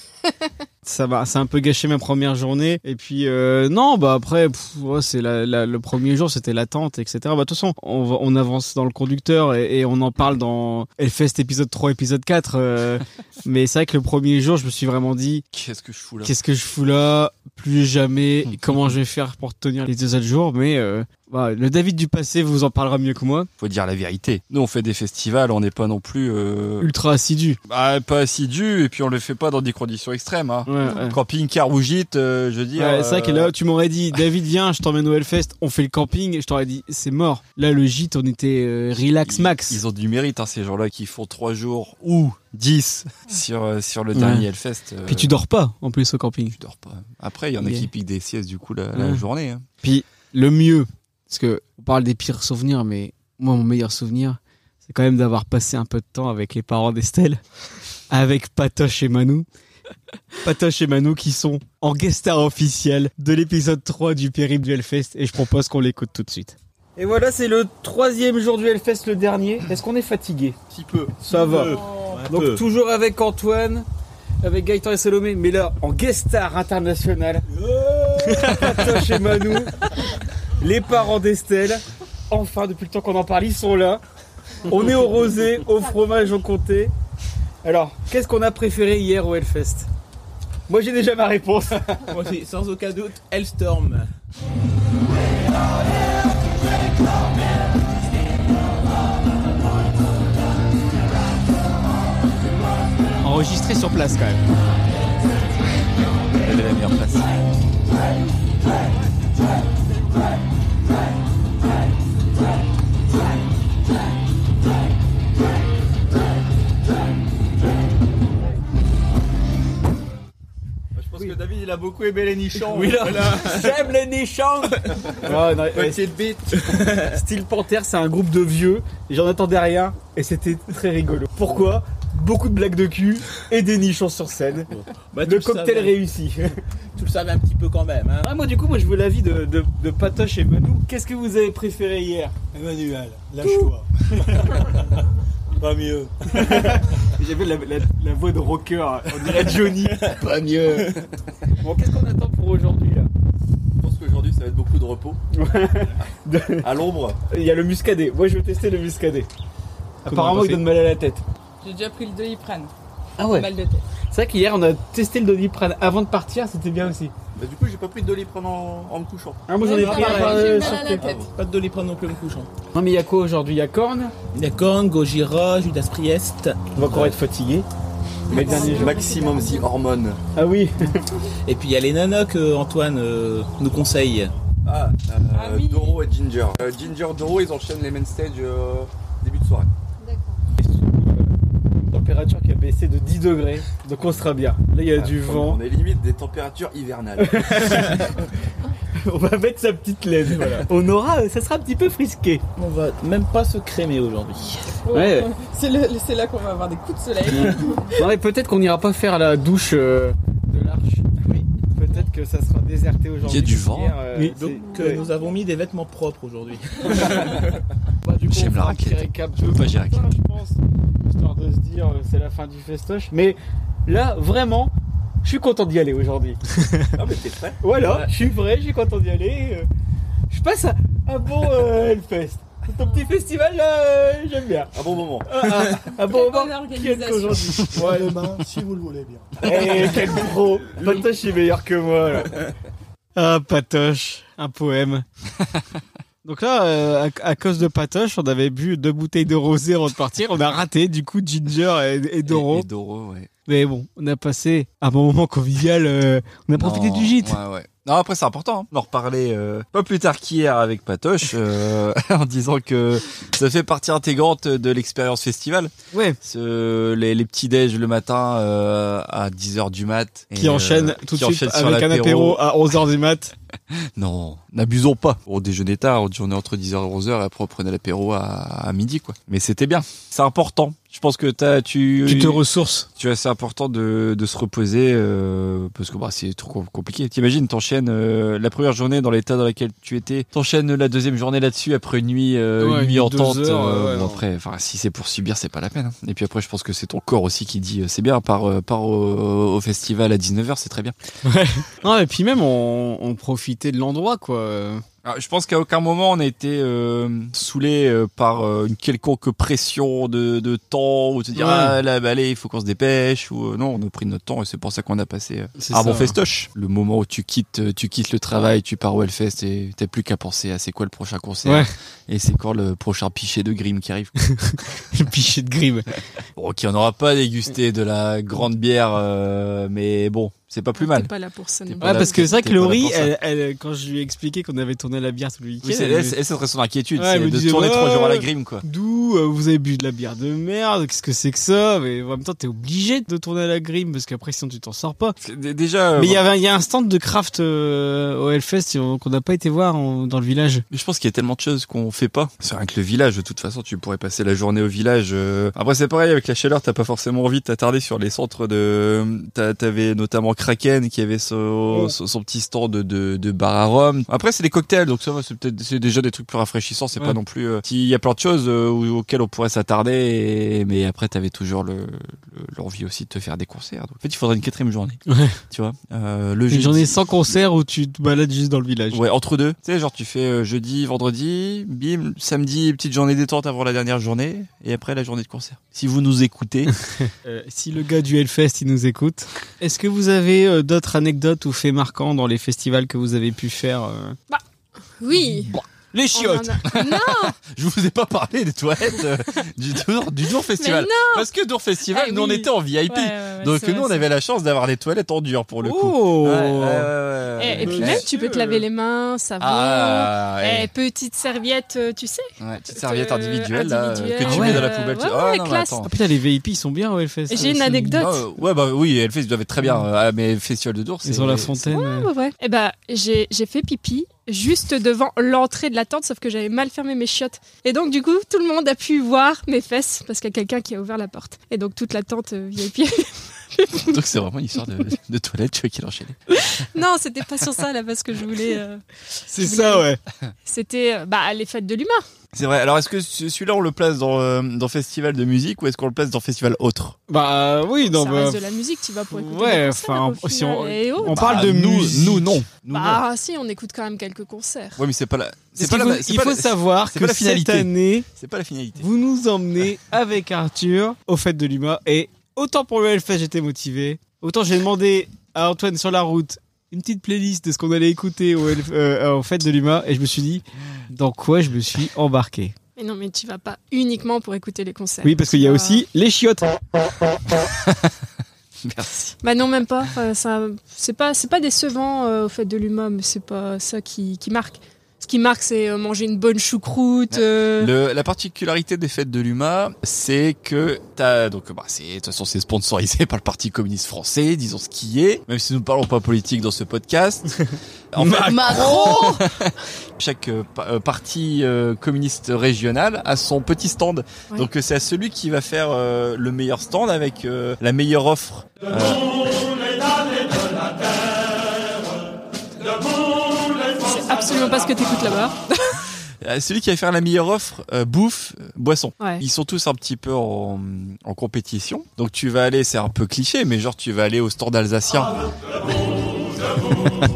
[SPEAKER 2] ça va, ça a un peu gâché ma première journée. Et puis euh, non, bah après, pff, ouais, c'est la- la- le premier jour, c'était l'attente, etc. Bah de toute façon, on, va- on avance dans le conducteur et, et on en parle dans Hellfest épisode 3, épisode 4. euh, mais c'est vrai que le premier jour, je me suis vraiment dit,
[SPEAKER 7] Qu'est-ce que je fous là
[SPEAKER 2] qu'est-ce que je fous là Plus jamais. Et Comment je vais faire pour tenir les deux autres jours Mais euh, bah, le David du passé vous en parlera mieux que moi.
[SPEAKER 3] Faut dire la vérité. Nous, on fait des festivals, on n'est pas non plus euh,
[SPEAKER 2] Ultra assidu.
[SPEAKER 3] bah, pas assidus et puis on le fait pas dans des conditions extrêmes. Hein.
[SPEAKER 2] Ouais, ouais.
[SPEAKER 3] Camping, car ou gîte, euh, je veux dire.
[SPEAKER 2] Ouais, c'est vrai que
[SPEAKER 3] euh,
[SPEAKER 2] là, tu m'aurais dit, David, viens, je t'emmène au Hellfest, on fait le camping, et je t'aurais dit, c'est mort. Là, le gîte, on était euh, relax
[SPEAKER 3] ils-
[SPEAKER 2] max.
[SPEAKER 3] Ils ont du mérite, hein, ces gens-là qui font 3 jours ou 10 sur, euh, sur le
[SPEAKER 2] Ouais.
[SPEAKER 3] dernier Hellfest. euh,
[SPEAKER 2] Puis tu dors pas, en plus, au camping.
[SPEAKER 3] tu dors pas. Après, il y en a
[SPEAKER 2] Yeah.
[SPEAKER 3] qui piquent des siestes du coup la, la
[SPEAKER 2] Ouais.
[SPEAKER 3] journée. hein.
[SPEAKER 2] Puis le mieux, parce que on parle des pires souvenirs, mais moi, mon meilleur souvenir, c'est quand même d'avoir passé un peu de temps avec les parents d'Estelle, avec Patoche et Manou. Patoche et Manou qui sont en guest star officiel de l'épisode 3 du Périple du Hellfest, et je propose qu'on l'écoute tout de suite.
[SPEAKER 11] Et voilà, c'est le troisième jour du Hellfest, le dernier. Est-ce qu'on est fatigué
[SPEAKER 10] Petit peu.
[SPEAKER 11] Ça va.
[SPEAKER 10] Peu. Un
[SPEAKER 11] Donc
[SPEAKER 10] peu.
[SPEAKER 11] toujours avec Antoine, avec Gaëtan et Salomé, mais là en guest star international. Patoche et Manou, les parents d'Estelle. Enfin, depuis le temps qu'on en parle, ils sont là. On est au rosé, au fromage, au comté. Alors, qu'est-ce qu'on a préféré hier au Hellfest Moi, j'ai déjà ma réponse.
[SPEAKER 8] Moi, j'ai sans aucun doute Hellstorm.
[SPEAKER 2] Enregistré sur place quand même.
[SPEAKER 3] Elle est la meilleure place.
[SPEAKER 10] Je pense que David il a beaucoup aimé les nichons.
[SPEAKER 11] Oui,
[SPEAKER 7] hein.
[SPEAKER 11] là.
[SPEAKER 10] Voilà.
[SPEAKER 11] J'aime les nichons Ouais, non, ouais,
[SPEAKER 10] Petite bite.
[SPEAKER 11] Style Panther, c'est un groupe de vieux, et j'en attendais rien, et c'était très rigolo. Pourquoi Beaucoup de blagues de cul et des nichons sur scène.
[SPEAKER 8] Bah, tu
[SPEAKER 11] le cocktail
[SPEAKER 8] savais.
[SPEAKER 11] réussi.
[SPEAKER 8] Tu le savais un petit peu quand même. Hein.
[SPEAKER 11] Ah, moi, du coup, moi, je veux l'avis de, de, de Patoche et Manou. Qu'est-ce que vous avez préféré hier
[SPEAKER 10] Emmanuel, lâche-toi. Pas mieux.
[SPEAKER 11] J'avais la, la- la voix de rocker, on dirait Johnny.
[SPEAKER 10] Pas mieux.
[SPEAKER 11] Bon, qu'est-ce qu'on attend pour aujourd'hui, là
[SPEAKER 7] Je pense qu'aujourd'hui, ça va être beaucoup de repos. À l'ombre.
[SPEAKER 11] Il y a le muscadet. Moi, je veux tester le muscadet. Apparemment, il donne mal à la tête.
[SPEAKER 9] J'ai déjà pris le doliprane.
[SPEAKER 11] Ah ouais
[SPEAKER 9] Mal de tête.
[SPEAKER 11] C'est vrai qu'hier, on a testé le doliprane avant de partir, c'était bien aussi.
[SPEAKER 7] Bah, du coup, j'ai pas pris de doliprane en, en me couchant.
[SPEAKER 11] Ah, moi, j'en ai
[SPEAKER 9] Ouais,
[SPEAKER 11] pris un
[SPEAKER 9] pareil,
[SPEAKER 11] par-
[SPEAKER 9] j'ai
[SPEAKER 11] euh,
[SPEAKER 9] mal à
[SPEAKER 11] sur
[SPEAKER 9] la
[SPEAKER 11] tête.
[SPEAKER 9] tête.
[SPEAKER 8] Pas de doliprane non plus hein. en me couchant.
[SPEAKER 11] Non, mais il y a quoi aujourd'hui Il y a corne
[SPEAKER 8] La Kang, Gojira, Judas Priest.
[SPEAKER 11] On va encore être fatigué. Mais dernier jour.
[SPEAKER 7] Maximum si hormones.
[SPEAKER 11] Ah oui
[SPEAKER 8] Et puis il y a les nanas que Antoine euh, nous conseille.
[SPEAKER 7] Ah, euh,
[SPEAKER 9] Ah oui.
[SPEAKER 7] Doro et Ginger. Euh, Ginger, Doro, ils enchaînent les main stage euh, début de soirée.
[SPEAKER 11] Température qui a baissé de 10 degrés, donc on sera bien. Là, il y a du
[SPEAKER 7] Comme
[SPEAKER 11] vent.
[SPEAKER 7] Ah, On est limite des températures hivernales.
[SPEAKER 11] On va mettre sa petite laine, voilà. On aura, ça sera un petit peu frisqué.
[SPEAKER 8] On va même pas se crémer aujourd'hui.
[SPEAKER 11] Ouais.
[SPEAKER 9] C'est le- c'est là qu'on va avoir des coups de soleil.
[SPEAKER 11] Non, mais peut-être qu'on n'ira pas faire la douche euh, de l'arche. Oui. Peut-être que ça sera déserté aujourd'hui.
[SPEAKER 3] Il y a du vent.
[SPEAKER 11] Hier, euh,
[SPEAKER 2] Oui.
[SPEAKER 11] c'est-
[SPEAKER 8] Donc euh, nous avons mis des vêtements propres aujourd'hui.
[SPEAKER 11] Bah, du coup,
[SPEAKER 3] J'aime
[SPEAKER 11] on fera
[SPEAKER 3] la
[SPEAKER 11] un petit
[SPEAKER 3] raquette.
[SPEAKER 11] récap
[SPEAKER 3] Je veux
[SPEAKER 11] de
[SPEAKER 3] pas, j'ai
[SPEAKER 11] matin,
[SPEAKER 3] raquette.
[SPEAKER 11] Je pense, histoire de se dire euh, c'est la fin du festoche. Mais là, vraiment, je suis content d'y aller aujourd'hui.
[SPEAKER 7] ah, mais t'es prêt
[SPEAKER 11] Voilà, je suis vrai, je suis content d'y aller. euh, Je passe à un bon euh, Hellfest. Ton petit festival, là, euh, j'aime bien.
[SPEAKER 7] Un bon moment.
[SPEAKER 11] Ah, ah, un bon
[SPEAKER 9] Quelle bonne
[SPEAKER 11] moment qui est
[SPEAKER 9] organisation.
[SPEAKER 11] qu'aujourd'hui.
[SPEAKER 10] Ouais, les mains, si vous le voulez bien.
[SPEAKER 11] Eh, quel pro Maintenant, je suis meilleur que moi, là.
[SPEAKER 2] Ah, Patoche, un poème. Donc là, euh, à, à cause de Patoche, on avait bu deux bouteilles de rosé avant de partir. On a raté, du coup, Ginger et, et Doro.
[SPEAKER 3] Et, et Doro, ouais.
[SPEAKER 2] Mais bon, on a passé un bon moment convivial. euh, on a profité
[SPEAKER 3] Non,
[SPEAKER 2] du gîte.
[SPEAKER 3] Ouais, ouais. Non, après, c'est important. hein. On en reparlait euh, pas plus tard qu'hier avec Patoche euh, en disant que ça fait partie intégrante de l'expérience festival.
[SPEAKER 2] Ouais.
[SPEAKER 3] Ce- les, les petits déj le matin euh, à 10h du mat. Et,
[SPEAKER 2] Qui enchaîne
[SPEAKER 3] euh,
[SPEAKER 2] tout de
[SPEAKER 3] qui
[SPEAKER 2] suite
[SPEAKER 3] enchaîne sur
[SPEAKER 2] avec un apéro à 11h du mat.
[SPEAKER 3] Non, n'abusons pas. On déjeunait tard, on déjeunait entre 10h et 11h et après on prenait l'apéro à, à midi, quoi. Mais c'était bien. C'est important. Je pense que t'as, tu,
[SPEAKER 2] Tu te ressources.
[SPEAKER 3] Tu vois, c'est important de, de se reposer euh, parce que bah, c'est trop com- compliqué. T'imagines, t'enchaînes euh, la première journée dans l'état dans lequel tu étais, t'enchaînes la deuxième journée là-dessus après une nuit, euh,
[SPEAKER 2] Ouais,
[SPEAKER 3] une nuit
[SPEAKER 2] deux
[SPEAKER 3] en tente.
[SPEAKER 2] heures,
[SPEAKER 3] euh,
[SPEAKER 2] ouais, ouais,
[SPEAKER 3] bon,
[SPEAKER 2] non.
[SPEAKER 3] après, enfin, si c'est pour subir, c'est pas la peine. hein. Et puis après, je pense que c'est ton corps aussi qui dit euh, c'est bien, par par au, au festival à 19h, c'est très bien.
[SPEAKER 2] Non, et puis même, on, on profitait de l'endroit, quoi.
[SPEAKER 3] Alors, Ah, je pense qu'à aucun moment on a été euh, saoulé euh, par euh, une quelconque pression de, de temps ou de se dire
[SPEAKER 2] Ouais.
[SPEAKER 3] ah là bah, allez il faut qu'on se dépêche ou euh, non on a pris notre temps et c'est pour ça qu'on a passé euh,
[SPEAKER 2] C'est
[SPEAKER 3] un
[SPEAKER 2] ça.
[SPEAKER 3] bon
[SPEAKER 2] hein.
[SPEAKER 3] festoche. Le moment où tu quittes euh, tu quittes le travail tu pars au Hellfest et t'as plus qu'à penser à c'est quoi le prochain concert
[SPEAKER 2] Ouais.
[SPEAKER 3] et c'est quand le prochain pichet de Grimm qui arrive.
[SPEAKER 2] Le pichet de Grimm.
[SPEAKER 3] bon ok on n'aura pas dégusté de la grande bière euh, mais bon c'est pas plus mal.
[SPEAKER 1] T'es pas là pour ça. non
[SPEAKER 3] T'es
[SPEAKER 1] plus.
[SPEAKER 3] pas
[SPEAKER 2] Ouais,
[SPEAKER 3] là-
[SPEAKER 2] parce que c'est vrai que
[SPEAKER 3] t'es pas là
[SPEAKER 2] Laurie,
[SPEAKER 3] pour ça.
[SPEAKER 2] elle, elle, quand je lui ai expliqué qu'on avait tourné la bière tout le week-end,
[SPEAKER 3] Oui, c'est-
[SPEAKER 2] elle me-
[SPEAKER 3] elle, elle, ce serait son inquiétude,
[SPEAKER 2] Ouais,
[SPEAKER 3] c'est
[SPEAKER 2] elle me
[SPEAKER 3] de
[SPEAKER 2] disait,
[SPEAKER 3] tourner trois
[SPEAKER 2] ouais,
[SPEAKER 3] jours à la
[SPEAKER 2] ouais.
[SPEAKER 3] Grimm quoi.
[SPEAKER 2] D'où euh, vous avez bu de la bière de merde, qu'est-ce que c'est que ça Mais en même temps, t'es obligé de tourner à la grime parce qu'après, sinon, tu t'en sors pas.
[SPEAKER 3] C'est- d- Déjà, euh,
[SPEAKER 2] Mais il y avait il y a un stand de craft euh, au Hellfest euh, qu'on n'a pas été voir en- dans le village.
[SPEAKER 3] Mais je pense qu'il y a tellement de choses qu'on fait pas. C'est rien que le village, de toute façon, tu pourrais passer la journée au village. euh. Après, c'est pareil, avec la chaleur, t'as pas forcément envie de t'attarder sur les centres de... t'as- T'avais notamment Kraken qui avait son,
[SPEAKER 2] Ouais.
[SPEAKER 3] son, son petit stand de, de, de bar à rhum. Après, c'est des cocktails, donc ça va, c'est peut-être c'est déjà des trucs plus rafraîchissants. C'est
[SPEAKER 2] Ouais.
[SPEAKER 3] pas non plus... euh, Il y a plein de choses euh, aux- auxquelles on pourrait s'attarder, et- mais après, t'avais toujours le- le- l'envie aussi de te faire des concerts. Donc, en fait, il faudrait une quatrième journée,
[SPEAKER 2] Ouais.
[SPEAKER 3] tu vois. Euh, le
[SPEAKER 2] Une
[SPEAKER 3] jeudi.
[SPEAKER 2] journée sans concert où tu te balades juste dans le village.
[SPEAKER 3] Ouais, entre deux. Tu sais, genre tu fais euh, jeudi, vendredi, bim, samedi, petite journée détente avant la dernière journée, et après la journée de concert. Si vous nous écoutez,
[SPEAKER 2] Euh, si le gars du Hellfest, il nous écoute, est-ce que vous avez euh, d'autres anecdotes ou faits marquants dans les festivals que vous avez pu faire euh
[SPEAKER 1] Oui. on
[SPEAKER 3] les
[SPEAKER 1] en
[SPEAKER 3] chiottes
[SPEAKER 1] a- Non,
[SPEAKER 3] Je vous ai pas parlé des toilettes euh, du Dour, du Dour Festival.
[SPEAKER 1] Mais
[SPEAKER 3] Parce que Dour Festival,
[SPEAKER 1] Eh
[SPEAKER 3] nous on
[SPEAKER 1] oui.
[SPEAKER 3] était en VIP.
[SPEAKER 1] Ouais, ouais, ouais,
[SPEAKER 3] Donc
[SPEAKER 1] c'est
[SPEAKER 3] nous
[SPEAKER 1] vrai,
[SPEAKER 3] on
[SPEAKER 1] c'est
[SPEAKER 3] avait la chance d'avoir des toilettes en dur pour le coup.
[SPEAKER 2] Oh
[SPEAKER 3] Ouais, ouais, ouais, ouais,
[SPEAKER 1] Et,
[SPEAKER 3] ouais.
[SPEAKER 1] Eh, et puis
[SPEAKER 3] Ouais.
[SPEAKER 1] même, tu peux te laver les mains, savon.
[SPEAKER 3] euh, Ah, ouais.
[SPEAKER 1] Eh, petite serviette, euh, tu sais.
[SPEAKER 3] Ouais, petite serviette
[SPEAKER 1] euh,
[SPEAKER 3] individuelle, là, que
[SPEAKER 1] individuelle,
[SPEAKER 3] tu mets dans la poubelle.
[SPEAKER 1] euh,
[SPEAKER 3] tu-
[SPEAKER 1] ouais,
[SPEAKER 3] Ah,
[SPEAKER 1] ouais,
[SPEAKER 3] non, mais
[SPEAKER 1] classe.
[SPEAKER 3] attends.
[SPEAKER 2] Ah putain, les VIP, ils sont bien au Hellfest.
[SPEAKER 1] J'ai
[SPEAKER 2] C'est-
[SPEAKER 1] une anecdote.
[SPEAKER 3] Ah, ouais, bah oui, Hellfest, ils doivent être très
[SPEAKER 1] Mm.
[SPEAKER 3] bien. Ah, mais Festival de Dour, c'est.
[SPEAKER 2] Ils sont la fontaine.
[SPEAKER 1] Ah
[SPEAKER 2] euh.
[SPEAKER 1] ouais, ouais. Eh ben, j'ai j'ai fait pipi juste devant l'entrée de la tente, sauf que j'avais mal fermé mes chiottes. Et donc, du coup, tout le monde a pu voir mes fesses parce qu'il y a quelqu'un qui a ouvert la porte. Et donc, toute la tente euh, VIP.
[SPEAKER 3] Donc c'est vraiment une histoire de, de toilette, tu vois, qui l'enchaînait.
[SPEAKER 1] non, c'était pas sur ça là parce que je voulais. euh,
[SPEAKER 2] C'est ça, ouais.
[SPEAKER 1] c'était euh, bah, les fêtes de l'humain.
[SPEAKER 3] C'est vrai. Alors, est-ce que ce- celui-là, on le place dans, euh, dans festival de musique ou est-ce qu'on le place dans festival autre
[SPEAKER 2] Bah euh, oui, non,
[SPEAKER 1] ça
[SPEAKER 2] bah,
[SPEAKER 1] reste de la musique, tu vas pour écouter.
[SPEAKER 2] ouais,
[SPEAKER 1] des
[SPEAKER 2] enfin,
[SPEAKER 1] concerts, au
[SPEAKER 2] si on-
[SPEAKER 1] final, et autres.
[SPEAKER 2] on parle de
[SPEAKER 3] Bah, Ah, nous,
[SPEAKER 2] musique.
[SPEAKER 3] nous non. Nous non.
[SPEAKER 1] Bah, si, on écoute quand même quelques concerts.
[SPEAKER 3] Ouais, mais c'est pas la. C'est
[SPEAKER 2] Parce
[SPEAKER 3] pas
[SPEAKER 2] qu'il
[SPEAKER 3] la.
[SPEAKER 2] faut-
[SPEAKER 3] c'est
[SPEAKER 2] il
[SPEAKER 3] pas
[SPEAKER 2] faut
[SPEAKER 3] la-
[SPEAKER 2] savoir
[SPEAKER 3] c'est
[SPEAKER 2] que
[SPEAKER 3] pas la
[SPEAKER 2] cette
[SPEAKER 3] finalité.
[SPEAKER 2] année,
[SPEAKER 3] C'est pas la finalité.
[SPEAKER 2] vous nous emmenez avec Arthur aux fêtes de Lima. Et autant pour le Hellfest, j'étais motivé. Autant j'ai demandé à Antoine sur la route une petite playlist de ce qu'on allait écouter au Hellf- euh, aux fêtes de Lima. Et je me suis dit, dans quoi je me suis embarqué
[SPEAKER 1] Mais non, mais tu vas pas uniquement pour écouter les concerts.
[SPEAKER 2] Oui, parce qu'il y a
[SPEAKER 1] Ah.
[SPEAKER 2] aussi les chiottes.
[SPEAKER 3] Merci.
[SPEAKER 1] Bah non, même pas. Enfin, ça- c'est pas, c'est pas décevant euh, au fait de l'humain, mais c'est pas ça qui, qui marque. Ce qui marque, c'est euh, manger une bonne choucroute. euh,
[SPEAKER 3] Le- la particularité des fêtes de l'UMA, c'est que t'as donc bah c'est de toute façon c'est sponsorisé par le Parti communiste français, disons ce qui est. Même si nous ne parlons pas politique dans ce podcast. En fait,
[SPEAKER 4] Macron
[SPEAKER 3] chaque euh, pa- euh, parti euh, communiste régional a son petit stand.
[SPEAKER 1] Ouais.
[SPEAKER 3] Donc euh, c'est à celui qui va faire euh, le meilleur stand avec euh, la meilleure offre. Euh,
[SPEAKER 1] c'est absolument pas ce que t'écoutes là-bas.
[SPEAKER 3] Euh, Celui qui va faire la meilleure offre, euh, bouffe, euh, boisson.
[SPEAKER 1] Ouais.
[SPEAKER 3] Ils sont tous un petit peu en, en compétition. Donc tu vas aller, c'est un peu cliché, mais genre tu vas aller au stand alsacien.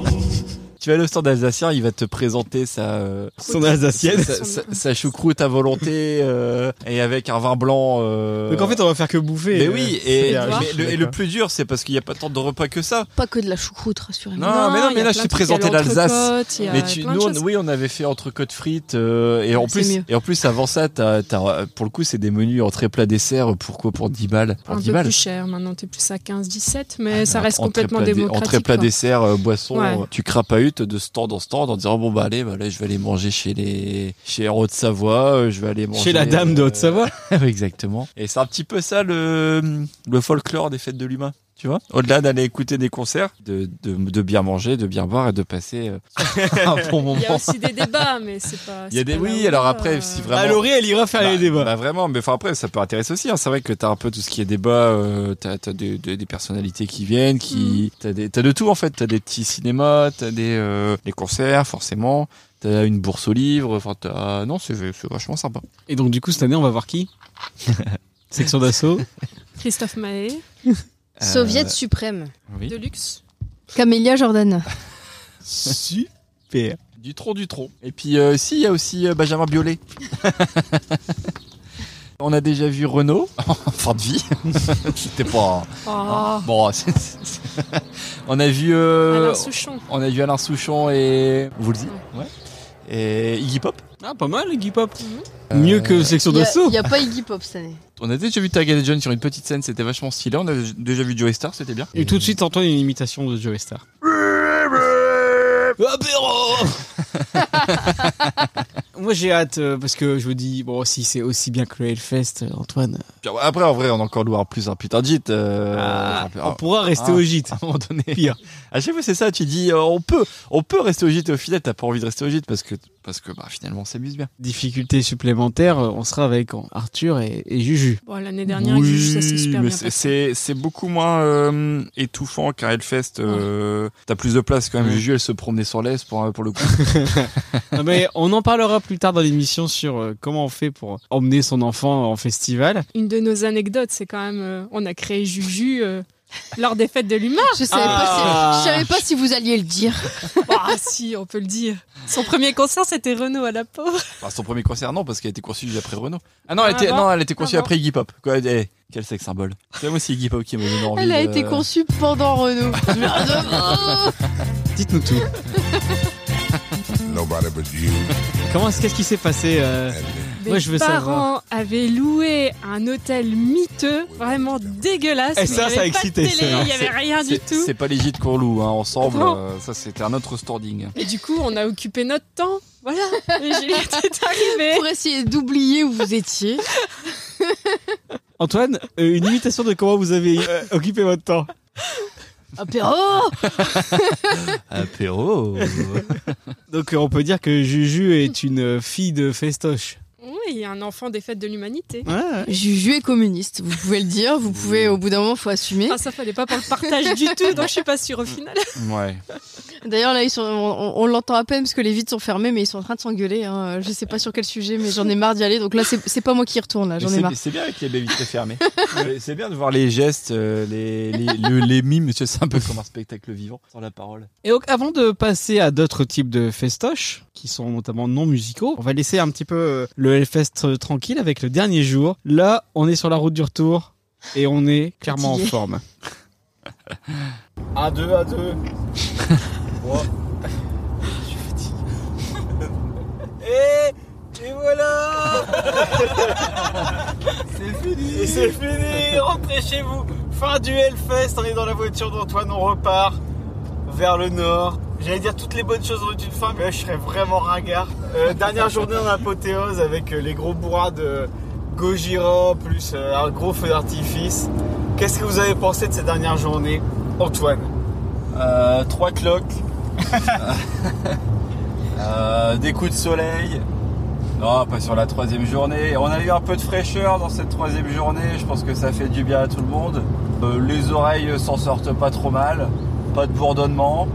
[SPEAKER 3] Tu vas aller au stand alsacien, il va te présenter sa, euh,
[SPEAKER 2] Son alsacienne.
[SPEAKER 3] sa, sa- sa choucroute à volonté euh, et avec un vin blanc. euh,
[SPEAKER 2] Donc en fait, on va faire que bouffer.
[SPEAKER 3] mais
[SPEAKER 2] euh,
[SPEAKER 3] oui, et,
[SPEAKER 2] bien,
[SPEAKER 3] mais
[SPEAKER 2] je suis
[SPEAKER 3] le, et le
[SPEAKER 2] d'accord.
[SPEAKER 3] plus dur, c'est parce qu'il n'y a pas tant de repas que ça.
[SPEAKER 4] Pas que de la choucroute, rassurez-moi.
[SPEAKER 3] Non, mais non,
[SPEAKER 1] il y
[SPEAKER 3] mais
[SPEAKER 1] a
[SPEAKER 3] là,
[SPEAKER 1] plein
[SPEAKER 3] je
[SPEAKER 1] de
[SPEAKER 3] t'ai
[SPEAKER 1] trucs, il y a
[SPEAKER 3] présenté l'Alsace.
[SPEAKER 1] l'entrecôte, il y a
[SPEAKER 3] Mais tu,
[SPEAKER 1] plein de
[SPEAKER 3] nous, on-
[SPEAKER 1] choses.
[SPEAKER 3] oui, on avait fait entrecôte frites euh, et en
[SPEAKER 4] C'est
[SPEAKER 3] plus,
[SPEAKER 4] mieux.
[SPEAKER 3] et en plus avant ça, t'as, t'as- pour le coup, c'est des menus entrée plat dessert. Pourquoi pour 10 balles Pour
[SPEAKER 1] un
[SPEAKER 3] 10
[SPEAKER 1] peu
[SPEAKER 3] balles.
[SPEAKER 1] plus cher. Maintenant, t'es plus à 15, 17, mais ça
[SPEAKER 3] Ah,
[SPEAKER 1] reste
[SPEAKER 3] entrée
[SPEAKER 1] complètement
[SPEAKER 3] plat dé-
[SPEAKER 1] démocratique. hein.
[SPEAKER 3] Entrée plat
[SPEAKER 1] quoi.
[SPEAKER 3] dessert, euh, boisson.
[SPEAKER 1] Ouais.
[SPEAKER 3] euh, Tu crapahutes de stand en stand en disant bon bah allez, bah, là, je vais aller manger chez les chez Héros de Savoie. euh, Je vais aller manger
[SPEAKER 2] Chez la dame de
[SPEAKER 3] euh,
[SPEAKER 2] Haute-Savoie.
[SPEAKER 3] Exactement. Et c'est un petit peu ça le le folklore des fêtes de l'humain. Tu vois Au-delà d'aller écouter des concerts, de, de, de bien manger, de bien boire et de passer euh, un bon moment.
[SPEAKER 1] Il y a aussi des débats, mais c'est pas.
[SPEAKER 3] Il y a
[SPEAKER 1] c'est
[SPEAKER 3] des
[SPEAKER 1] pas euh, là
[SPEAKER 3] oui,
[SPEAKER 1] où-
[SPEAKER 3] alors après, si vraiment.
[SPEAKER 2] Ah, Laurie, elle ira faire
[SPEAKER 3] Bah,
[SPEAKER 2] les débats.
[SPEAKER 3] bah vraiment, mais enfin après, ça peut intéresser aussi. hein. C'est vrai que t'as un peu tout ce qui est débat, euh, t'as t'as des, des, des personnalités qui viennent, qui t'as des- t'as de tout en fait. T'as des petits cinémas, t'as des, euh, des concerts forcément, t'as une bourse aux livres. Enfin, t'as- non, c'est c'est vachement sympa.
[SPEAKER 2] Et donc, du coup, cette année, on va voir qui Section d'assaut.
[SPEAKER 1] Christophe Mahé,
[SPEAKER 3] Euh,
[SPEAKER 4] Soviet suprême.
[SPEAKER 3] Oui.
[SPEAKER 1] de luxe.
[SPEAKER 4] Camélia Jordan.
[SPEAKER 3] Ah,
[SPEAKER 2] Super.
[SPEAKER 3] Du tronc, du tronc. Et puis, euh, si, il y a aussi euh, Benjamin Biolay. On a déjà vu Renault en fin de vie. C'était pas.
[SPEAKER 1] Oh.
[SPEAKER 3] hein. Bon, c'est- c'est- c'est- on a vu. euh,
[SPEAKER 1] Alain Souchon.
[SPEAKER 3] On a vu Alain Souchon et. Vous le dites Ouais. Et Iggy Pop.
[SPEAKER 2] Ah, pas mal, Iggy Pop. Mieux que Section
[SPEAKER 4] Il
[SPEAKER 2] d'assaut.
[SPEAKER 4] n'y a, pas Iggy Pop cette année.
[SPEAKER 3] On a déjà vu Tag et John sur une petite scène, c'était vachement stylé. On a déjà vu Joey Star, c'était bien.
[SPEAKER 2] Et tout de suite, t'entends une imitation de Joe Star. Apéro Moi j'ai hâte euh, parce que je me dis, bon, si c'est aussi bien que le Hellfest, euh, Antoine,
[SPEAKER 3] Puis Après, en vrai, on a encore loué plus un putain de gîte. euh,
[SPEAKER 2] Ah,
[SPEAKER 3] enfin,
[SPEAKER 2] on pourra rester
[SPEAKER 3] ah.
[SPEAKER 2] au gîte.
[SPEAKER 3] à un moment donné.
[SPEAKER 2] Pire.
[SPEAKER 3] À chaque fois, c'est ça. Tu dis, euh, on peut, on peut rester au gîte. Et au final, t'as pas envie de rester au gîte parce que, parce que, bah, finalement, on s'amuse bien.
[SPEAKER 2] Difficulté supplémentaire, euh, on sera avec euh, Arthur et, et Juju.
[SPEAKER 1] Bon, l'année dernière, avec Juju, ça s'est super
[SPEAKER 3] mais
[SPEAKER 1] bien
[SPEAKER 3] c'est-
[SPEAKER 1] passé.
[SPEAKER 3] c'est c'est beaucoup moins euh, étouffant qu'un Hellfest. euh, T'as plus de place quand même.
[SPEAKER 2] Ouais.
[SPEAKER 3] Juju, elle se promenait sur l'Est pour, euh, pour le coup.
[SPEAKER 2] Non, mais on en parlera plus tard dans l'émission sur euh, comment on fait pour emmener son enfant en festival.
[SPEAKER 1] Une de nos anecdotes, c'est quand même, euh, on a créé Juju euh, lors des fêtes de l'humain.
[SPEAKER 4] Je savais,
[SPEAKER 2] Ah.
[SPEAKER 4] pas si, je savais pas si vous alliez le dire.
[SPEAKER 1] Ah si, on peut le dire. Son premier concert, c'était Renault à la peau.
[SPEAKER 3] Enfin, Bah, son premier concert, non, parce qu'elle a été conçue juste après Renault. Ah non,
[SPEAKER 1] Ah
[SPEAKER 3] elle, était,
[SPEAKER 1] bon
[SPEAKER 3] non, elle a été conçue
[SPEAKER 1] Ah bon.
[SPEAKER 3] après Iggy Pop. Quoi, eh, quel sexe symbole. C'est moi aussi Iggy Pop qui m'a donné envie.
[SPEAKER 4] Elle a
[SPEAKER 3] de-
[SPEAKER 4] été conçue pendant Renault. Merde.
[SPEAKER 3] Ah,
[SPEAKER 4] Oh.
[SPEAKER 2] Dites-nous tout.
[SPEAKER 13] Nobody but you.
[SPEAKER 2] Comment est-ce qu'est-ce qui s'est passé euh,
[SPEAKER 1] Mes
[SPEAKER 2] Moi, je veux
[SPEAKER 1] parents
[SPEAKER 2] savoir.
[SPEAKER 1] avaient loué un hôtel miteux, vraiment dégueulasse.
[SPEAKER 2] Et Eh,
[SPEAKER 1] Il
[SPEAKER 2] ça,
[SPEAKER 1] y
[SPEAKER 2] ça
[SPEAKER 1] avait pas de
[SPEAKER 2] excitait,
[SPEAKER 1] télé,
[SPEAKER 2] ça. hein.
[SPEAKER 1] Il n'y avait rien du
[SPEAKER 3] C'est
[SPEAKER 1] tout.
[SPEAKER 3] c'est pas les gîtes qu'on loue, hein, ensemble.
[SPEAKER 1] Non.
[SPEAKER 3] euh, ça, c'était un autre standing.
[SPEAKER 1] Et du coup, on a occupé notre temps. Voilà. Et Juliette est arrivée.
[SPEAKER 4] Pour essayer d'oublier où vous étiez.
[SPEAKER 2] Antoine, euh, une imitation de comment vous avez euh, occupé votre temps.
[SPEAKER 4] Apéro
[SPEAKER 3] Apéro
[SPEAKER 2] Donc euh, on peut dire que Juju est une euh, fille de festoche.
[SPEAKER 1] Oui, il y a un enfant des fêtes de l'humanité.
[SPEAKER 2] Ouais.
[SPEAKER 4] Juju est communiste, vous pouvez le dire, vous pouvez, au bout d'un moment, faut assumer.
[SPEAKER 1] Ah, ça fallait pas pour le partage du tout, donc je suis pas sûre au final.
[SPEAKER 3] Ouais.
[SPEAKER 4] Ah, D'ailleurs, là, ils sont, on, on- on l'entend à peine parce que les vides sont fermées, mais ils sont en train de s'engueuler. Hein. Je sais pas sur quel sujet, mais j'en ai marre d'y aller. Donc là, c'est c'est pas moi qui y retourne, là,
[SPEAKER 3] Mais
[SPEAKER 4] j'en ai
[SPEAKER 3] c'est-
[SPEAKER 4] marre.
[SPEAKER 3] C'est bien avec les baies vitrées fermées. Euh, c'est bien de voir les gestes, euh, les, les, le- les mimes. tu sais, C'est un peu comme un spectacle vivant, sans la parole.
[SPEAKER 2] Et donc, avant de passer à d'autres types de festoches, qui sont notamment non musicaux, on va laisser un petit peu euh, le Hellfest euh, tranquille avec le dernier jour. Là, on est sur la route du retour et on est clairement en
[SPEAKER 4] Fatigué.
[SPEAKER 2] forme.
[SPEAKER 8] 1, 2, 1, 2.
[SPEAKER 11] Et voilà C'est fini
[SPEAKER 8] Et c'est fini, rentrez chez vous. Fin du Hellfest, on est dans la voiture d'Antoine, on repart vers le nord. J'allais dire toutes les bonnes choses ont une fin, mais là, je serais vraiment ringard. Euh, dernière journée en apothéose avec euh, les gros bourras de Gojira, plus euh, un gros feu d'artifice. Qu'est-ce que vous avez pensé de cette dernière journée, Antoine
[SPEAKER 7] Euh, trois cloques. Euh, des coups de soleil. Non, pas sur la troisième journée. On a eu un peu de fraîcheur dans cette troisième journée. Je pense que ça fait du bien à tout le monde. Euh, les oreilles s'en sortent pas trop mal. Pas de bourdonnement.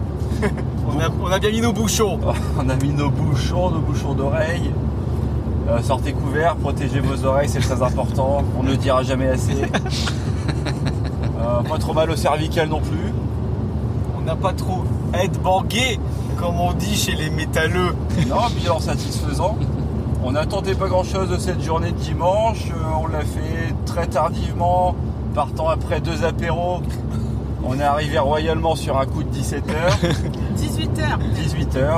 [SPEAKER 8] on a, on a bien mis nos bouchons.
[SPEAKER 7] On a mis nos bouchons, nos bouchons d'oreilles. Euh, sortez couverts, protégez vos oreilles, c'est très important. On ne le dira jamais assez. Euh, pas trop mal au cervical non plus.
[SPEAKER 8] On n'a pas trop headbangé, comme on dit chez les métalleux.
[SPEAKER 7] Non, bilan satisfaisant. On n'attendait pas grand chose de cette journée de dimanche. Euh, on l'a fait très tardivement, partant après deux apéros. On est arrivé royalement sur un coup de 17h,
[SPEAKER 9] 18h.
[SPEAKER 7] 18h.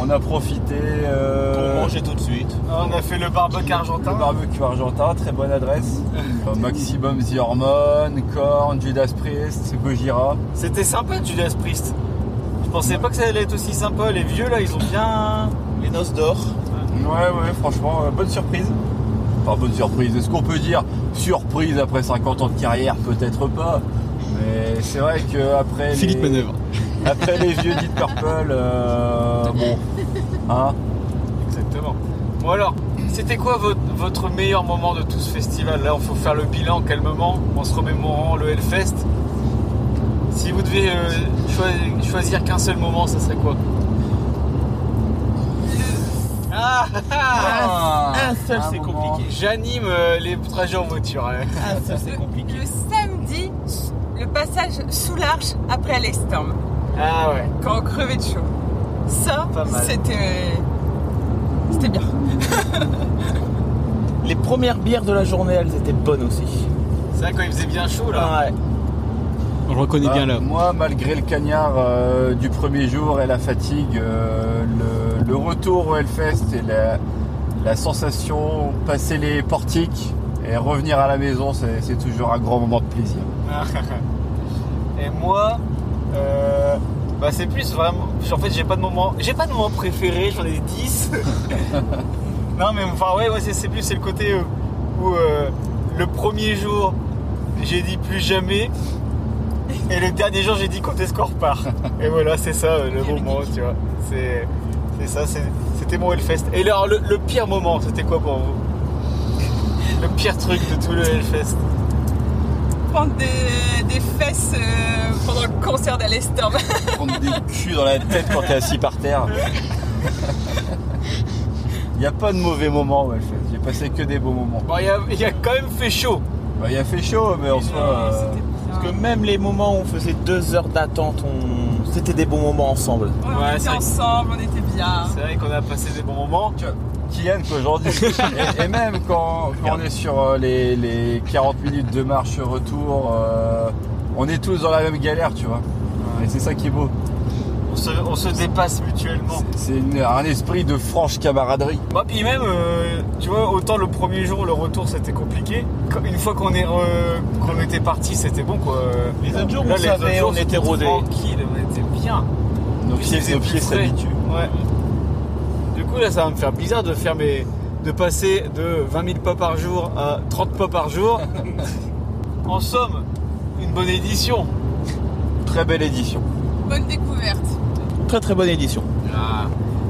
[SPEAKER 7] On a profité. euh,
[SPEAKER 8] tout de suite. On a fait le barbecue argentin.
[SPEAKER 7] Le barbecue argentin, très bonne adresse. Euh, Maximum The Hormone, Korn, Judas Priest, Gojira.
[SPEAKER 8] C'était sympa Judas Priest. Je pensais pas que ça allait être aussi sympa. Les vieux là, ils ont bien les noces d'or.
[SPEAKER 7] Ouais, ouais, franchement, euh, bonne surprise. Enfin, bonne surprise. Est-ce qu'on peut dire surprise après 50 ans de carrière Peut-être pas.
[SPEAKER 3] Mais c'est vrai que après
[SPEAKER 2] Philippe
[SPEAKER 3] les...
[SPEAKER 2] Manœuvre.
[SPEAKER 3] Après les vieux Deep Purple, euh, bon, hein,
[SPEAKER 11] Exactement. Bon alors, c'était quoi votre, votre meilleur moment de tout ce festival Là, on faut faire le bilan calmement, en se remémorant le Hellfest. Si vous devez euh, choi- choisir qu'un seul moment, ça serait quoi ah, ah,
[SPEAKER 8] Un seul, c'est compliqué.
[SPEAKER 11] J'anime euh, les trajets en voiture. hein.
[SPEAKER 8] Un seul, Ah, c'est compliqué.
[SPEAKER 13] Le samedi, le passage sous l'arche après l'estorme.
[SPEAKER 11] Ah ouais.
[SPEAKER 13] Quand on crevait de chaud. Ça,
[SPEAKER 8] Pas mal.
[SPEAKER 13] c'était. euh, C'était bien.
[SPEAKER 8] Les premières bières de la journée, elles étaient bonnes aussi.
[SPEAKER 11] C'est vrai quand il faisait bien chaud là.
[SPEAKER 8] Ouais.
[SPEAKER 2] On le reconnaît
[SPEAKER 3] Bah,
[SPEAKER 2] bien là.
[SPEAKER 3] Moi, malgré le cagnard euh, du premier jour et la fatigue, euh, le, le retour au Hellfest et la, la sensation passer les portiques et revenir à la maison, c'est c'est toujours un grand moment de plaisir.
[SPEAKER 11] Et moi, euh, bah c'est plus vraiment. En fait, j'ai pas de moment. J'ai pas de moment préféré, j'en ai 10. non, mais enfin, ouais, ouais, c'est c'est plus c'est le côté euh, où, euh, le premier jour, j'ai dit plus jamais. Et le dernier jour, j'ai dit quand est-ce qu'on repart. Et voilà, c'est ça euh, le moment, tu vois. C'est c'est ça, c'est- c'était mon Hellfest. Et alors, le, le pire moment, c'était quoi pour vous Le pire truc de tout le Hellfest
[SPEAKER 13] Prendre des, des fesses euh, pendant le concert d'Alestorm.
[SPEAKER 3] Prendre des culs dans la tête quand t'es assis par terre. Il n'y a pas de mauvais moment au Hellfest. J'ai passé que des beaux moments.
[SPEAKER 11] Bon, il y a, il y a quand même fait chaud.
[SPEAKER 3] Bah, il a fait chaud, mais en soi. euh,
[SPEAKER 8] Parce que même les moments où on faisait deux heures d'attente, on... c'était des bons moments ensemble.
[SPEAKER 13] On
[SPEAKER 11] Ouais, c'est
[SPEAKER 13] était
[SPEAKER 11] vrai.
[SPEAKER 13] ensemble, on était bien.
[SPEAKER 11] C'est vrai qu'on a passé des bons moments.
[SPEAKER 3] Kylian qu'aujourd'hui. et, et même quand, quand on est sur euh, les, les 40 minutes de marche retour, euh, on est tous dans la même galère, tu vois. Et c'est ça qui est beau.
[SPEAKER 11] On se, on se dépasse mutuellement.
[SPEAKER 3] C'est une- un esprit de franche camaraderie.
[SPEAKER 11] Bah, puis même, euh, tu vois, autant le premier jour, le retour, c'était compliqué. Quand- Une fois qu'on est re- qu'on était parti, c'était bon quoi.
[SPEAKER 8] Les autres jours, on
[SPEAKER 11] Là, les autres
[SPEAKER 8] savait,
[SPEAKER 11] jours,
[SPEAKER 8] on
[SPEAKER 11] c'était
[SPEAKER 8] était rodés.
[SPEAKER 11] Tranquille, on était bien.
[SPEAKER 3] Nos
[SPEAKER 11] Puis
[SPEAKER 3] pieds
[SPEAKER 11] c'était
[SPEAKER 3] nos
[SPEAKER 11] plus
[SPEAKER 3] pieds
[SPEAKER 11] frais.
[SPEAKER 3] s'habituent.
[SPEAKER 11] Ouais. Du coup, là, ça va me faire bizarre de faire mes- de passer de 20 000 pas par jour à 30 pas par jour. en somme, une bonne édition.
[SPEAKER 3] Très belle édition.
[SPEAKER 13] Bonne découverte.
[SPEAKER 8] Très très bonne édition.
[SPEAKER 11] Ah,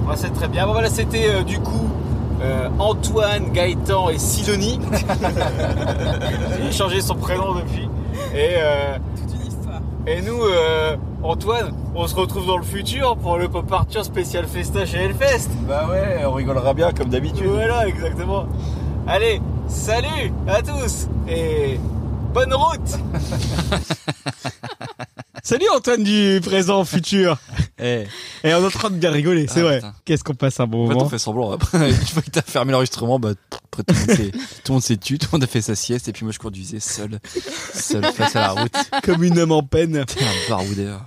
[SPEAKER 11] bah, c'est très bien. Bon, voilà, c'était euh, du coup euh, Antoine, Gaëtan et Sidonie. J'ai changé son prénom depuis. Et, euh, et nous, euh, Antoine, on se retrouve dans le futur pour le Pop Arture spécial Festa chez Hellfest.
[SPEAKER 3] Bah ouais, on rigolera bien comme d'habitude.
[SPEAKER 11] Voilà, exactement. Allez, salut à tous et bonne route
[SPEAKER 2] Salut Antoine du présent, futur.
[SPEAKER 3] Eh,
[SPEAKER 2] Et on est en train de bien rigoler, c'est
[SPEAKER 3] Ah,
[SPEAKER 2] vrai.
[SPEAKER 3] putain.
[SPEAKER 2] Qu'est-ce qu'on passe un bon
[SPEAKER 3] en fait, on
[SPEAKER 2] moment.
[SPEAKER 3] fait semblant. Après, une fois que t'as fermé l'enregistrement, bah, après, tout le monde s'est- tout le monde s'est tu, tout le monde a fait sa sieste, et puis moi, je conduisais seul, seul face à la route.
[SPEAKER 2] Comme une âme en peine.
[SPEAKER 3] T'es un baroudeur.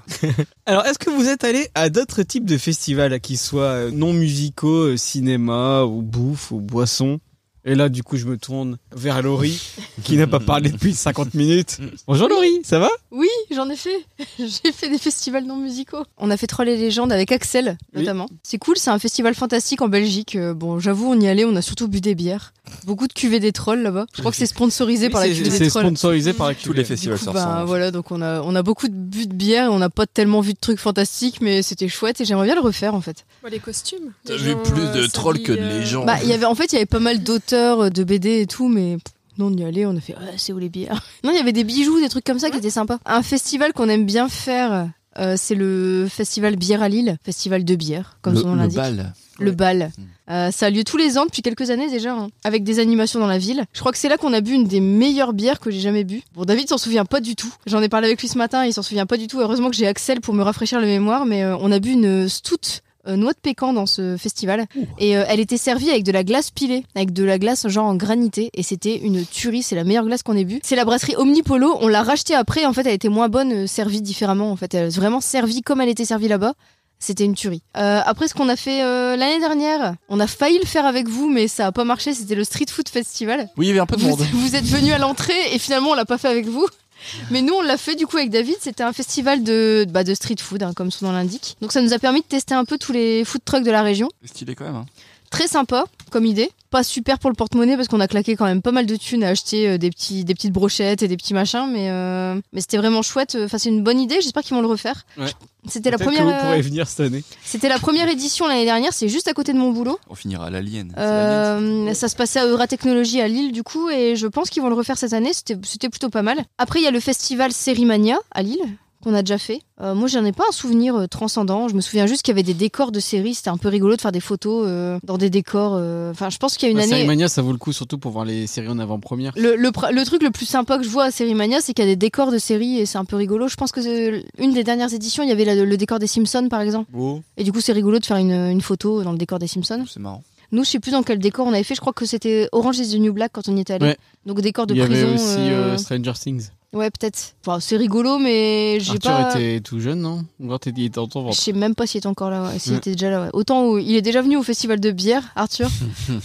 [SPEAKER 2] Alors, est-ce que vous êtes allé à d'autres types de festivals, qui soient euh, non musicaux, euh, cinéma, ou bouffe, ou boisson Et là, du coup, je me tourne vers Laurie, qui n'a pas parlé depuis 50 minutes. Bonjour Laurie, ça va
[SPEAKER 4] Oui, j'en ai fait. J'ai fait des festivals non musicaux. On a fait Troll et Légendes avec Axel,
[SPEAKER 2] Oui.
[SPEAKER 4] notamment. C'est cool, c'est un festival fantastique en Belgique. Euh, Bon, j'avoue, on y allait, on a surtout bu des bières. Beaucoup de cuvées des trolls là-bas. Je crois que c'est sponsorisé par la
[SPEAKER 2] C'est
[SPEAKER 4] cuvée
[SPEAKER 2] c'est
[SPEAKER 4] des trolls.
[SPEAKER 2] sponsorisé par la
[SPEAKER 3] Tous les
[SPEAKER 2] culture.
[SPEAKER 3] festivals
[SPEAKER 4] Du
[SPEAKER 3] se
[SPEAKER 4] coup,
[SPEAKER 3] ressemblent.
[SPEAKER 4] bah, voilà, donc on a, on a beaucoup de bu de bière et on n'a pas tellement vu de trucs fantastiques, mais c'était chouette et j'aimerais bien le refaire en fait.
[SPEAKER 1] Bah, les costumes.
[SPEAKER 3] T'as
[SPEAKER 1] les
[SPEAKER 3] vu
[SPEAKER 1] gens,
[SPEAKER 3] plus
[SPEAKER 1] euh,
[SPEAKER 3] de trolls que de
[SPEAKER 1] s'habillent, euh,
[SPEAKER 3] légendes.
[SPEAKER 4] Bah, il y avait, en fait, il y avait pas mal d'auteurs euh, de BD et tout, mais pff, nous on y allait, on a fait Ah, c'est où les bières Non, il y avait des bijoux, des trucs comme ça qui étaient sympas. Un festival qu'on aime bien faire, euh, c'est le festival Bière à Lille, festival de bière, comme
[SPEAKER 3] le,
[SPEAKER 4] son nom
[SPEAKER 3] le
[SPEAKER 4] l'indique.
[SPEAKER 3] bal.
[SPEAKER 4] Le bal. Euh, ça a lieu tous les ans depuis quelques années déjà, hein, avec des animations dans la ville. Je crois que c'est là qu'on a bu une des meilleures bières que j'ai jamais bu. Bon, David s'en souvient pas du tout. J'en ai parlé avec lui ce matin, il s'en souvient pas du tout. Heureusement que j'ai Axel pour me rafraîchir la mémoire, mais euh, on a bu une stout. euh, noix de pécan dans ce festival et euh, elle était servie avec de la glace pilée avec de la glace genre en granité et c'était une tuerie c'est la meilleure glace qu'on ait bu c'est la brasserie Omnipolo on l'a rachetée après en fait elle était moins bonne euh, servie différemment en fait elle est vraiment servie comme elle était servie là-bas c'était une tuerie. Euh, après ce qu'on a fait euh, l'année dernière, on a failli le faire avec vous, mais ça a pas marché. C'était le Street Food Festival.
[SPEAKER 3] Oui, il y avait un peu de
[SPEAKER 4] Vous,
[SPEAKER 3] monde.
[SPEAKER 4] vous êtes venus à l'entrée et finalement on l'a pas fait avec vous. Mais nous on l'a fait du coup avec David. C'était un festival de, bah, de street food, hein, comme son nom l'indique. Donc ça nous a permis de tester un peu tous les food trucks de la région.
[SPEAKER 3] Stylé quand même. hein.
[SPEAKER 4] Très sympa comme idée. Pas super pour le porte-monnaie parce qu'on a claqué quand même pas mal de thunes à acheter euh, des, petits, des petites brochettes et des petits machins, mais, euh, mais c'était vraiment chouette. Enfin, c'est une bonne idée, j'espère qu'ils vont le refaire. C'était la
[SPEAKER 2] Peut-être que
[SPEAKER 4] première.
[SPEAKER 2] vous
[SPEAKER 4] euh,
[SPEAKER 2] pourrez venir cette année.
[SPEAKER 4] C'était la première édition l'année dernière, c'est juste à côté de mon boulot.
[SPEAKER 3] On finira à l'alien.
[SPEAKER 4] Euh, ça se passait à Eura Technologie à Lille du coup et je pense qu'ils vont le refaire cette année, c'était c'était plutôt pas mal. Après il y a le festival Sérimania à Lille qu'on a déjà fait. Euh, moi j'en ai pas un souvenir euh, transcendant, je me souviens juste qu'il y avait des décors de séries, c'était un peu rigolo de faire des photos euh, dans des décors. euh, Enfin je pense qu'il y a une
[SPEAKER 2] Bah,
[SPEAKER 12] La
[SPEAKER 4] année...
[SPEAKER 12] Mania, ça vaut le coup surtout pour voir les séries en avant-première.
[SPEAKER 4] Le, le pr- le truc le plus sympa que je vois à Sérimania, c'est qu'il y a des décors de séries et c'est un peu rigolo. Je pense que euh, une des dernières éditions, il y avait la- le décor des Simpsons par exemple.
[SPEAKER 3] Oh.
[SPEAKER 4] Et du coup, c'est rigolo de faire une, une photo dans le décor des Simpsons.
[SPEAKER 3] C'est marrant.
[SPEAKER 4] Nous, je sais plus dans quel décor on avait fait. Je crois que c'était Orange is the New Black quand on y était allé.
[SPEAKER 12] Ouais.
[SPEAKER 4] Donc décor de
[SPEAKER 12] Il y
[SPEAKER 4] prison.
[SPEAKER 12] avait aussi
[SPEAKER 4] euh,
[SPEAKER 12] euh, Stranger Things.
[SPEAKER 4] Ouais, peut-être. Enfin, c'est rigolo, mais j'ai
[SPEAKER 12] Arthur
[SPEAKER 4] pas.
[SPEAKER 12] était tout jeune, non Ou alors t'es- il était dans ton
[SPEAKER 4] Je
[SPEAKER 12] ventre.
[SPEAKER 4] sais même pas s'il était encore là, ouais, s'il
[SPEAKER 12] Ouais.
[SPEAKER 4] était déjà là. ouais. Autant où- il est déjà venu au festival de bière, Arthur.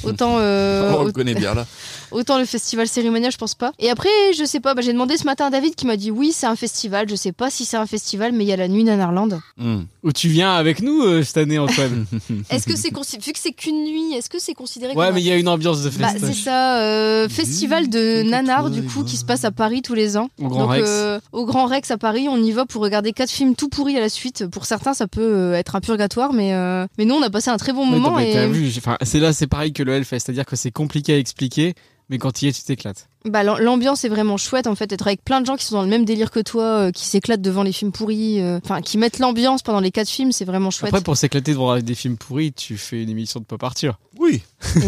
[SPEAKER 4] Autant. euh,
[SPEAKER 3] on le
[SPEAKER 4] au-
[SPEAKER 3] connaît bien là.
[SPEAKER 4] Autant le festival cérémonial, je pense pas. Et après, je sais pas, bah, j'ai demandé ce matin à David qui m'a dit oui, c'est un festival. Je sais pas si c'est un festival, mais il y a la nuit d'Anarland.
[SPEAKER 3] Hmm.
[SPEAKER 2] Ou tu viens avec nous euh, cette année, Antoine.
[SPEAKER 4] Est-ce que c'est consi- vu que c'est qu'une nuit, est-ce que c'est considéré
[SPEAKER 2] Ouais,
[SPEAKER 4] comme
[SPEAKER 2] mais il y a une ambiance de
[SPEAKER 4] Bah,
[SPEAKER 2] festival.
[SPEAKER 4] c'est ça, euh, festival de nanar du coup qui se passe à Paris tous les ans.
[SPEAKER 2] Au Grand
[SPEAKER 4] Donc,
[SPEAKER 2] Rex.
[SPEAKER 4] euh, au Grand Rex à Paris, on y va pour regarder quatre films tout pourris à la suite. Pour certains, ça peut euh, être un purgatoire, mais euh, mais nous on a passé un très bon
[SPEAKER 2] Ouais,
[SPEAKER 4] moment
[SPEAKER 2] t'as-
[SPEAKER 4] et
[SPEAKER 2] t'as vu, j'ai- enfin, c'est là, c'est pareil que le Hellfest, c'est-à-dire que c'est compliqué à expliquer, mais quand il y es, tu t'éclates.
[SPEAKER 4] bah, l'am- l'ambiance est vraiment chouette en fait. Être avec plein de gens qui sont dans le même délire que toi, euh, qui s'éclatent devant les films pourris, euh, enfin qui mettent l'ambiance pendant les quatre films, c'est vraiment chouette.
[SPEAKER 2] Après, pour s'éclater devant des films pourris, tu fais une émission de Pop Arthur.
[SPEAKER 3] Oui.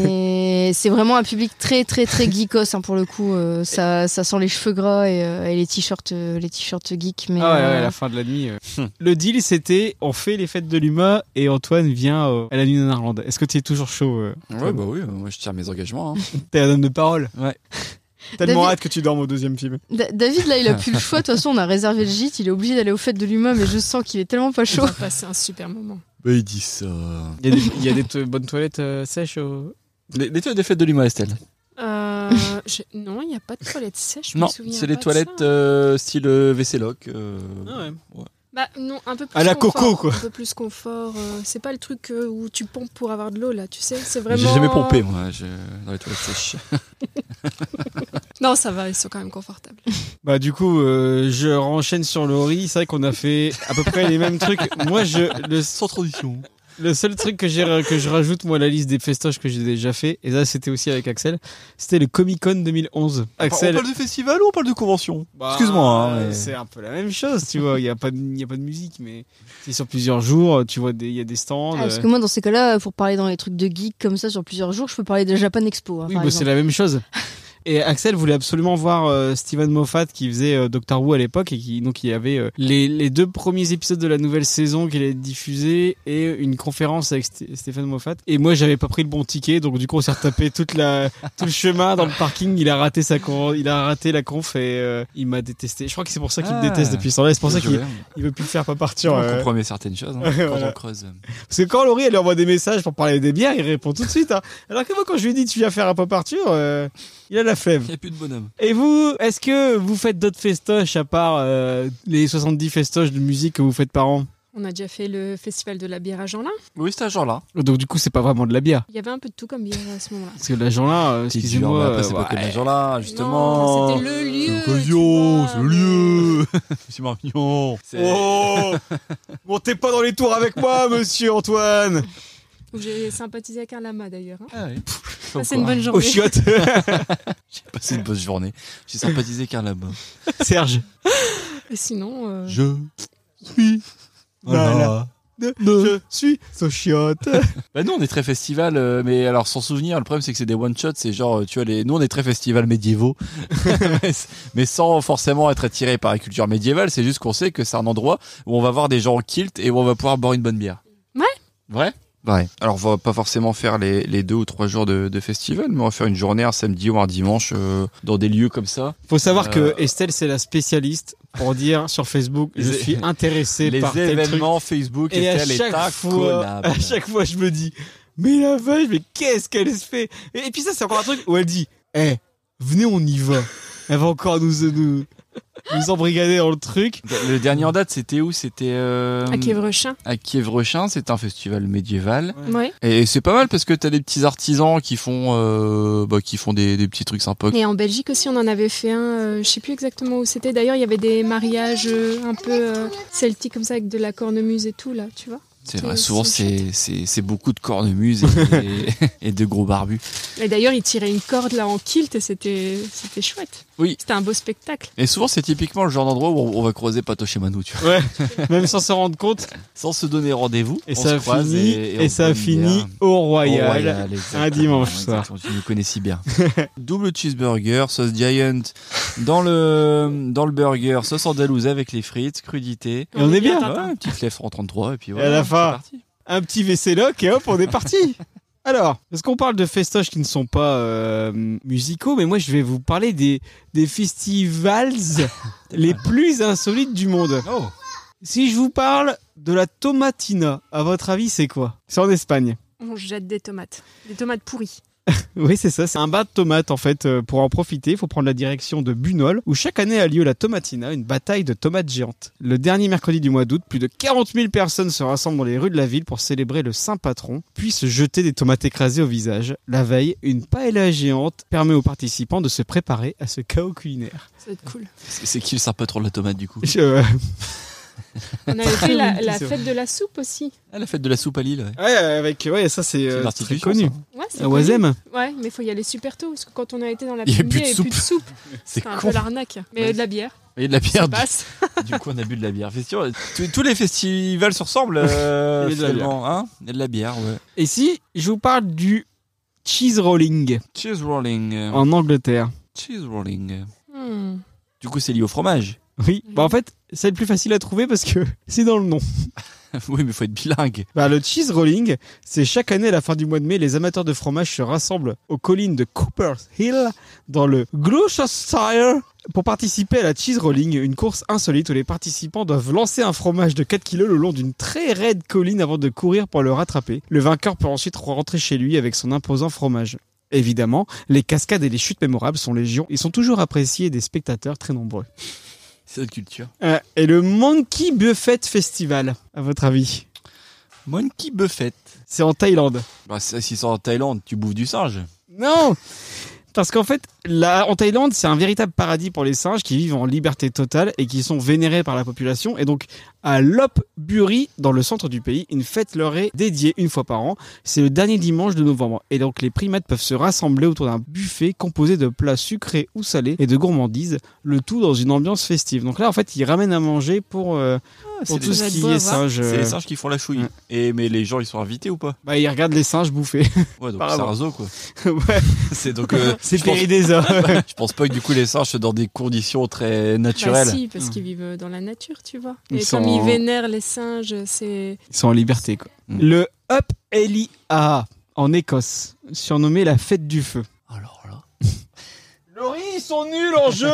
[SPEAKER 4] Et c'est vraiment un public très très très geekos hein, pour le coup. euh, ça, ça sent les cheveux gras et, euh, et les t-shirts euh, les t-shirts geeks. Mais
[SPEAKER 2] Ah ouais, ouais,
[SPEAKER 4] euh,
[SPEAKER 2] la fin de la nuit. euh. Le deal, c'était on fait les fêtes de l'UMA et Antoine vient euh, à la nuit en Irlande. Est-ce que tu es toujours chaud euh,
[SPEAKER 3] Ouais,
[SPEAKER 2] Antoine
[SPEAKER 3] bah oui, euh, moi je tiens mes engagements. hein.
[SPEAKER 2] T'es un homme de parole.
[SPEAKER 3] Ouais.
[SPEAKER 2] Tellement
[SPEAKER 4] David-
[SPEAKER 2] hâte que tu dormes au deuxième film.
[SPEAKER 4] Da- David, là, il a plus le choix. De toute façon, on a réservé le gîte. Il est obligé d'aller aux fêtes de l'humain, mais je sens qu'il est tellement pas chaud.
[SPEAKER 1] On va passer un super moment.
[SPEAKER 3] Bah, il dit ça.
[SPEAKER 2] Il y a des, il y a des to- bonnes toilettes euh, sèches au.
[SPEAKER 3] Les, les toilettes des fêtes de Lima, Estelle
[SPEAKER 1] Euh, je- Non, il n'y a pas de toilette sèche. je me
[SPEAKER 3] Non,
[SPEAKER 1] souviens pas
[SPEAKER 3] c'est les
[SPEAKER 1] de
[SPEAKER 3] toilettes
[SPEAKER 1] ça. hein
[SPEAKER 3] euh, style euh, WC Lock. euh,
[SPEAKER 2] Ah ouais.
[SPEAKER 1] Bah, non, un peu plus
[SPEAKER 3] À la
[SPEAKER 1] confort,
[SPEAKER 3] coco, quoi.
[SPEAKER 1] Un peu plus confort. euh, c'est pas le truc euh, où tu pompes pour avoir de l'eau, là, tu sais. C'est vraiment. hein.
[SPEAKER 3] J'ai jamais pompé, moi, je- dans les toilettes sèches.
[SPEAKER 1] Non, ça va, ils sont quand même confortables.
[SPEAKER 2] Bah du coup, euh, je renchaîne sur le Hori. C'est vrai qu'on a fait à peu près les mêmes trucs. Moi, je le
[SPEAKER 3] sans tradition.
[SPEAKER 2] Le seul truc que j'ai que je rajoute moi à la liste des festoches que j'ai déjà fait, et là c'était aussi avec Axel, c'était le Comic Con 2011. Axel,
[SPEAKER 3] On parle de festival ou on parle de convention Excuse-moi. hein,
[SPEAKER 2] euh,
[SPEAKER 3] mais-
[SPEAKER 2] C'est un peu la même chose, tu vois. Il n'y a, pas de- il y a pas de musique, mais c'est sur plusieurs jours. Tu vois, des- il y a des stands.
[SPEAKER 4] Ah, parce
[SPEAKER 2] euh.
[SPEAKER 4] que moi, dans ces cas-là, pour parler dans les trucs de geek comme ça sur plusieurs jours, je peux parler de la Japan Expo. hein,
[SPEAKER 2] Oui,
[SPEAKER 4] par
[SPEAKER 2] bah, c'est
[SPEAKER 4] exemple.
[SPEAKER 2] la même chose. Et Axel voulait absolument voir euh, Steven Moffat qui faisait euh, Doctor Who à l'époque et qui donc il y avait euh, les, les deux premiers épisodes de la nouvelle saison qu'il allait diffuser et une conférence avec Sté- Stephen Moffat. Et moi j'avais pas pris le bon ticket donc du coup on s'est retapé toute la tout le chemin dans le parking. Il a raté sa con- il a raté la conf et euh, il m'a détesté. Je crois que c'est pour ça qu'il me
[SPEAKER 3] Ah.
[SPEAKER 2] déteste depuis ce temps-là. C'est pour ça
[SPEAKER 3] Bien
[SPEAKER 2] qu'il
[SPEAKER 3] joué.
[SPEAKER 2] il veut plus le faire pas partir.
[SPEAKER 3] hein. on
[SPEAKER 2] euh.
[SPEAKER 3] compromet certaines choses hein,
[SPEAKER 2] Ouais,
[SPEAKER 3] quand
[SPEAKER 2] voilà.
[SPEAKER 3] on creuse.
[SPEAKER 2] Parce que quand Laurie elle lui envoie des messages pour parler des bières, il répond tout de suite. hein. Alors que moi quand je lui dis tu viens faire un pop Arthur, euh, il a la flemme.
[SPEAKER 3] Il n'y a plus de bonhomme.
[SPEAKER 2] Et vous, est-ce que vous faites d'autres festoches à part euh, les 70 festoches de musique que vous faites par an
[SPEAKER 1] On a déjà fait le festival de la bière à Jeanlin.
[SPEAKER 3] Oui, c'est un genre là.
[SPEAKER 2] Donc du coup, c'est pas vraiment de la bière.
[SPEAKER 1] Il y avait un peu de tout comme bière à ce moment-là.
[SPEAKER 2] Parce que la Jeanlin, euh,
[SPEAKER 3] C'est dur,
[SPEAKER 2] excusez-moi,
[SPEAKER 3] mais après, c'est
[SPEAKER 2] euh,
[SPEAKER 3] pas que la genre là, justement.
[SPEAKER 1] Non, c'était le lieu,
[SPEAKER 3] C'est l'occasion, c'est le lieu. c'est mignon. C'est-
[SPEAKER 2] Oh Montez pas dans les tours avec moi, monsieur Antoine
[SPEAKER 1] Où J'ai sympathisé avec un lama d'ailleurs. hein.
[SPEAKER 3] Ah oui.
[SPEAKER 1] Passez une bonne journée.
[SPEAKER 2] Au chiottes
[SPEAKER 3] J'ai passé une bonne journée. J'ai sympathisé qu'un là-bas.
[SPEAKER 2] Serge
[SPEAKER 1] Et sinon, euh,
[SPEAKER 3] Je suis.
[SPEAKER 2] Voilà. Je suis au chiottes
[SPEAKER 3] Bah nous on est très festival, euh, mais alors sans souvenir, le problème c'est que c'est des one shots, c'est genre euh, tu vois les, nous on est très festival médiévaux, mais, mais sans forcément être attiré par la culture médiévale, c'est juste qu'on sait que c'est un endroit où on va voir des gens en kilt et où on va pouvoir boire une bonne bière.
[SPEAKER 1] Ouais.
[SPEAKER 3] Vrai. Ouais. Alors on va pas forcément faire les, les deux ou trois jours de, de festival, mais on va faire une journée un samedi ou un dimanche euh, dans des lieux comme ça.
[SPEAKER 2] Faut savoir
[SPEAKER 3] Euh,
[SPEAKER 2] que Estelle, c'est la spécialiste pour dire sur Facebook « Je
[SPEAKER 3] Les-
[SPEAKER 2] suis intéressé
[SPEAKER 3] les
[SPEAKER 2] par tel truc.
[SPEAKER 3] événements Facebook
[SPEAKER 2] Et à
[SPEAKER 3] étaient les
[SPEAKER 2] chaque, fois, à chaque fois, je me dis, mais la vache, mais qu'est-ce qu'elle se fait et, et puis ça, c'est encore un truc où elle dit, eh, venez, on y va. Elle va encore nous, nous, Ils embrigadaient dans le truc.
[SPEAKER 3] Le dernier en date, c'était où C'était. euh,
[SPEAKER 1] À Kievrechin.
[SPEAKER 3] À Kievrechin, c'est un festival médiéval.
[SPEAKER 1] Ouais.
[SPEAKER 3] Et c'est pas mal parce que t'as des petits artisans qui font, euh, bah, qui font des, des petits trucs sympas.
[SPEAKER 1] Et en Belgique aussi, on en avait fait un, euh, je sais plus exactement où c'était. D'ailleurs, il y avait des mariages euh, un peu euh, celtiques comme ça, avec de la cornemuse et tout, là, tu vois.
[SPEAKER 3] C'est vrai, souvent c'est c'est- c'est beaucoup de cornemuses et, et de gros barbus.
[SPEAKER 1] Et d'ailleurs, ils tiraient une corde là en kilt et c'était c'était chouette.
[SPEAKER 3] Oui.
[SPEAKER 1] C'était un beau spectacle.
[SPEAKER 3] Et souvent c'est typiquement le genre d'endroit où on, on va croiser Pato chez Manu, tu vois.
[SPEAKER 2] Ouais, même sans se rendre compte.
[SPEAKER 3] Sans se donner rendez-vous.
[SPEAKER 2] Et
[SPEAKER 3] on
[SPEAKER 2] ça
[SPEAKER 3] se croise
[SPEAKER 2] finit,
[SPEAKER 3] on
[SPEAKER 2] et ça
[SPEAKER 3] prend une
[SPEAKER 2] finit
[SPEAKER 3] bière. Oh,
[SPEAKER 2] au Royal, un
[SPEAKER 3] exactement,
[SPEAKER 2] dimanche soir.
[SPEAKER 3] exactement, Tu nous connais si bien. Double cheeseburger, sauce giant dans le dans le burger, sauce andalouse avec les frites, crudité. Et
[SPEAKER 2] on est bien. hein.
[SPEAKER 3] Ouais, une petite lèvre en 33 et puis
[SPEAKER 2] Et
[SPEAKER 3] voilà.
[SPEAKER 2] à la fin, un petit VC-loc et hop, on est parti. Alors, parce qu'on parle de festoches qui ne sont pas euh, musicaux, mais moi je vais vous parler des, des festivals les plus insolites du monde. Si je vous parle de la tomatina, à votre avis c'est quoi C'est en Espagne.
[SPEAKER 1] On jette des tomates, des tomates pourries.
[SPEAKER 2] Oui, c'est ça, c'est un bain de tomates en fait. Euh, Pour en profiter, il faut prendre la direction de Bunol, où chaque année a lieu la Tomatina, une bataille de tomates géantes. Le dernier mercredi du mois d'août, plus de 40 000 personnes se rassemblent dans les rues de la ville pour célébrer le saint patron, puis se jeter des tomates écrasées au visage. La veille, une paella géante permet aux participants de se préparer à ce chaos culinaire.
[SPEAKER 1] Ça va être cool.
[SPEAKER 3] C'est c'est qui le sympa trop de la tomate du coup
[SPEAKER 2] Je- euh,
[SPEAKER 1] On avait fait la, la
[SPEAKER 3] C'est vrai.
[SPEAKER 1] fête de la soupe aussi.
[SPEAKER 3] Ah, la fête de la soupe à Lille. ouais.
[SPEAKER 2] Ouais, avec ouais, ça c'est euh, très
[SPEAKER 3] institution,
[SPEAKER 2] connu.
[SPEAKER 3] ça.
[SPEAKER 1] Ouais, c'est
[SPEAKER 2] à
[SPEAKER 1] connu.
[SPEAKER 2] Oisem.
[SPEAKER 1] Ouais, mais faut y aller super tôt parce que quand on a été dans la
[SPEAKER 3] Il y a
[SPEAKER 1] midi
[SPEAKER 3] plus
[SPEAKER 1] il
[SPEAKER 3] de
[SPEAKER 1] n'y avait plus de
[SPEAKER 3] soupe.
[SPEAKER 1] soupe.
[SPEAKER 3] C'est
[SPEAKER 1] C'était un
[SPEAKER 3] con. Ah, bah.
[SPEAKER 1] peu l'arnaque. Mais euh,
[SPEAKER 3] Ouais.
[SPEAKER 1] de la bière.
[SPEAKER 3] Et de la bière.
[SPEAKER 1] Ça passe.
[SPEAKER 3] Du coup, on a bu de la bière. Festival- tous- Tous les festivals se ressemblent. euh,
[SPEAKER 2] Il y a de la
[SPEAKER 3] finalement, hein Il y a de la bière, ouais.
[SPEAKER 2] Et si je vous parle du cheese rolling
[SPEAKER 3] Cheese rolling. euh,
[SPEAKER 2] en Angleterre
[SPEAKER 3] Cheese rolling.
[SPEAKER 1] Hmm.
[SPEAKER 3] Du coup, c'est lié au fromage.
[SPEAKER 2] Oui, bah en fait, c'est le plus facile à trouver parce que c'est dans le nom.
[SPEAKER 3] oui, mais faut être bilingue.
[SPEAKER 2] Bah, le cheese rolling, c'est chaque année à la fin du mois de mai, les amateurs de fromage se rassemblent aux collines de Cooper's Hill dans le Gloucestershire pour participer à la cheese rolling, une course insolite où les participants doivent lancer un fromage de 4 kilos le long d'une très raide colline avant de courir pour le rattraper. Le vainqueur peut ensuite rentrer chez lui avec son imposant fromage. Évidemment, les cascades et les chutes mémorables sont légion et sont toujours appréciées des spectateurs très nombreux.
[SPEAKER 3] C'est notre culture.
[SPEAKER 2] Euh, et le Monkey Buffet Festival, à votre avis
[SPEAKER 3] Monkey Buffet
[SPEAKER 2] C'est en Thaïlande.
[SPEAKER 3] Bah, ça, si c'est en Thaïlande, tu bouffes du singe.
[SPEAKER 2] Non Parce qu'en fait, là, en Thaïlande, c'est un véritable paradis pour les singes qui vivent en liberté totale et qui sont vénérés par la population. Et donc, à Lop Buri, dans le centre du pays, une fête leur est dédiée une fois par an. C'est le dernier dimanche de novembre. Et donc, les primates peuvent se rassembler autour d'un buffet composé de plats sucrés ou salés et de gourmandises, le tout dans une ambiance festive. Donc là, en fait, ils ramènent à manger pour, euh, pour tout ce qui est singe.
[SPEAKER 3] C'est
[SPEAKER 2] euh,
[SPEAKER 3] les singes qui font la chouille.
[SPEAKER 2] ouais.
[SPEAKER 3] Et, mais les gens, ils sont invités ou pas
[SPEAKER 2] Bah, ils regardent les singes bouffer.
[SPEAKER 3] Ouais, donc
[SPEAKER 2] Par
[SPEAKER 3] c'est un
[SPEAKER 2] avant.
[SPEAKER 3] zoo, quoi.
[SPEAKER 2] ouais.
[SPEAKER 3] C'est donc. euh,
[SPEAKER 2] C'est
[SPEAKER 3] je pense-
[SPEAKER 2] Péridésa.
[SPEAKER 3] je pense pas que du coup, les singes sont dans des conditions très naturelles.
[SPEAKER 1] Bah si, parce qu'ils vivent dans la nature, tu vois.
[SPEAKER 2] Ils
[SPEAKER 1] Et
[SPEAKER 2] sont
[SPEAKER 1] comme
[SPEAKER 2] en-
[SPEAKER 1] ils vénèrent les singes, c'est
[SPEAKER 2] Ils sont en liberté, quoi. Mm. Le Up Elia en Écosse, surnommé la fête du feu.
[SPEAKER 8] Laurie, ils sont nuls en jeu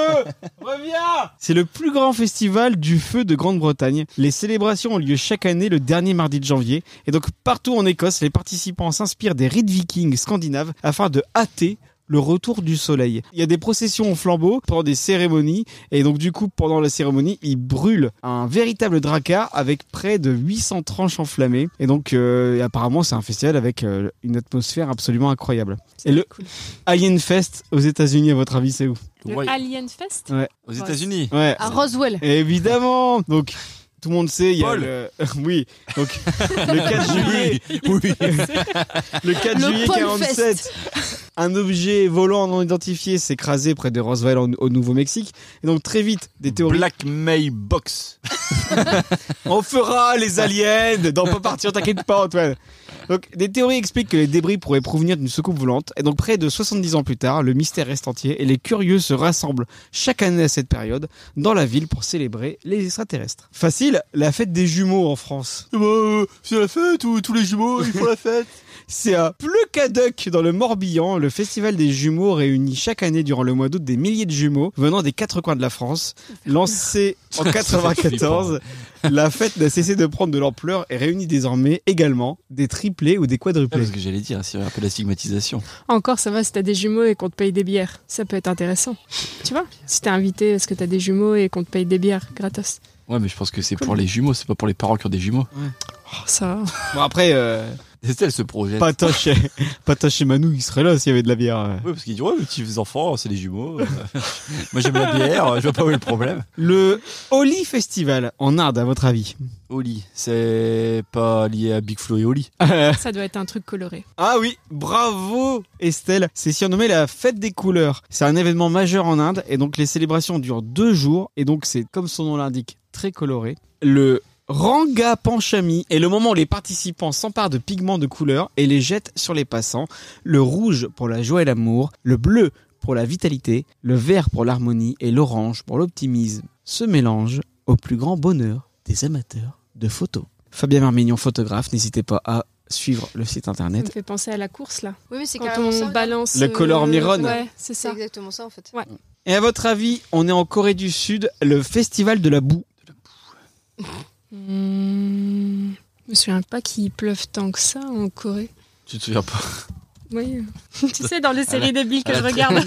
[SPEAKER 8] Reviens
[SPEAKER 2] C'est le plus grand festival du feu de Grande-Bretagne. Les célébrations ont lieu chaque année le dernier mardi de janvier. Et donc partout en Écosse, les participants s'inspirent des rites vikings scandinaves afin de hâter le retour du soleil. Il y a des processions au flambeau pendant des cérémonies. Et donc du coup, pendant la cérémonie, ils brûlent un véritable dracar avec près de 800 tranches enflammées. Et donc euh, apparemment, c'est un festival avec euh, une atmosphère absolument incroyable. Et le Alien Fest aux États-Unis, à votre avis, c'est où
[SPEAKER 1] le Alien Fest.
[SPEAKER 2] Ouais.
[SPEAKER 3] Aux États-Unis
[SPEAKER 2] Ouais.
[SPEAKER 4] À Roswell.
[SPEAKER 2] Évidemment. Donc tout le monde sait, il y a
[SPEAKER 3] Paul.
[SPEAKER 2] le... oui. Donc le 4 juillet,
[SPEAKER 3] oui.
[SPEAKER 2] le 4
[SPEAKER 3] Le
[SPEAKER 2] juillet
[SPEAKER 3] Paul
[SPEAKER 2] 47, un objet volant non identifié s'est écrasé près de Roswell en- au Nouveau-Mexique. Et donc très vite, des théories.
[SPEAKER 3] Black May Box.
[SPEAKER 2] On fera les aliens dans Pas partir, t'inquiète pas Antoine. Donc des théories expliquent que les débris pourraient provenir d'une soucoupe volante. Et donc près de 70 ans plus tard, le mystère reste entier et les curieux se rassemblent chaque année à cette période dans la ville pour célébrer les extraterrestres. Facile, la fête des jumeaux en France.
[SPEAKER 3] c'est la fête ou tous les jumeaux, ils font la fête
[SPEAKER 2] C'est à Pleucadoc, dans le Morbihan. Le festival des jumeaux réunit chaque année durant le mois d'août des milliers de jumeaux venant des quatre coins de la France. Lancé en 94, la fête n'a cessé de prendre de l'ampleur et réunit désormais également des triplés ou des quadruplés.
[SPEAKER 3] C'est ce que j'allais dire, c'est un peu la stigmatisation.
[SPEAKER 1] Encore, ça va si t'as des jumeaux et qu'on te paye des bières. Ça peut être intéressant. Tu vois Si t'es invité, est-ce que t'as des jumeaux et qu'on te paye des bières gratos
[SPEAKER 3] Ouais, mais je pense que c'est pour les jumeaux, c'est pas pour les parents qui ont des jumeaux.
[SPEAKER 1] Oh, ça va.
[SPEAKER 2] Bon, après, euh,
[SPEAKER 3] Estelle se projette.
[SPEAKER 2] Patoche et, Patoche et Manou, ils seraient là s'il y avait de la bière. euh.
[SPEAKER 3] Oui, parce qu'ils disent, ouais, mes petits enfants, c'est des jumeaux. euh, Moi, j'aime la bière, je vois pas où est le problème.
[SPEAKER 2] Le Oli Festival en Inde, à votre avis
[SPEAKER 3] Oli, c'est pas lié à Big Flo et Oli.
[SPEAKER 1] Ça doit être un truc coloré.
[SPEAKER 2] Ah oui, bravo Estelle, c'est surnommé la fête des couleurs. C'est un événement majeur en Inde et donc les célébrations durent deux jours et donc c'est comme son nom l'indique très coloré. Le Ranga Panchami est le moment où les participants s'emparent de pigments de couleur et les jettent sur les passants. Le rouge pour la joie et l'amour, le bleu pour la vitalité, le vert pour l'harmonie et l'orange pour l'optimisme. Ce mélange au plus grand bonheur des amateurs de photos. Fabien Marmignon, photographe, n'hésitez pas à suivre le site
[SPEAKER 1] Ça
[SPEAKER 2] internet
[SPEAKER 1] me fait penser à la course là.
[SPEAKER 4] Oui, mais c'est
[SPEAKER 1] Quand
[SPEAKER 4] carrément
[SPEAKER 1] on
[SPEAKER 4] ça.
[SPEAKER 1] balance. euh,
[SPEAKER 2] Le color mirone.
[SPEAKER 1] Ouais, c'est
[SPEAKER 4] C'est
[SPEAKER 1] ça.
[SPEAKER 4] exactement ça en fait.
[SPEAKER 1] Ouais.
[SPEAKER 2] Et à votre avis, on est en Corée du Sud, le festival de la boue.
[SPEAKER 1] Hmm, Je me souviens pas qu'il pleuve tant que ça en Corée.
[SPEAKER 3] Tu te souviens pas
[SPEAKER 1] Oui. tu sais, dans les séries débiles que
[SPEAKER 3] à
[SPEAKER 1] je
[SPEAKER 3] la-
[SPEAKER 1] regarde.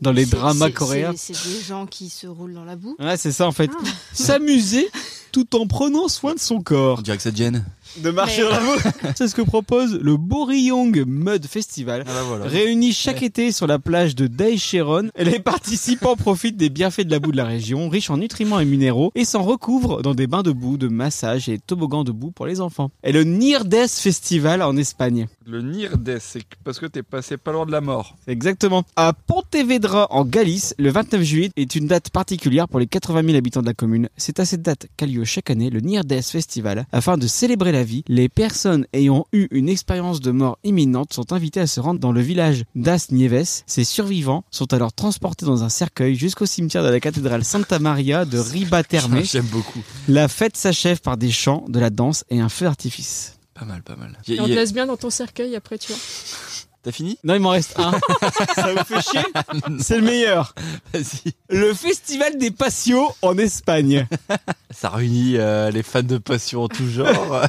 [SPEAKER 2] Dans les
[SPEAKER 4] C'est-
[SPEAKER 2] dramas
[SPEAKER 4] c'est-
[SPEAKER 2] coréens.
[SPEAKER 4] C'est c'est des gens qui se roulent dans la boue.
[SPEAKER 2] Ouais, c'est ça en fait.
[SPEAKER 4] Ah.
[SPEAKER 2] S'amuser tout en prenant soin de son corps.
[SPEAKER 3] On dirait que ça te gêne.
[SPEAKER 2] De marcher dans la boue. C'est ce que propose le Boryong Mud Festival.
[SPEAKER 3] Ah bah voilà.
[SPEAKER 2] Réunis chaque été sur la plage de Daecheron, les participants profitent des bienfaits de la boue de la région, riche en nutriments et minéraux, et s'en recouvrent dans des bains de boue, de massages et toboggans de boue pour les enfants. Et le Nirdes Festival en Espagne.
[SPEAKER 14] Le Nirdes, c'est que- parce que t'es passé pas loin de la mort.
[SPEAKER 2] Exactement. À Pontevedra, en Galice, le 29 juillet est une date particulière pour les 80 000 habitants de la commune. C'est à cette date qu'a lieu chaque année le Nirdes Festival. Afin de célébrer la vie, les personnes ayant eu une expérience de mort imminente sont invitées à se rendre dans le village d'As Nieves. Ces survivants sont alors transportés dans un cercueil jusqu'au cimetière de la cathédrale Santa Maria de Ribaterme.
[SPEAKER 3] J'aime beaucoup.
[SPEAKER 2] La fête s'achève par des chants, de la danse et un feu d'artifice.
[SPEAKER 3] Pas mal, pas mal.
[SPEAKER 1] Et on te laisse bien dans ton cercueil après, tu vois.
[SPEAKER 3] T'as fini
[SPEAKER 2] Non, il m'en reste un. Ça vous fait chier C'est le meilleur.
[SPEAKER 3] Vas-y.
[SPEAKER 2] Le festival des patios en Espagne.
[SPEAKER 3] Ça réunit euh, les fans de passion en tout genre.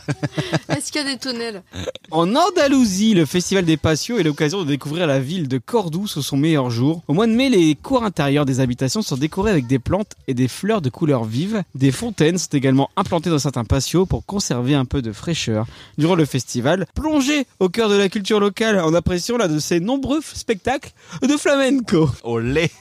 [SPEAKER 4] Est-ce qu'il y a des tonnelles
[SPEAKER 2] En Andalousie, le festival des patios est l'occasion de découvrir la ville de Cordoue sous son meilleur jour. Au mois de mai, les cours intérieurs des habitations sont décorés avec des plantes et des fleurs de couleurs vives. Des fontaines sont également implantées dans certains patios pour conserver un peu de fraîcheur. Durant le festival, plongez au cœur de la culture locale en appréciant l'un de ces nombreux spectacles de flamenco.
[SPEAKER 3] Olé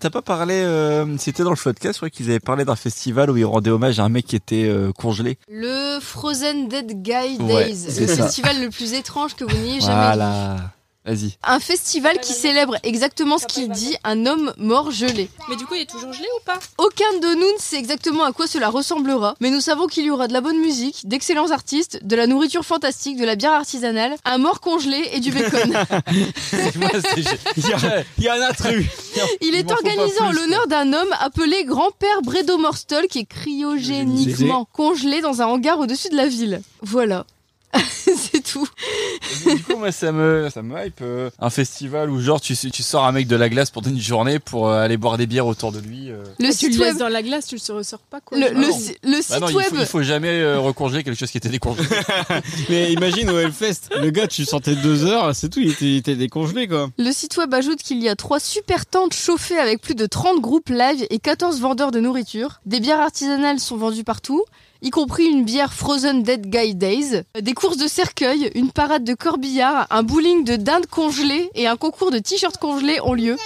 [SPEAKER 3] T'as pas parlé, euh, c'était dans le podcast, je crois qu'ils avaient parlé d'un festival où ils rendaient hommage à un mec qui était euh, congelé.
[SPEAKER 4] Le Frozen Dead Guy
[SPEAKER 3] Ouais,
[SPEAKER 4] Days,
[SPEAKER 3] c'est
[SPEAKER 4] le
[SPEAKER 3] ça.
[SPEAKER 4] festival le plus étrange que vous n'ayez jamais vu.
[SPEAKER 3] Voilà. Vas-y.
[SPEAKER 4] Un festival qui célèbre exactement ce qu'il dit, un homme mort gelé.
[SPEAKER 1] Mais du coup, il est toujours gelé ou pas
[SPEAKER 4] Aucun de nous ne sait exactement à quoi cela ressemblera, mais nous savons qu'il y aura de la bonne musique, d'excellents artistes, de la nourriture fantastique, de la bière artisanale, un mort congelé et du bacon.
[SPEAKER 3] Moi, c'est-
[SPEAKER 2] Il y a, il y a un intrus.
[SPEAKER 4] Il est organisé en l'honneur d'un homme appelé grand-père Bredo Morstel qui est cryogéniquement congelé dans un hangar au-dessus de la ville. Voilà. C'est tout.
[SPEAKER 3] du coup, moi, ça me, ça me hype. euh, un festival où, genre, tu, tu sors un mec de la glace pendant une journée pour euh, aller boire des bières autour de lui. euh.
[SPEAKER 4] Le
[SPEAKER 1] Ah, Tu
[SPEAKER 4] site
[SPEAKER 1] le
[SPEAKER 4] web,
[SPEAKER 1] laisses dans la glace, tu le ressors pas quoi.
[SPEAKER 4] le,
[SPEAKER 1] genre. Ah,
[SPEAKER 4] le
[SPEAKER 3] non.
[SPEAKER 4] si- le
[SPEAKER 3] Bah
[SPEAKER 4] site
[SPEAKER 3] non, il
[SPEAKER 4] web.
[SPEAKER 3] faut, il faut jamais euh, recongeler quelque chose qui était décongelé.
[SPEAKER 2] Mais imagine au Hellfest, le gars, tu sortais deux heures, c'est tout, il était, il était décongelé quoi.
[SPEAKER 4] Le site web ajoute qu'il y a trois super tentes chauffées avec plus de 30 groupes live et 14 vendeurs de nourriture. Des bières artisanales sont vendues partout, y compris une bière Frozen Dead Guy Days, des courses de cercueil, une parade de corbillards, un bowling de dinde congelée et un concours de t-shirts congelés ont lieu.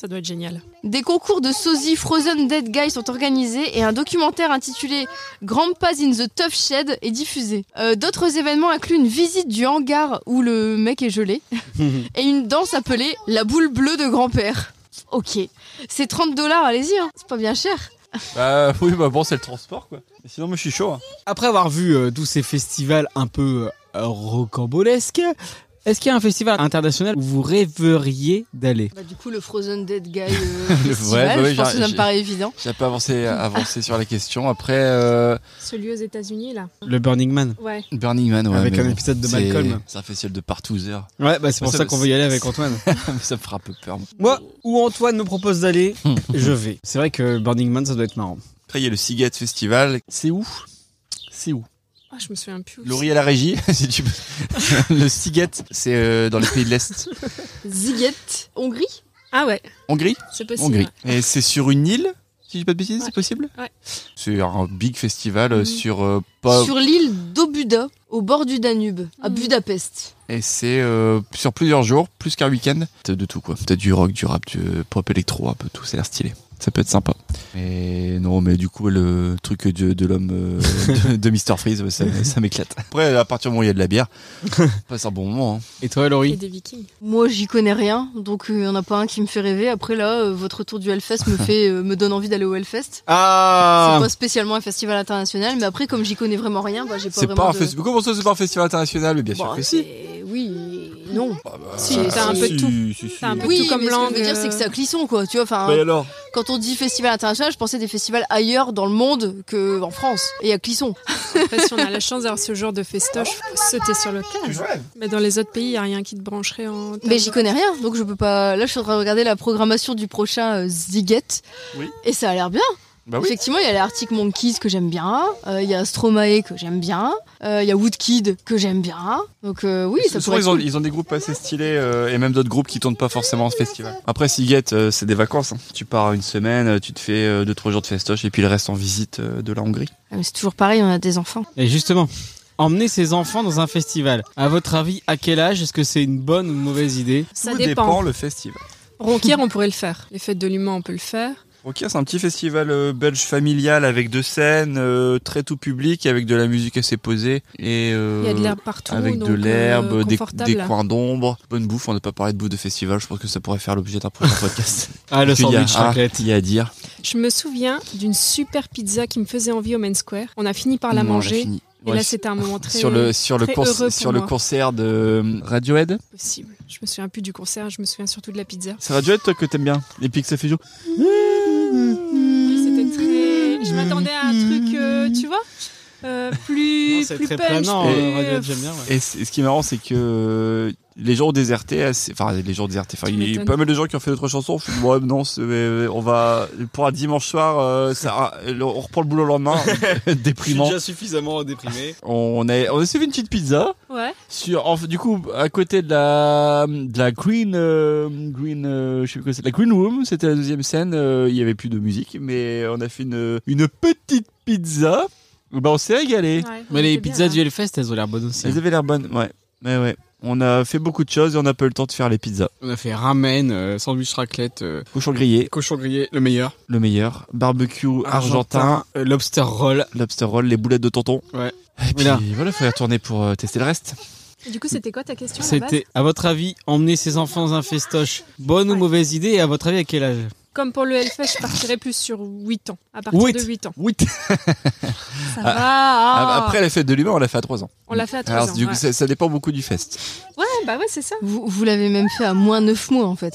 [SPEAKER 1] Ça doit être génial.
[SPEAKER 4] Des concours de sosie Frozen Dead Guy sont organisés et un documentaire intitulé Grandpa's in the Tough Shed est diffusé. Euh, D'autres événements incluent une visite du hangar où le mec est gelé et une danse appelée la boule bleue de grand-père. Ok, c'est 30 dollars, allez-y, hein. c'est pas bien cher.
[SPEAKER 3] bah, oui, bah bon, c'est le transport, quoi. Mais Sinon, moi, je suis chaud. hein.
[SPEAKER 2] Après avoir vu euh, tous ces festivals un peu euh, rocambolesques, Est-ce qu'il y a un festival international où vous rêveriez d'aller
[SPEAKER 4] Bah, du coup, le Frozen Dead Guy. euh,
[SPEAKER 3] Le-
[SPEAKER 4] festival,
[SPEAKER 3] ouais,
[SPEAKER 4] je pense
[SPEAKER 3] j'ai-
[SPEAKER 4] que ça me
[SPEAKER 3] j'ai-
[SPEAKER 4] paraît évident.
[SPEAKER 3] J'ai pas avancé, avancé sur la question. Après, euh,
[SPEAKER 1] Ce lieu aux États-Unis, là.
[SPEAKER 2] Le Burning Man.
[SPEAKER 1] Ouais.
[SPEAKER 3] Burning Man, ouais,
[SPEAKER 2] Avec
[SPEAKER 3] mais
[SPEAKER 2] un
[SPEAKER 3] bon,
[SPEAKER 2] épisode de
[SPEAKER 3] c'est-
[SPEAKER 2] Malcolm.
[SPEAKER 3] C'est un festival de partouzer.
[SPEAKER 2] Ouais, bah, c'est pour
[SPEAKER 3] Moi,
[SPEAKER 2] ça qu'on veut y aller avec Antoine.
[SPEAKER 3] ça me fera un peu peur. moi.
[SPEAKER 2] Moi, où Antoine me propose d'aller,
[SPEAKER 3] Hmm.
[SPEAKER 2] je vais. C'est vrai que Burning Man, ça doit être marrant.
[SPEAKER 3] Après, il y a le Cigette Festival. C'est où C'est où
[SPEAKER 1] Ah, je me souviens plus. où
[SPEAKER 3] Laurie à la régie, si tu peux. le Cigette, c'est euh, dans les pays de l'Est.
[SPEAKER 4] Ziguette, Hongrie
[SPEAKER 1] Ah ouais.
[SPEAKER 3] Hongrie
[SPEAKER 1] C'est possible,
[SPEAKER 3] Hongrie.
[SPEAKER 1] ouais.
[SPEAKER 3] Et c'est sur une île Si je dis pas de bêtises, c'est possible
[SPEAKER 1] Ouais. Mm.
[SPEAKER 3] C'est un big festival euh, sur euh, pas-
[SPEAKER 4] Sur l'île d'Obuda, au bord du Danube, à Budapest.
[SPEAKER 3] Et c'est euh, sur plusieurs jours, plus qu'un week-end. T'as de tout quoi. T'as du rock, du rap, du euh, pop électro, un peu tout. Ça a l'air stylé. Ça peut être sympa. Mais non, mais du coup, le truc de, de l'homme euh, de, de Mr. Freeze, ouais, ça, ça m'éclate. Après, à partir du moment où il y a de la bière, on passe un bon moment. hein.
[SPEAKER 2] Et toi, Laurie
[SPEAKER 1] des vikings.
[SPEAKER 4] Moi, j'y connais rien, donc il n'y en a pas un qui me fait rêver. Après, là, euh, votre tour du Hellfest me, fait, euh, me donne envie d'aller au Hellfest.
[SPEAKER 2] Ah
[SPEAKER 4] C'est pas spécialement un festival international, mais après, comme j'y connais vraiment rien, bah, j'ai pas
[SPEAKER 3] C'est
[SPEAKER 4] vraiment.
[SPEAKER 3] pas un
[SPEAKER 4] de-
[SPEAKER 3] festival. Comment ça, c'est pas un festival international Mais bien sûr
[SPEAKER 4] Bah,
[SPEAKER 3] que si. Ah bah,
[SPEAKER 4] c'est- Oui, et non.
[SPEAKER 1] hein, Si, t'as un peu de tout. T'as un peu de
[SPEAKER 4] oui,
[SPEAKER 1] tout hein. comme
[SPEAKER 4] mais ce que je
[SPEAKER 1] langue,
[SPEAKER 4] veux dire, c'est que
[SPEAKER 1] euh,
[SPEAKER 4] c'est à clisson, quoi. Tu vois, enfin.
[SPEAKER 3] Bah, et alors
[SPEAKER 4] Quand on dit festival international, je pensais des festivals ailleurs dans le monde que en France et à Clisson.
[SPEAKER 1] Après, si on a la chance d'avoir ce genre de festoche, faut sauter sur l'occasion. Mais dans les autres pays, il n'y a rien qui te brancherait en.
[SPEAKER 4] Mais j'y connais rien, donc je peux pas. Là, je suis en train de regarder la programmation du prochain euh, Ziggett.
[SPEAKER 3] Oui.
[SPEAKER 4] Et ça a l'air bien.
[SPEAKER 3] Bah oui.
[SPEAKER 4] Effectivement, il y a les Arctic Monkeys que j'aime bien, euh, il y a Stromae que j'aime bien, euh, il y a Woodkid que j'aime bien. Donc euh, oui, ça
[SPEAKER 3] Souvent,
[SPEAKER 4] pourrait être
[SPEAKER 3] ils, ont,
[SPEAKER 4] cool.
[SPEAKER 3] ils ont des groupes assez stylés euh, et même d'autres groupes qui tournent pas forcément en ce festival. Après, Siguette, euh, c'est des vacances. hein. Tu pars une semaine, euh, tu te fais 2-3 jours de festoche et puis le reste en visite euh, de la Hongrie.
[SPEAKER 4] Ah, mais c'est toujours pareil, on a des enfants.
[SPEAKER 2] Et justement, emmener ses enfants dans un festival. À votre avis, à quel âge Est-ce que c'est une bonne ou une mauvaise idée
[SPEAKER 1] Ça Tout dépend. dépend
[SPEAKER 3] le festival.
[SPEAKER 1] Ronquière, on pourrait le faire. Les fêtes de l'humain, on peut le faire.
[SPEAKER 3] Ok, c'est un petit festival euh, belge familial avec deux scènes, euh, très tout public, avec de la musique assez posée et euh,
[SPEAKER 1] Il y a de l'herbe partout,
[SPEAKER 3] avec
[SPEAKER 1] donc,
[SPEAKER 3] de l'herbe,
[SPEAKER 1] euh,
[SPEAKER 3] des,
[SPEAKER 1] confortable.
[SPEAKER 3] des coins d'ombre, bonne bouffe. On n'a pas parlé de bouffe de festival. Je pense que ça pourrait faire l'objet d'un prochain podcast.
[SPEAKER 2] Ah, le
[SPEAKER 3] Parce qu'il y a-
[SPEAKER 2] sandwich raclette.
[SPEAKER 3] ah, Il y a à dire.
[SPEAKER 1] Je me souviens d'une super pizza qui me faisait envie au Main Square. On a fini par la
[SPEAKER 3] Non, Mmh, on l'a
[SPEAKER 1] manger.
[SPEAKER 3] fini.
[SPEAKER 1] Et
[SPEAKER 3] Ouais,
[SPEAKER 1] là, c'était un moment très
[SPEAKER 3] sur le sur le
[SPEAKER 1] très
[SPEAKER 3] course-
[SPEAKER 1] heureux pour
[SPEAKER 3] sur le
[SPEAKER 1] moi.
[SPEAKER 3] concert de euh, Radiohead.
[SPEAKER 1] Possible. Je me souviens plus du concert. Je me souviens surtout de la pizza.
[SPEAKER 3] C'est Radiohead toi que t'aimes bien. Les Pixel Fusion.
[SPEAKER 1] Oui,
[SPEAKER 2] Mm.
[SPEAKER 1] C'était très. Je m'attendais à un truc, euh, tu vois, euh, plus
[SPEAKER 2] Ah, c'est
[SPEAKER 1] plus
[SPEAKER 2] très
[SPEAKER 1] punch,
[SPEAKER 2] planant,
[SPEAKER 1] plus-
[SPEAKER 2] euh, Radiohead, j'aime bien, ouais.
[SPEAKER 3] Et c- ce qui est marrant, c'est que euh, les gens ont déserté. assez- Enfin, les gens ont déserté. Enfin,
[SPEAKER 1] Tu
[SPEAKER 3] il y a eu
[SPEAKER 1] m'étonnes.
[SPEAKER 3] pas mal de gens qui ont fait d'autres chansons. Font, ouais, non, c'est- euh, on va pour un dimanche soir. euh, ça, on reprend le boulot le lendemain. Déprimant.
[SPEAKER 2] suffisamment déprimé.
[SPEAKER 3] On a on a fait une petite pizza.
[SPEAKER 1] Ouais.
[SPEAKER 3] Sur en- du coup à côté de la de la green euh, green euh, je sais plus quoi c'est la green room c'était la deuxième scène euh, il y avait plus de musique mais on a fait une une petite pizza bah on s'est régalé
[SPEAKER 1] Ouais,
[SPEAKER 2] Ah, Mais hein. les pizzas du Hellfest, elles ont l'air bonnes aussi. hein.
[SPEAKER 3] elles avaient l'air bonnes ouais mais ouais on a fait beaucoup de choses et on n'a pas eu le temps de faire les pizzas
[SPEAKER 2] On a fait ramen, euh, sandwich raclette, euh,
[SPEAKER 3] cochon grillé
[SPEAKER 2] cochon grillé, le meilleur.
[SPEAKER 3] le meilleur barbecue argentin,
[SPEAKER 2] euh, lobster roll.
[SPEAKER 3] lobster roll les boulettes de tonton
[SPEAKER 2] Ouais.
[SPEAKER 3] et puis
[SPEAKER 2] Voilà.
[SPEAKER 3] voilà faut y retourner pour euh, tester le reste
[SPEAKER 1] Et Du coup, c'était quoi ta question à la
[SPEAKER 2] C'était,
[SPEAKER 1] base
[SPEAKER 2] à votre avis, emmener ses enfants dans un festoche, bonne ou mauvaise idée Et à votre avis, à quel âge
[SPEAKER 1] Comme pour le Hellfest, je partirais plus sur 8 ans. À partir de 8 ans.
[SPEAKER 2] 8
[SPEAKER 1] Ça
[SPEAKER 3] Ah,
[SPEAKER 1] va.
[SPEAKER 3] Après la fête de l'humain, on l'a fait à 3 ans.
[SPEAKER 1] On l'a fait à trois
[SPEAKER 3] Alors,
[SPEAKER 1] ans,
[SPEAKER 3] du coup,
[SPEAKER 1] ouais.
[SPEAKER 3] ça, ça dépend beaucoup du fest.
[SPEAKER 1] Ouais, bah ouais, c'est ça.
[SPEAKER 4] Vous, vous l'avez même fait à moins 9 mois en fait.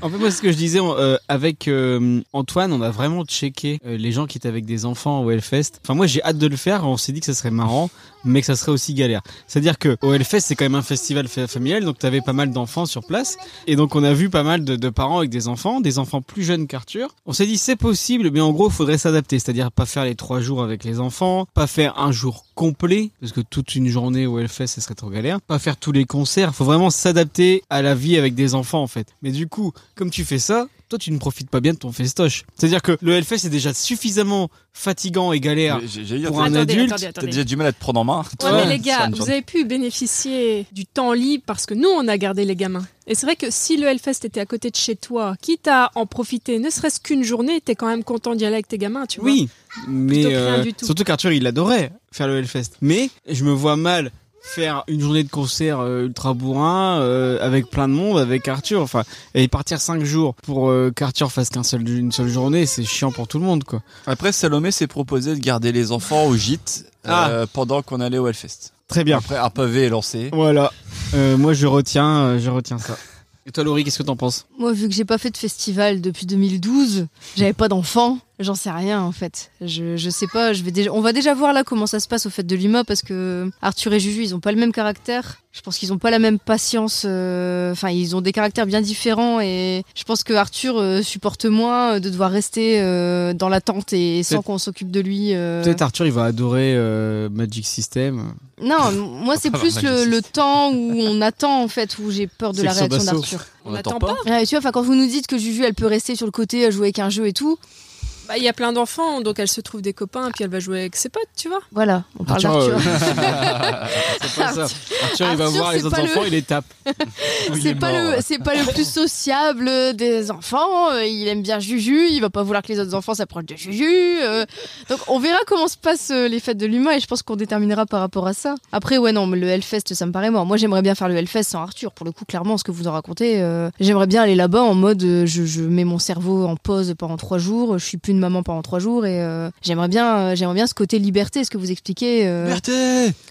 [SPEAKER 2] En fait, moi, c'est ce que je disais on- euh, avec euh, Antoine, on a vraiment checké euh, les gens qui étaient avec des enfants au Hellfest. Enfin, moi, j'ai hâte de le faire. On s'est dit que ça serait marrant, mais que ça serait aussi galère. C'est-à-dire que au Hellfest, E c'est quand même un festival fa- familial, donc t'avais pas mal d'enfants sur place, et donc on a vu pas mal de, de parents avec des enfants, des enfants plus jeunes qu'Arthur. On s'est dit c'est possible, mais en gros, faudrait s'adapter, c'est-à-dire pas faire les trois jours avec les enfants, pas faire un jour complet, parce que toute une journée au Hellfest, ça E serait trop galère. Pas faire tous les concerts. Faut vraiment s'adapter à la vie avec des enfants, en fait. Mais du coup, comme tu fais ça, toi, tu ne profites pas bien de ton festoche. C'est-à-dire que le Hellfest est E déjà suffisamment fatigant et galère
[SPEAKER 3] Mais j'ai- j'ai eu
[SPEAKER 2] pour un
[SPEAKER 1] Attendez,
[SPEAKER 2] adulte.
[SPEAKER 1] attendez,
[SPEAKER 3] T'as
[SPEAKER 1] attendez.
[SPEAKER 3] déjà du mal à te prendre en main.
[SPEAKER 1] Ouais,
[SPEAKER 3] Toi,
[SPEAKER 1] mais les
[SPEAKER 3] sur
[SPEAKER 1] gars,
[SPEAKER 3] une
[SPEAKER 1] vous
[SPEAKER 3] journée.
[SPEAKER 1] avez pu bénéficier du temps libre parce que nous, on a gardé les gamins. Et c'est vrai que si le Hellfest était à côté de chez toi, quitte à en profiter, ne serait-ce qu'une journée, t'es quand même content d'y aller avec tes gamins, tu vois.
[SPEAKER 2] Oui, mais
[SPEAKER 1] Plutôt que rien
[SPEAKER 2] euh,
[SPEAKER 1] du tout.
[SPEAKER 2] surtout qu'Arthur, il adorait faire le Hellfest. Mais je me vois mal faire une journée de concert euh, ultra bourrin euh, avec plein de monde, avec Arthur. Enfin, et partir cinq jours pour euh, qu'Arthur fasse qu'une seul, une seule journée, c'est chiant pour tout le monde, quoi.
[SPEAKER 1] Ah.
[SPEAKER 3] Après, Salomé s'est proposé de garder les enfants au gîte euh, pendant qu'on allait au Hellfest.
[SPEAKER 2] Très bien.
[SPEAKER 3] Après, un pavé est lancé.
[SPEAKER 2] Voilà. Euh, moi, je retiens, euh, je retiens ça. Et toi, Laurie, qu'est-ce que t'en penses
[SPEAKER 4] Moi, vu que j'ai pas fait de festival depuis 2012, j'avais pas d'enfant, j'en sais rien en fait. Je, je sais pas, je vais déjà, on va déjà voir là comment ça se passe au fait de l'UMA parce que Arthur et Juju, ils ont pas le même caractère. Je pense qu'ils ont pas la même patience. euh, Enfin, ils ont des caractères bien différents et je pense que Arthur euh, supporte moins euh, de devoir rester euh, dans l'attente et sans
[SPEAKER 2] Peut-être-
[SPEAKER 4] qu'on s'occupe de lui. euh.
[SPEAKER 2] Peut-être Arthur, il va adorer euh, Magic System.
[SPEAKER 4] Non, moi c'est
[SPEAKER 2] Pardon,
[SPEAKER 4] plus le,
[SPEAKER 2] Majesty.
[SPEAKER 4] le temps où on attend en fait, où j'ai peur de la
[SPEAKER 2] Section
[SPEAKER 4] réaction
[SPEAKER 2] d'assaut.
[SPEAKER 4] d'Arthur.
[SPEAKER 2] On On n'attend n'attend pas.
[SPEAKER 4] Ouais, tu vois, enfin, quand vous nous dites que Juju elle peut rester sur le côté à jouer avec un jeu et tout,
[SPEAKER 1] Bah, Il y a plein d'enfants, donc elle se trouve des copains, puis elle va jouer avec ses potes, tu vois.
[SPEAKER 4] voilà, on parle
[SPEAKER 2] Arthur,
[SPEAKER 4] d'Arthur.
[SPEAKER 2] euh, c'est pas ça. Arthur, il va
[SPEAKER 4] Arthur,
[SPEAKER 2] voir les
[SPEAKER 4] c'est
[SPEAKER 2] autres
[SPEAKER 4] pas le-
[SPEAKER 2] enfants, il les tape.
[SPEAKER 4] C'est pas le c'est pas le plus sociable des enfants. euh, Il aime bien Juju, il va pas vouloir que les autres enfants s'approchent de Juju. euh. Donc on verra comment se passent euh, les fêtes de l'humain et je pense qu'on déterminera par rapport à ça. Après ouais non, mais le Hellfest ça me paraît mort. Moi j'aimerais bien faire le Hellfest sans Arthur pour le coup clairement ce que vous en racontez. euh, j'aimerais bien aller là-bas en mode euh, je, je mets mon cerveau en pause pendant trois jours, je suis plus une maman pendant trois jours et euh, j'aimerais bien euh, j'aimerais bien ce côté liberté ce que vous expliquez. euh,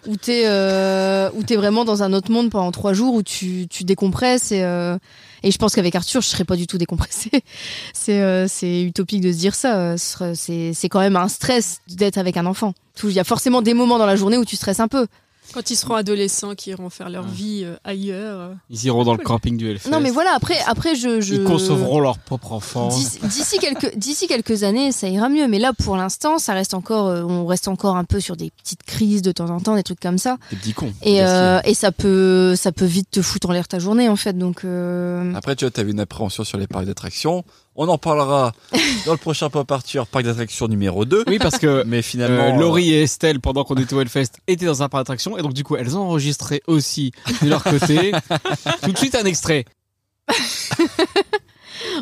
[SPEAKER 4] où t'es euh, où t'es vraiment dans un autre monde pendant trois jours où tu, tu décompresses et euh, et je pense qu'avec Arthur je serais pas du tout décompressée c'est euh, c'est utopique de se dire ça euh, ce serait- c'est c'est quand même un stress d'être avec un enfant Tout- il y a forcément des moments dans la journée où tu stresses un peu
[SPEAKER 1] Quand ils seront adolescents, qui iront faire leur vie euh, ailleurs. euh.
[SPEAKER 2] Ils iront dans le camping du Hellfest.
[SPEAKER 4] non mais voilà après après je, je...
[SPEAKER 2] Ils concevront leur propre enfant.
[SPEAKER 4] D'ici- D'ici quelques, d'ici quelques années, ça ira mieux. Mais là, pour l'instant, ça reste encore, euh, on reste encore un peu sur des petites crises de temps en temps, des trucs comme ça.
[SPEAKER 3] Des petits cons.
[SPEAKER 4] Et, euh, et ça peut, ça peut vite te foutre en l'air ta journée, en fait. Donc, euh,
[SPEAKER 3] Après, tu vois, t'avais une appréhension sur les parcs d'attractions. On en parlera dans le prochain Pop Arthur, parc d'attractions numéro 2.
[SPEAKER 2] Oui, parce que
[SPEAKER 3] Mais finalement,
[SPEAKER 2] Euh, Laurie et Estelle, pendant qu'on était au Hellfest, étaient dans un parc d'attractions et donc du coup, elles ont enregistré aussi de leur côté tout de suite un extrait.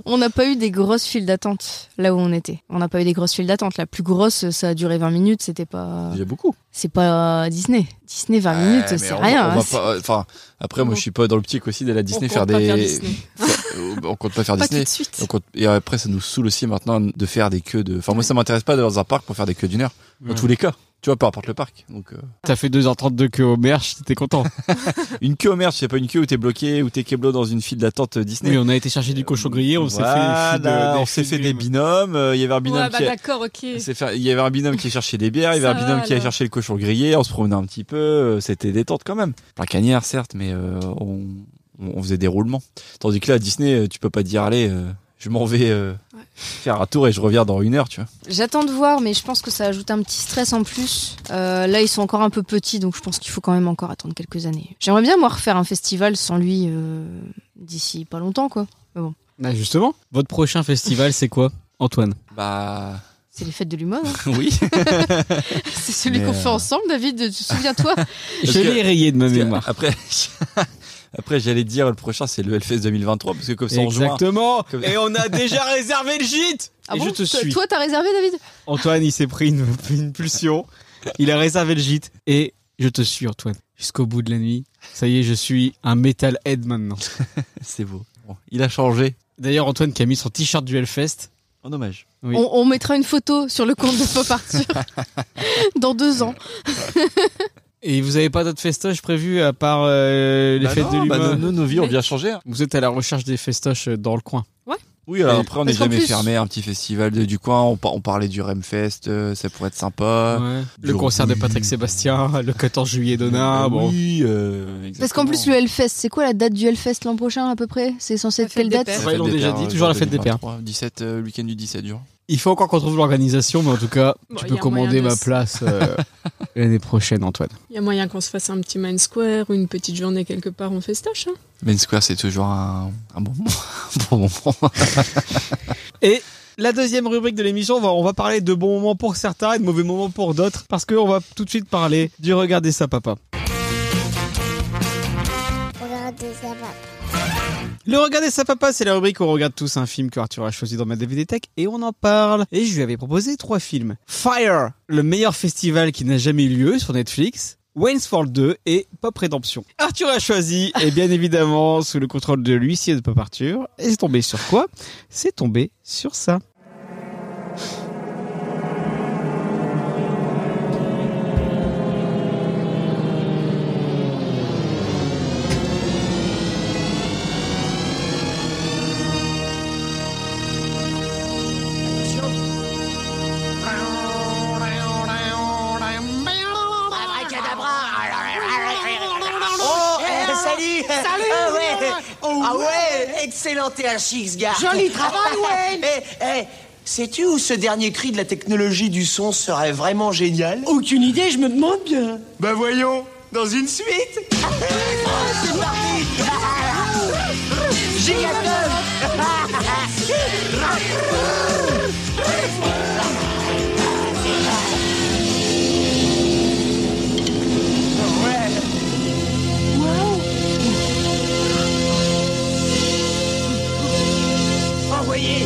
[SPEAKER 4] on n'a pas eu des grosses files d'attente là où on était. On n'a pas eu des grosses files d'attente. La plus grosse, ça a duré 20 minutes. C'était pas.
[SPEAKER 3] Il y a euh, beaucoup.
[SPEAKER 4] C'est pas Disney. Disney, 20
[SPEAKER 3] Ouais,
[SPEAKER 4] minutes,
[SPEAKER 3] mais
[SPEAKER 4] c'est
[SPEAKER 3] on-
[SPEAKER 4] rien.
[SPEAKER 3] on
[SPEAKER 4] hein.
[SPEAKER 3] va
[SPEAKER 4] C'est-
[SPEAKER 3] pas- euh, Enfin, après, moi, je suis pas dans l'optique aussi d'aller à Disney
[SPEAKER 4] compte
[SPEAKER 3] faire
[SPEAKER 4] pas
[SPEAKER 3] des.
[SPEAKER 4] faire Disney.
[SPEAKER 3] Euh, on compte pas faire
[SPEAKER 4] Pas
[SPEAKER 3] Disney.
[SPEAKER 4] tout de suite.
[SPEAKER 3] On compte- Et après, ça nous saoule aussi maintenant de faire des queues de. Enfin, moi, ça m'intéresse pas d'aller dans un parc pour faire des queues d'une heure. Dans
[SPEAKER 2] Ouais.
[SPEAKER 3] tous les cas. Tu vois, peu importe le parc. Donc, euh,
[SPEAKER 2] T'as fait 2h30 de queue au merch, t'étais content.
[SPEAKER 3] une queue au merde, c'est pas une queue où t'es bloqué, où t'es keblo dans une file d'attente Disney.
[SPEAKER 2] Oui, on a été chercher du cochon grillé, on s'est fait des filles de-
[SPEAKER 3] Voilà,
[SPEAKER 2] des
[SPEAKER 3] on s'est fait des binômes. euh, Il y avait un binôme
[SPEAKER 1] Ouais, bah,
[SPEAKER 3] qui. a-
[SPEAKER 1] d'accord, ok.
[SPEAKER 3] Ah, c'est faire- Il y avait un binôme qui cherchait des bières, il y avait
[SPEAKER 1] Ça
[SPEAKER 3] un binôme
[SPEAKER 1] va,
[SPEAKER 3] qui allait
[SPEAKER 1] alors.
[SPEAKER 3] chercher le cochon grillé, on se promenait un petit peu, euh, c'était détente quand même. Plein cagnard certes, mais euh, on, on- on faisait des roulements. Tandis que là, à Disney, euh, tu peux pas dire, allez, euh, je m'en vais euh, faire un tour et je reviens dans une heure, tu vois.
[SPEAKER 4] J'attends de voir, mais je pense que ça ajoute un petit stress en plus. Euh, là, ils sont encore un peu petits, donc je pense qu'il faut quand même encore attendre quelques années. J'aimerais bien, moi, refaire un festival sans lui euh, d'ici pas longtemps, quoi. Mais bon,
[SPEAKER 2] Ah, justement, votre prochain festival, c'est quoi, Antoine
[SPEAKER 3] Bah.
[SPEAKER 4] c'est les fêtes de l'humain. hein.
[SPEAKER 3] Oui.
[SPEAKER 4] c'est celui
[SPEAKER 3] Mais,
[SPEAKER 4] qu'on
[SPEAKER 3] euh,
[SPEAKER 4] fait ensemble, David, tu te souviens-toi
[SPEAKER 2] Je
[SPEAKER 3] Parce que-
[SPEAKER 2] l'ai rayé de ma
[SPEAKER 3] parce que
[SPEAKER 2] mémoire.
[SPEAKER 3] Après, après j'allais dire, le prochain, c'est le Hellfest 2023, parce que comme ça, en juin-
[SPEAKER 2] Exactement.
[SPEAKER 3] comme-
[SPEAKER 2] Et on a déjà réservé le gîte.
[SPEAKER 4] Ah
[SPEAKER 2] et
[SPEAKER 4] bon
[SPEAKER 2] je te
[SPEAKER 4] Toi-
[SPEAKER 2] suis.
[SPEAKER 4] Toi, t'as réservé, David
[SPEAKER 2] Antoine, il s'est pris une, une pulsion. Il a réservé le gîte. Et je te suis, Antoine. Jusqu'au bout de la nuit. Ça y est, je suis un metalhead maintenant.
[SPEAKER 3] C'est beau. Bon, il a changé.
[SPEAKER 2] D'ailleurs, Antoine qui a mis son t-shirt du Hellfest.
[SPEAKER 3] En hommage.
[SPEAKER 2] Oui.
[SPEAKER 4] on, on mettra une photo sur le compte de Pop Arthur dans deux ans.
[SPEAKER 2] Et vous avez pas d'autres festoches prévus à part euh, les
[SPEAKER 3] Bah
[SPEAKER 2] fêtes
[SPEAKER 3] non,
[SPEAKER 2] de l'humain
[SPEAKER 3] bah nos- nos- nos vies ont bien changé, hein.
[SPEAKER 2] Vous êtes à la recherche des festoches euh, dans le coin.
[SPEAKER 1] Ouais.
[SPEAKER 3] Oui, alors après, on n'est
[SPEAKER 2] Parce qu'en
[SPEAKER 3] jamais
[SPEAKER 2] plus-
[SPEAKER 3] fermé. Un petit festival de- du coin, on, par- on parlait du Remfest, euh, ça pourrait être sympa.
[SPEAKER 2] Ouais. Le concert de Patrick Sébastien, le 14 juillet d'Ona.
[SPEAKER 3] Euh,
[SPEAKER 2] bon.
[SPEAKER 3] Oui, euh,
[SPEAKER 4] Parce qu'en plus, le Hellfest, c'est quoi la date du Hellfest l'an prochain à peu près C'est censé être quelle date
[SPEAKER 3] La
[SPEAKER 2] Ouais, ils
[SPEAKER 3] fête
[SPEAKER 2] l'ont
[SPEAKER 3] des
[SPEAKER 2] déjà
[SPEAKER 3] Pères,
[SPEAKER 2] dit,
[SPEAKER 3] euh,
[SPEAKER 2] toujours la fête des
[SPEAKER 3] 2023, 17, euh, le week-end du 17 juin.
[SPEAKER 2] Il faut encore qu'on trouve l'organisation, mais en tout cas,
[SPEAKER 1] Bon,
[SPEAKER 2] tu
[SPEAKER 1] y
[SPEAKER 2] peux
[SPEAKER 1] a
[SPEAKER 2] commander
[SPEAKER 1] moyen de
[SPEAKER 2] ma
[SPEAKER 1] se-
[SPEAKER 2] place euh, l'année prochaine, Antoine.
[SPEAKER 1] Il y a moyen qu'on se fasse un petit Mind Square ou une petite journée quelque part en festoche. hein.
[SPEAKER 3] Main Square, c'est toujours un, un bon moment. Un bon moment.
[SPEAKER 2] Et la deuxième rubrique de l'émission, on va, on va parler de bons moments pour certains et de mauvais moments pour d'autres, parce qu'on va tout de suite parler du regarder ça, papa.
[SPEAKER 15] Regardez ça, papa.
[SPEAKER 2] Le Regarder sa papa, c'est la rubrique où on regarde tous un film que Arthur a choisi dans ma DVDTech et on en parle. Et je lui avais proposé trois films. Fire, le meilleur festival qui n'a jamais eu lieu sur Netflix. Wainsford 2 et Pop Redemption. Arthur a choisi, et bien évidemment, sous le contrôle de l'huissier de Pop Arthur. Et c'est tombé sur quoi C'est tombé sur ça.
[SPEAKER 16] Oh,
[SPEAKER 17] Eh,
[SPEAKER 16] eh, ben, Ah ouais, excellent THX, gars.
[SPEAKER 17] Joli travail,
[SPEAKER 16] ouais. Eh, eh, sais-tu où ce dernier cri de la technologie du son serait vraiment génial
[SPEAKER 17] Aucune idée, je me demande bien.
[SPEAKER 16] Ben voyons, dans une suite.
[SPEAKER 17] C'est parti
[SPEAKER 16] Envoyez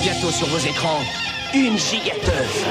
[SPEAKER 16] bientôt sur vos écrans une gigateuf.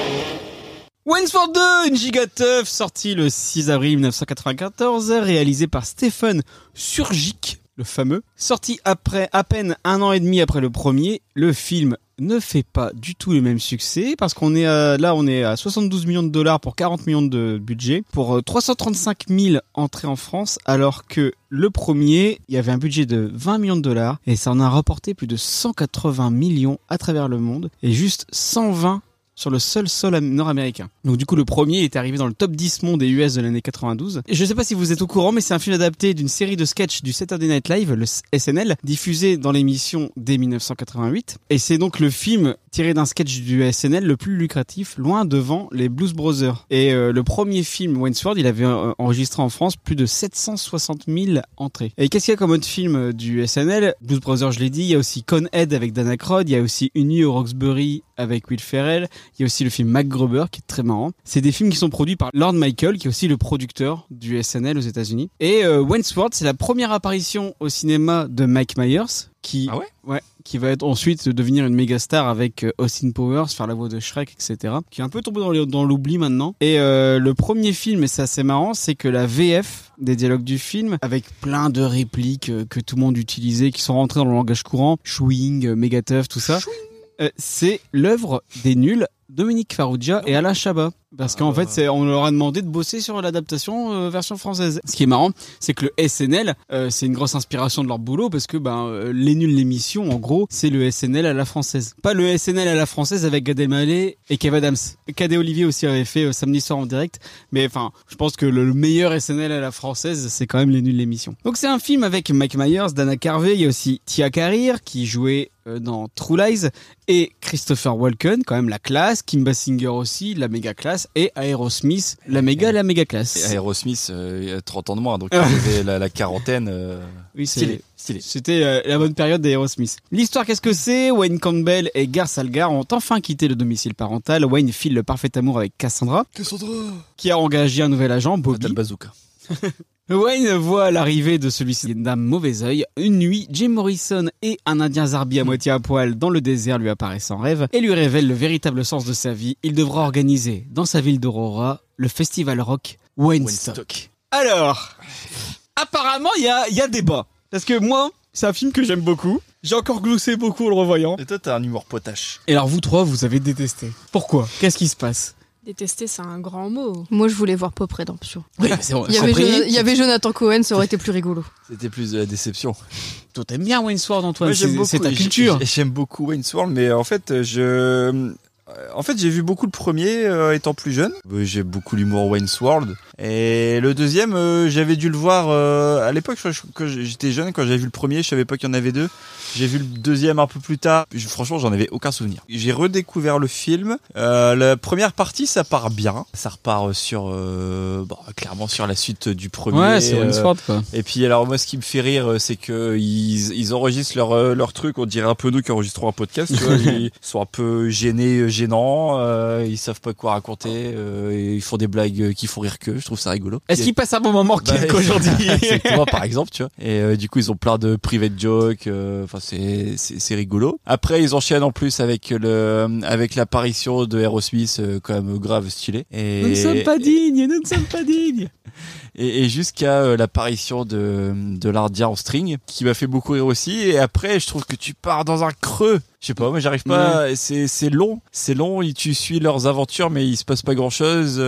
[SPEAKER 2] Wainsford 2, une gigateuf, sortie le 6 avril 1994, réalisée par Stephen Surgic, le fameux. Sorti après à peine un an et demi après le premier, le film ne fait pas du tout le même succès parce qu'on est à- là on est à 72 millions de dollars pour 40 millions de budget pour euh, 335 000 entrées en France alors que le premier il y avait un budget de 20 millions de dollars et ça en a rapporté plus de 180 millions à travers le monde et juste 120 sur le seul sol am- nord-américain. Donc du coup le premier est arrivé dans le top 10 monde et US de l'année 92. Et je sais pas si vous êtes au courant mais c'est un film adapté d'une série de sketchs du Saturday Night Live, le SNL, diffusé dans l'émission dès 1988 et c'est donc le film tiré d'un sketch du SNL le plus lucratif loin devant les Blues Brothers. Et euh, le premier film Wainsford, il avait euh, enregistré en France plus de 760 000 entrées. Et qu'est-ce qu'il y a comme autre film euh, du SNL Blues Brothers, je l'ai dit, il y a aussi Conhead avec Dana Croyd, il y a aussi Une nuit au Roxbury avec Will Ferrell, il y a aussi le film Mac Gruber qui est très marrant. C'est des films qui sont produits par Lord Michael, qui est aussi le producteur du SNL aux États-Unis. Et euh, Wentworth, c'est la première apparition au cinéma de Mike Myers, qui,
[SPEAKER 3] Ah ouais
[SPEAKER 2] qui va être ensuite devenir une méga star avec euh, Austin Powers, faire la voix de Shrek, etc. Qui est un peu tombé dans le- dans l'oubli maintenant. Et euh, le premier film, et c'est assez marrant, c'est que la VF des dialogues du film, avec plein de répliques euh, que tout le monde utilisait, qui sont rentrées dans le langage courant, chewing, euh, méga tough, tout ça, euh, c'est l'œuvre des nuls. Dominique Farrugia et Alain Chabat. Parce qu'en fait, c'est- on leur a demandé de bosser sur l'adaptation euh, version française. Ce qui est marrant, c'est que le SNL, euh, c'est une grosse inspiration de leur boulot parce que ben, euh, Les Nuls, l'émission, en gros, c'est le SNL à la française. Pas le SNL à la française avec Gad Elmaleh et Kev Adams. Cadet Olivier aussi avait fait euh, samedi soir en direct. Mais enfin, je pense que le, le meilleur SNL à la française, c'est quand même Les Nuls, l'émission. Donc c'est un film avec Mike Myers, Dana Carvey, il y a aussi Tia Carrere qui jouait euh, dans True Lies et Christopher Walken, quand même la classe, Kim Basinger aussi, la méga classe, et Aerosmith, la méga, la méga
[SPEAKER 3] Et
[SPEAKER 2] classe.
[SPEAKER 3] Aerosmith, euh, il y a 30 ans de moins, donc il avait la, la quarantaine. euh,
[SPEAKER 2] Oui, c'est-
[SPEAKER 3] Ah. stylé.
[SPEAKER 2] C'était euh, la bonne période d'Aerosmith. L'histoire, qu'est-ce que c'est Wayne Campbell et Gar Salgar ont enfin quitté le domicile parental. Wayne file le parfait amour avec Cassandra, qui a engagé un nouvel agent, Bobby.
[SPEAKER 3] Bazooka.
[SPEAKER 2] Wayne voit l'arrivée de celui-ci d'un mauvais œil. Une nuit, Jim Morrison et un Indien zarbi
[SPEAKER 3] Hmm.
[SPEAKER 2] à moitié à poil dans le désert lui apparaissent en rêve et lui révèlent le véritable sens de sa vie. Il devra organiser, dans sa ville d'Aurora, le festival rock Waynestock. Alors, apparemment, il y a, il y a débat. Parce que moi, c'est un film que j'aime beaucoup. J'ai encore gloussé beaucoup en le revoyant.
[SPEAKER 3] Et toi, t'as un humour potache.
[SPEAKER 2] Et alors, vous trois, vous avez détesté. Pourquoi Qu'est-ce qui se passe
[SPEAKER 1] Détester, c'est un grand mot.
[SPEAKER 4] Moi, je voulais voir Pop Redemption.
[SPEAKER 2] Oui, mais c'est vrai.
[SPEAKER 4] Il y, avait
[SPEAKER 2] Compris.
[SPEAKER 4] Jona- il y avait Jonathan Cohen, ça aurait été plus rigolo.
[SPEAKER 3] C'était plus de la déception.
[SPEAKER 2] Toi, t'aimes bien Wainsworth, Antoine.
[SPEAKER 3] Moi, j'aime
[SPEAKER 2] c'est-
[SPEAKER 3] beaucoup-
[SPEAKER 2] c'est ta
[SPEAKER 3] j'ai-
[SPEAKER 2] culture.
[SPEAKER 3] j'ai- J'aime beaucoup Wayne Swirl, mais en fait, je. En fait, j'ai vu beaucoup le premier euh, étant plus jeune. Euh, J'ai beaucoup l'humour Wayne's World. Et le deuxième, euh, j'avais dû le voir euh, à l'époque. je crois que J'étais jeune quand j'avais vu le premier, je savais pas qu'il y en avait deux. J'ai vu le deuxième un peu plus tard. Je- franchement, j'en avais aucun souvenir. J'ai redécouvert le film. Euh, la première partie, ça part bien. Ça repart sur, euh, bon, clairement sur la suite du premier. euh,
[SPEAKER 2] Ouais, c'est Wainsworth, quoi.
[SPEAKER 3] Et puis alors moi ce qui me fait rire euh, c'est que ils, ils enregistrent leur euh, leur truc, on dirait un peu nous qui enregistrons un podcast, tu vois, ils sont un peu gênés, euh, gênants, euh, ils savent pas quoi raconter, euh, et ils font des blagues euh, qui font rire que, je trouve ça rigolo.
[SPEAKER 2] Est-ce qu'il passe un bon moment
[SPEAKER 3] Bah,
[SPEAKER 2] qu'aujourd'hui
[SPEAKER 3] exactement, par exemple, tu vois. Et euh, du coup, ils ont plein de private jokes. euh, Enfin, c'est- c'est c'est rigolo. Après, ils enchaînent en plus avec le avec l'apparition de Aerosmith, euh, quand même grave stylé. Et,
[SPEAKER 2] Nous ne sommes pas dignes, nous ne sommes pas dignes.
[SPEAKER 3] et, et jusqu'à euh, l'apparition de, de l'Ardien en string, qui m'a fait beaucoup rire aussi. Et après, je trouve que tu pars dans un creux. Je sais pas, moi j'arrive pas. C'est c'est long, c'est long. et Tu suis leurs aventures, mais il se passe pas grand chose.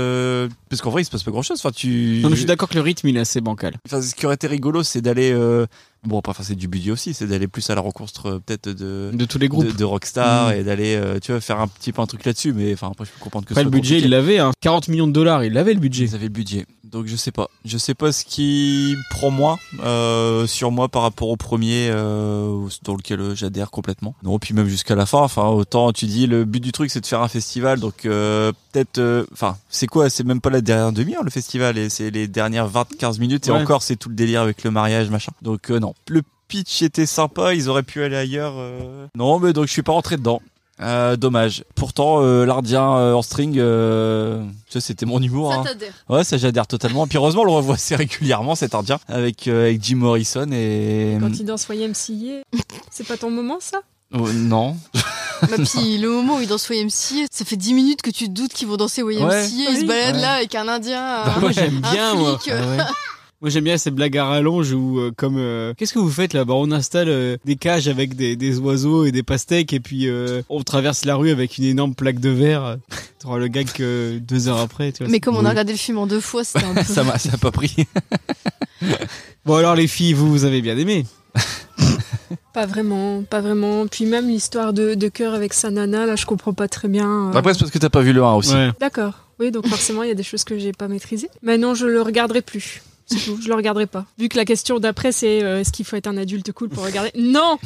[SPEAKER 3] parce qu'en vrai, il se passe pas grand chose. Enfin, tu.
[SPEAKER 2] Non, mais je suis d'accord que le rythme il est assez bancal.
[SPEAKER 3] Enfin, ce qui aurait été rigolo, c'est d'aller euh, Bon, après, enfin, c'est du budget aussi, c'est d'aller plus à la reconstru euh, peut-être de,
[SPEAKER 2] De tous les groupes.
[SPEAKER 3] de, de Rockstar
[SPEAKER 2] Mmh.
[SPEAKER 3] et d'aller, euh, tu vois, faire un petit peu un truc là-dessus. Mais enfin, après, je peux comprendre que
[SPEAKER 2] Après,
[SPEAKER 3] ce
[SPEAKER 2] le
[SPEAKER 3] soit
[SPEAKER 2] budget,
[SPEAKER 3] compliqué.
[SPEAKER 2] il l'avait, hein. 40 millions de dollars, il l'avait le budget.
[SPEAKER 3] Ils avaient le budget. Donc je sais pas. Je sais pas ce qui prend moi euh, sur moi par rapport au premier euh, dans lequel euh, j'adhère complètement. Non, puis même jusqu'à la fin. Enfin, autant tu dis le but du truc c'est de faire un festival. Donc euh, peut-être. euh, Enfin, c'est quoi C'est même pas la dernière demi-heure le festival. Et c'est les dernières 20-15 minutes. Et
[SPEAKER 2] Ouais.
[SPEAKER 3] encore, c'est tout le délire avec le mariage machin. Donc euh, non. Le pitch était sympa. Ils auraient pu aller ailleurs. euh. Non, mais donc je suis pas rentré dedans. Euh, dommage. Pourtant, euh, l'Ardien euh, en string, euh, ça c'était mon humour.
[SPEAKER 4] Ça
[SPEAKER 3] hein.
[SPEAKER 4] t'adhère.
[SPEAKER 3] Ouais, ça j'adhère totalement. Et puis heureusement, on le revoit assez régulièrement cet Indien avec euh, avec Jim Morrison et
[SPEAKER 1] Quand il danse YMCA, c'est pas ton moment ça
[SPEAKER 3] Oh, non.
[SPEAKER 4] Bah, puis le moment où ils dansent YMCA, ça fait 10 minutes que tu te doutes qu'ils vont danser YMCA.
[SPEAKER 2] Ouais.
[SPEAKER 4] Ils se
[SPEAKER 2] Oui.
[SPEAKER 4] baladent
[SPEAKER 2] Ouais.
[SPEAKER 4] là avec un indien.
[SPEAKER 2] Bah,
[SPEAKER 4] un-
[SPEAKER 2] moi j'aime
[SPEAKER 4] un
[SPEAKER 2] bien moi.
[SPEAKER 4] flic.
[SPEAKER 2] Ah ouais. Moi j'aime bien ces blagues à rallonge où euh, comme euh, qu'est-ce que vous faites là bah, on installe euh, des cages avec des, des oiseaux et des pastèques et puis euh, on traverse la rue avec une énorme plaque de verre. T'auras le gag que deux heures après. Tu vois,
[SPEAKER 4] Mais
[SPEAKER 2] c'est
[SPEAKER 4] comme on a
[SPEAKER 2] drôle.
[SPEAKER 4] regardé le film en deux fois, c'était un peu.
[SPEAKER 3] ça m'a ça a pas pris.
[SPEAKER 2] Bon alors les filles vous vous avez bien aimé.
[SPEAKER 1] Pas vraiment, pas vraiment. Puis même l'histoire de, de cœur avec sa nana, là je comprends pas très bien. euh.
[SPEAKER 3] Après c'est parce que t'as pas vu le 1 aussi.
[SPEAKER 1] D'accord. Oui, donc forcément, il y a des choses que j'ai pas maîtrisées. Mais non, je le regarderai plus. C'est tout, je le regarderai pas. Vu que la question d'après, c'est euh, est-ce qu'il faut être un adulte cool pour regarder Non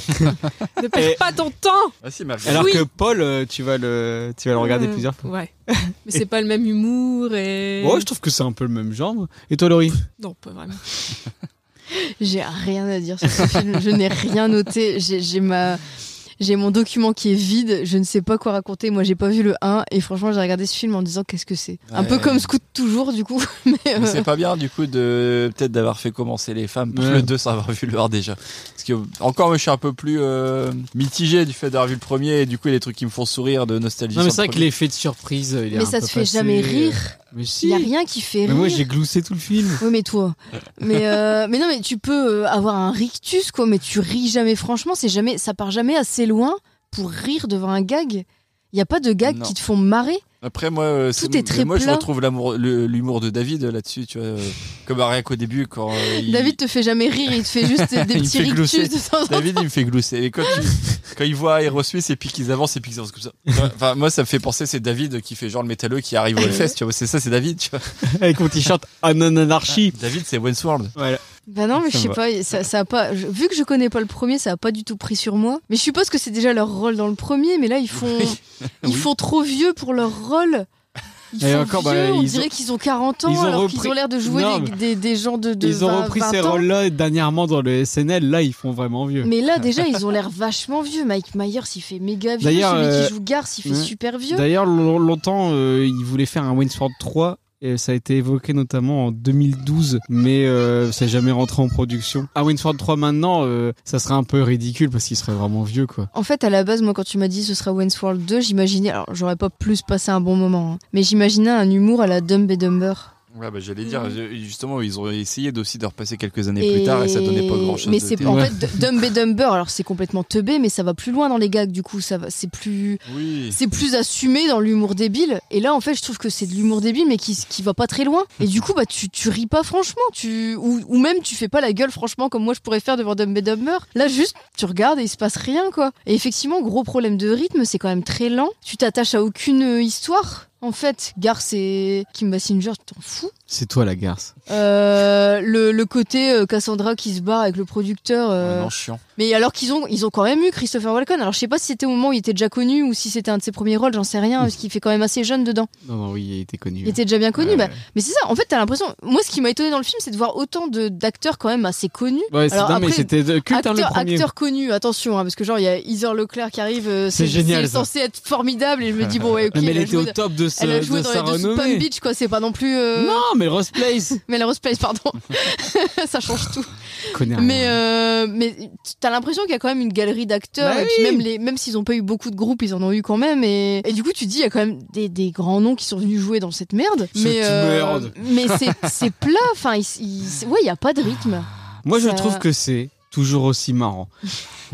[SPEAKER 1] Ne perds pas ton temps
[SPEAKER 2] Alors
[SPEAKER 1] Oui.
[SPEAKER 2] que Paul euh, tu vas le tu vas le regarder
[SPEAKER 1] Euh,
[SPEAKER 2] plusieurs fois.
[SPEAKER 1] Ouais. Mais c'est pas le même humour et.
[SPEAKER 2] Bon je trouve que c'est un peu le même genre. Et toi Laurie
[SPEAKER 1] Non, pas vraiment.
[SPEAKER 4] J'ai rien à dire sur ce film. Je n'ai rien noté. J'ai j'ai ma. J'ai mon document qui est vide, je ne sais pas quoi raconter. Moi, j'ai pas vu le 1 et franchement, j'ai regardé ce film en me disant qu'est-ce que c'est. Un peu
[SPEAKER 3] Ouais.
[SPEAKER 4] comme Scout toujours, du coup. Mais,
[SPEAKER 3] Mais
[SPEAKER 4] euh,
[SPEAKER 3] c'est pas bien du coup de peut-être d'avoir fait commencer les femmes pour
[SPEAKER 2] Ouais.
[SPEAKER 3] le 2 sans avoir vu le 1 déjà. Parce que encore moi, je suis un peu plus euh, mitigé du fait d'avoir vu le premier et du coup les trucs qui me font sourire de nostalgie.
[SPEAKER 2] Non mais
[SPEAKER 3] sur
[SPEAKER 2] c'est vrai
[SPEAKER 3] le
[SPEAKER 2] que l'effet de surprise. euh, il est
[SPEAKER 4] mais
[SPEAKER 2] un
[SPEAKER 4] ça
[SPEAKER 2] peu
[SPEAKER 4] te fait
[SPEAKER 2] passé,
[SPEAKER 4] jamais
[SPEAKER 2] euh.
[SPEAKER 4] rire.
[SPEAKER 2] Mais
[SPEAKER 4] Il
[SPEAKER 2] si.
[SPEAKER 4] n'y a rien qui fait
[SPEAKER 2] Mais
[SPEAKER 4] rire.
[SPEAKER 2] moi j'ai gloussé tout le film.
[SPEAKER 4] Oui, mais toi. Mais, euh, mais non, mais tu peux euh, avoir un rictus, quoi, mais tu ris jamais. Franchement, c'est jamais, ça part jamais assez loin pour rire devant un gag. Il n'y a pas de gags
[SPEAKER 3] Non.
[SPEAKER 4] qui te font marrer.
[SPEAKER 3] Après, moi, euh, c'est-
[SPEAKER 4] est très
[SPEAKER 3] moi je
[SPEAKER 4] plat.
[SPEAKER 3] retrouve l'amour- le- l'humour de David euh, là-dessus, tu vois. euh, Comme rien qu'au début, quand. euh, il-
[SPEAKER 4] David te fait jamais rire, il te fait juste des, des
[SPEAKER 3] il me
[SPEAKER 4] petits
[SPEAKER 3] fait glousser.
[SPEAKER 4] rictus de temps en temps.
[SPEAKER 3] David, il me fait glousser. Et quand, il- quand il voit Aerosmith et puis qu'ils avancent et puis qu'ils avancent comme ça. Enfin, moi, ça me fait penser, c'est David qui fait genre le métalleux qui arrive au Hellfest, tu vois. C'est ça, c'est David, tu vois.
[SPEAKER 2] Avec mon t-shirt Ananarchie.
[SPEAKER 3] David, c'est Westworld.
[SPEAKER 2] Voilà.
[SPEAKER 4] Bah non, mais je
[SPEAKER 3] Ça
[SPEAKER 4] sais
[SPEAKER 3] me
[SPEAKER 4] pas, ça, ça a pas. je- vu que je connais pas le premier, ça a pas du tout pris sur moi. Mais je suppose que c'est déjà leur rôle dans le premier, mais là ils font, ils font trop vieux pour leur rôle. Ils
[SPEAKER 2] Et
[SPEAKER 4] font
[SPEAKER 2] encore, bah,
[SPEAKER 4] vieux, on
[SPEAKER 2] ils
[SPEAKER 4] dirait
[SPEAKER 2] ont-
[SPEAKER 4] qu'ils ont 40 ans
[SPEAKER 2] ils ont
[SPEAKER 4] alors qu'ils
[SPEAKER 2] repris-
[SPEAKER 4] ont l'air de jouer
[SPEAKER 2] Non,
[SPEAKER 4] des,
[SPEAKER 2] mais-
[SPEAKER 4] des- des gens de, de
[SPEAKER 2] Ils ont
[SPEAKER 4] 20
[SPEAKER 2] repris
[SPEAKER 4] 20
[SPEAKER 2] ces
[SPEAKER 4] ans.
[SPEAKER 2] rôles-là dernièrement dans le SNL. Là, ils font vraiment vieux.
[SPEAKER 4] Mais là déjà ils ont l'air vachement vieux. Mike Myers il fait méga vieux, celui
[SPEAKER 2] D'ailleurs, euh,
[SPEAKER 4] qui joue Garth il fait
[SPEAKER 2] ouais.
[SPEAKER 4] super vieux.
[SPEAKER 2] D'ailleurs, long- longtemps, euh, ils voulaient faire un Winsford 3. Et ça a été évoqué notamment en 2012, mais euh, ça n'est jamais rentré en production. Un Winsford 3 maintenant, euh, ça serait un peu ridicule parce qu'il serait vraiment vieux, quoi.
[SPEAKER 4] En fait, à la base, moi, quand tu m'as dit ce sera Wayne's World 2, j'imaginais. Alors, j'aurais pas plus passé un bon moment, hein, mais j'imaginais un humour à la Dumb et Dumber.
[SPEAKER 3] Ouais, bah, j'allais dire,
[SPEAKER 4] Mhm.
[SPEAKER 3] je- justement, ils ont essayé d'aussi de repasser quelques années plus tard et ça donnait pas grand chose.
[SPEAKER 4] Mais c'est en fait D- Dumb et Dumber, alors c'est complètement teubé, mais ça va plus loin dans les gags du coup, ça va, c'est plus
[SPEAKER 3] Oui.
[SPEAKER 4] c'est plus assumé dans l'humour débile. Et là en fait, je trouve que c'est de l'humour débile mais qui qui va pas très loin. Et du coup bah tu, tu ris pas franchement, tu ou, ou même tu fais pas la gueule franchement comme moi je pourrais faire devant Dumb et Dumber. Là juste tu regardes et il se passe rien quoi. Et effectivement, gros problème de rythme, c'est quand même très lent. Tu t'attaches à aucune euh, histoire. En fait, Gar c'est Kim Basinger, tu t'en fous.
[SPEAKER 2] C'est toi la garce.
[SPEAKER 4] Euh, le, le côté euh, Cassandra qui se barre avec le producteur. euh,
[SPEAKER 3] Non, chiant.
[SPEAKER 4] mais alors qu'ils ont, ils ont quand même eu Christopher Walken. Alors je sais pas si c'était au moment où il était déjà connu ou si c'était un de ses premiers rôles, j'en sais rien, parce qu'il fait quand même assez jeune dedans.
[SPEAKER 2] Non, non, oui, il était connu.
[SPEAKER 4] Il était déjà bien connu.
[SPEAKER 2] Ouais,
[SPEAKER 4] bah,
[SPEAKER 2] ouais.
[SPEAKER 4] Mais c'est ça, en fait, t'as l'impression. Moi, ce qui m'a étonné dans le film, c'est de voir autant de- d'acteurs quand même assez connus.
[SPEAKER 2] Ouais, c'est
[SPEAKER 4] Alors,
[SPEAKER 2] dingue, mais
[SPEAKER 4] après,
[SPEAKER 2] c'était de culte, hein, le
[SPEAKER 4] acteur-
[SPEAKER 2] premier.
[SPEAKER 4] acteur connu, attention, hein, parce que genre, il y a Heather Leclerc qui arrive, euh,
[SPEAKER 2] C'est
[SPEAKER 4] c'est
[SPEAKER 2] génial,
[SPEAKER 4] C'est
[SPEAKER 2] ça.
[SPEAKER 4] censé être formidable, et je me dis, bon, ouais, ok.
[SPEAKER 2] Mais elle
[SPEAKER 4] a
[SPEAKER 2] était au
[SPEAKER 4] joué-
[SPEAKER 2] top de ce-
[SPEAKER 4] Elle a joué
[SPEAKER 2] de
[SPEAKER 4] dans
[SPEAKER 2] sa
[SPEAKER 4] les deux Palm
[SPEAKER 2] renommée.
[SPEAKER 4] Beach, quoi, c'est pas non plus. euh,
[SPEAKER 2] Non, mais le Rose Place
[SPEAKER 4] mais la Rose Place, pardon. ça change tout.
[SPEAKER 2] Connais rien.
[SPEAKER 4] Mais, euh, mais t'as l'impression qu'il y a quand même une galerie d'acteurs.
[SPEAKER 2] Bah
[SPEAKER 4] et puis
[SPEAKER 2] oui.
[SPEAKER 4] même, les, même s'ils n'ont pas eu beaucoup de groupes, ils en ont eu quand même. Et, et du coup, tu te dis, il y a quand même des, des grands noms qui sont venus jouer dans cette merde.
[SPEAKER 2] Cette
[SPEAKER 4] mais
[SPEAKER 2] merde.
[SPEAKER 4] mais c'est- c'est plat. Enfin, il- il- c'est- ouais, il n'y a pas de rythme.
[SPEAKER 2] Moi, je
[SPEAKER 4] Ça-
[SPEAKER 2] trouve que c'est toujours aussi marrant.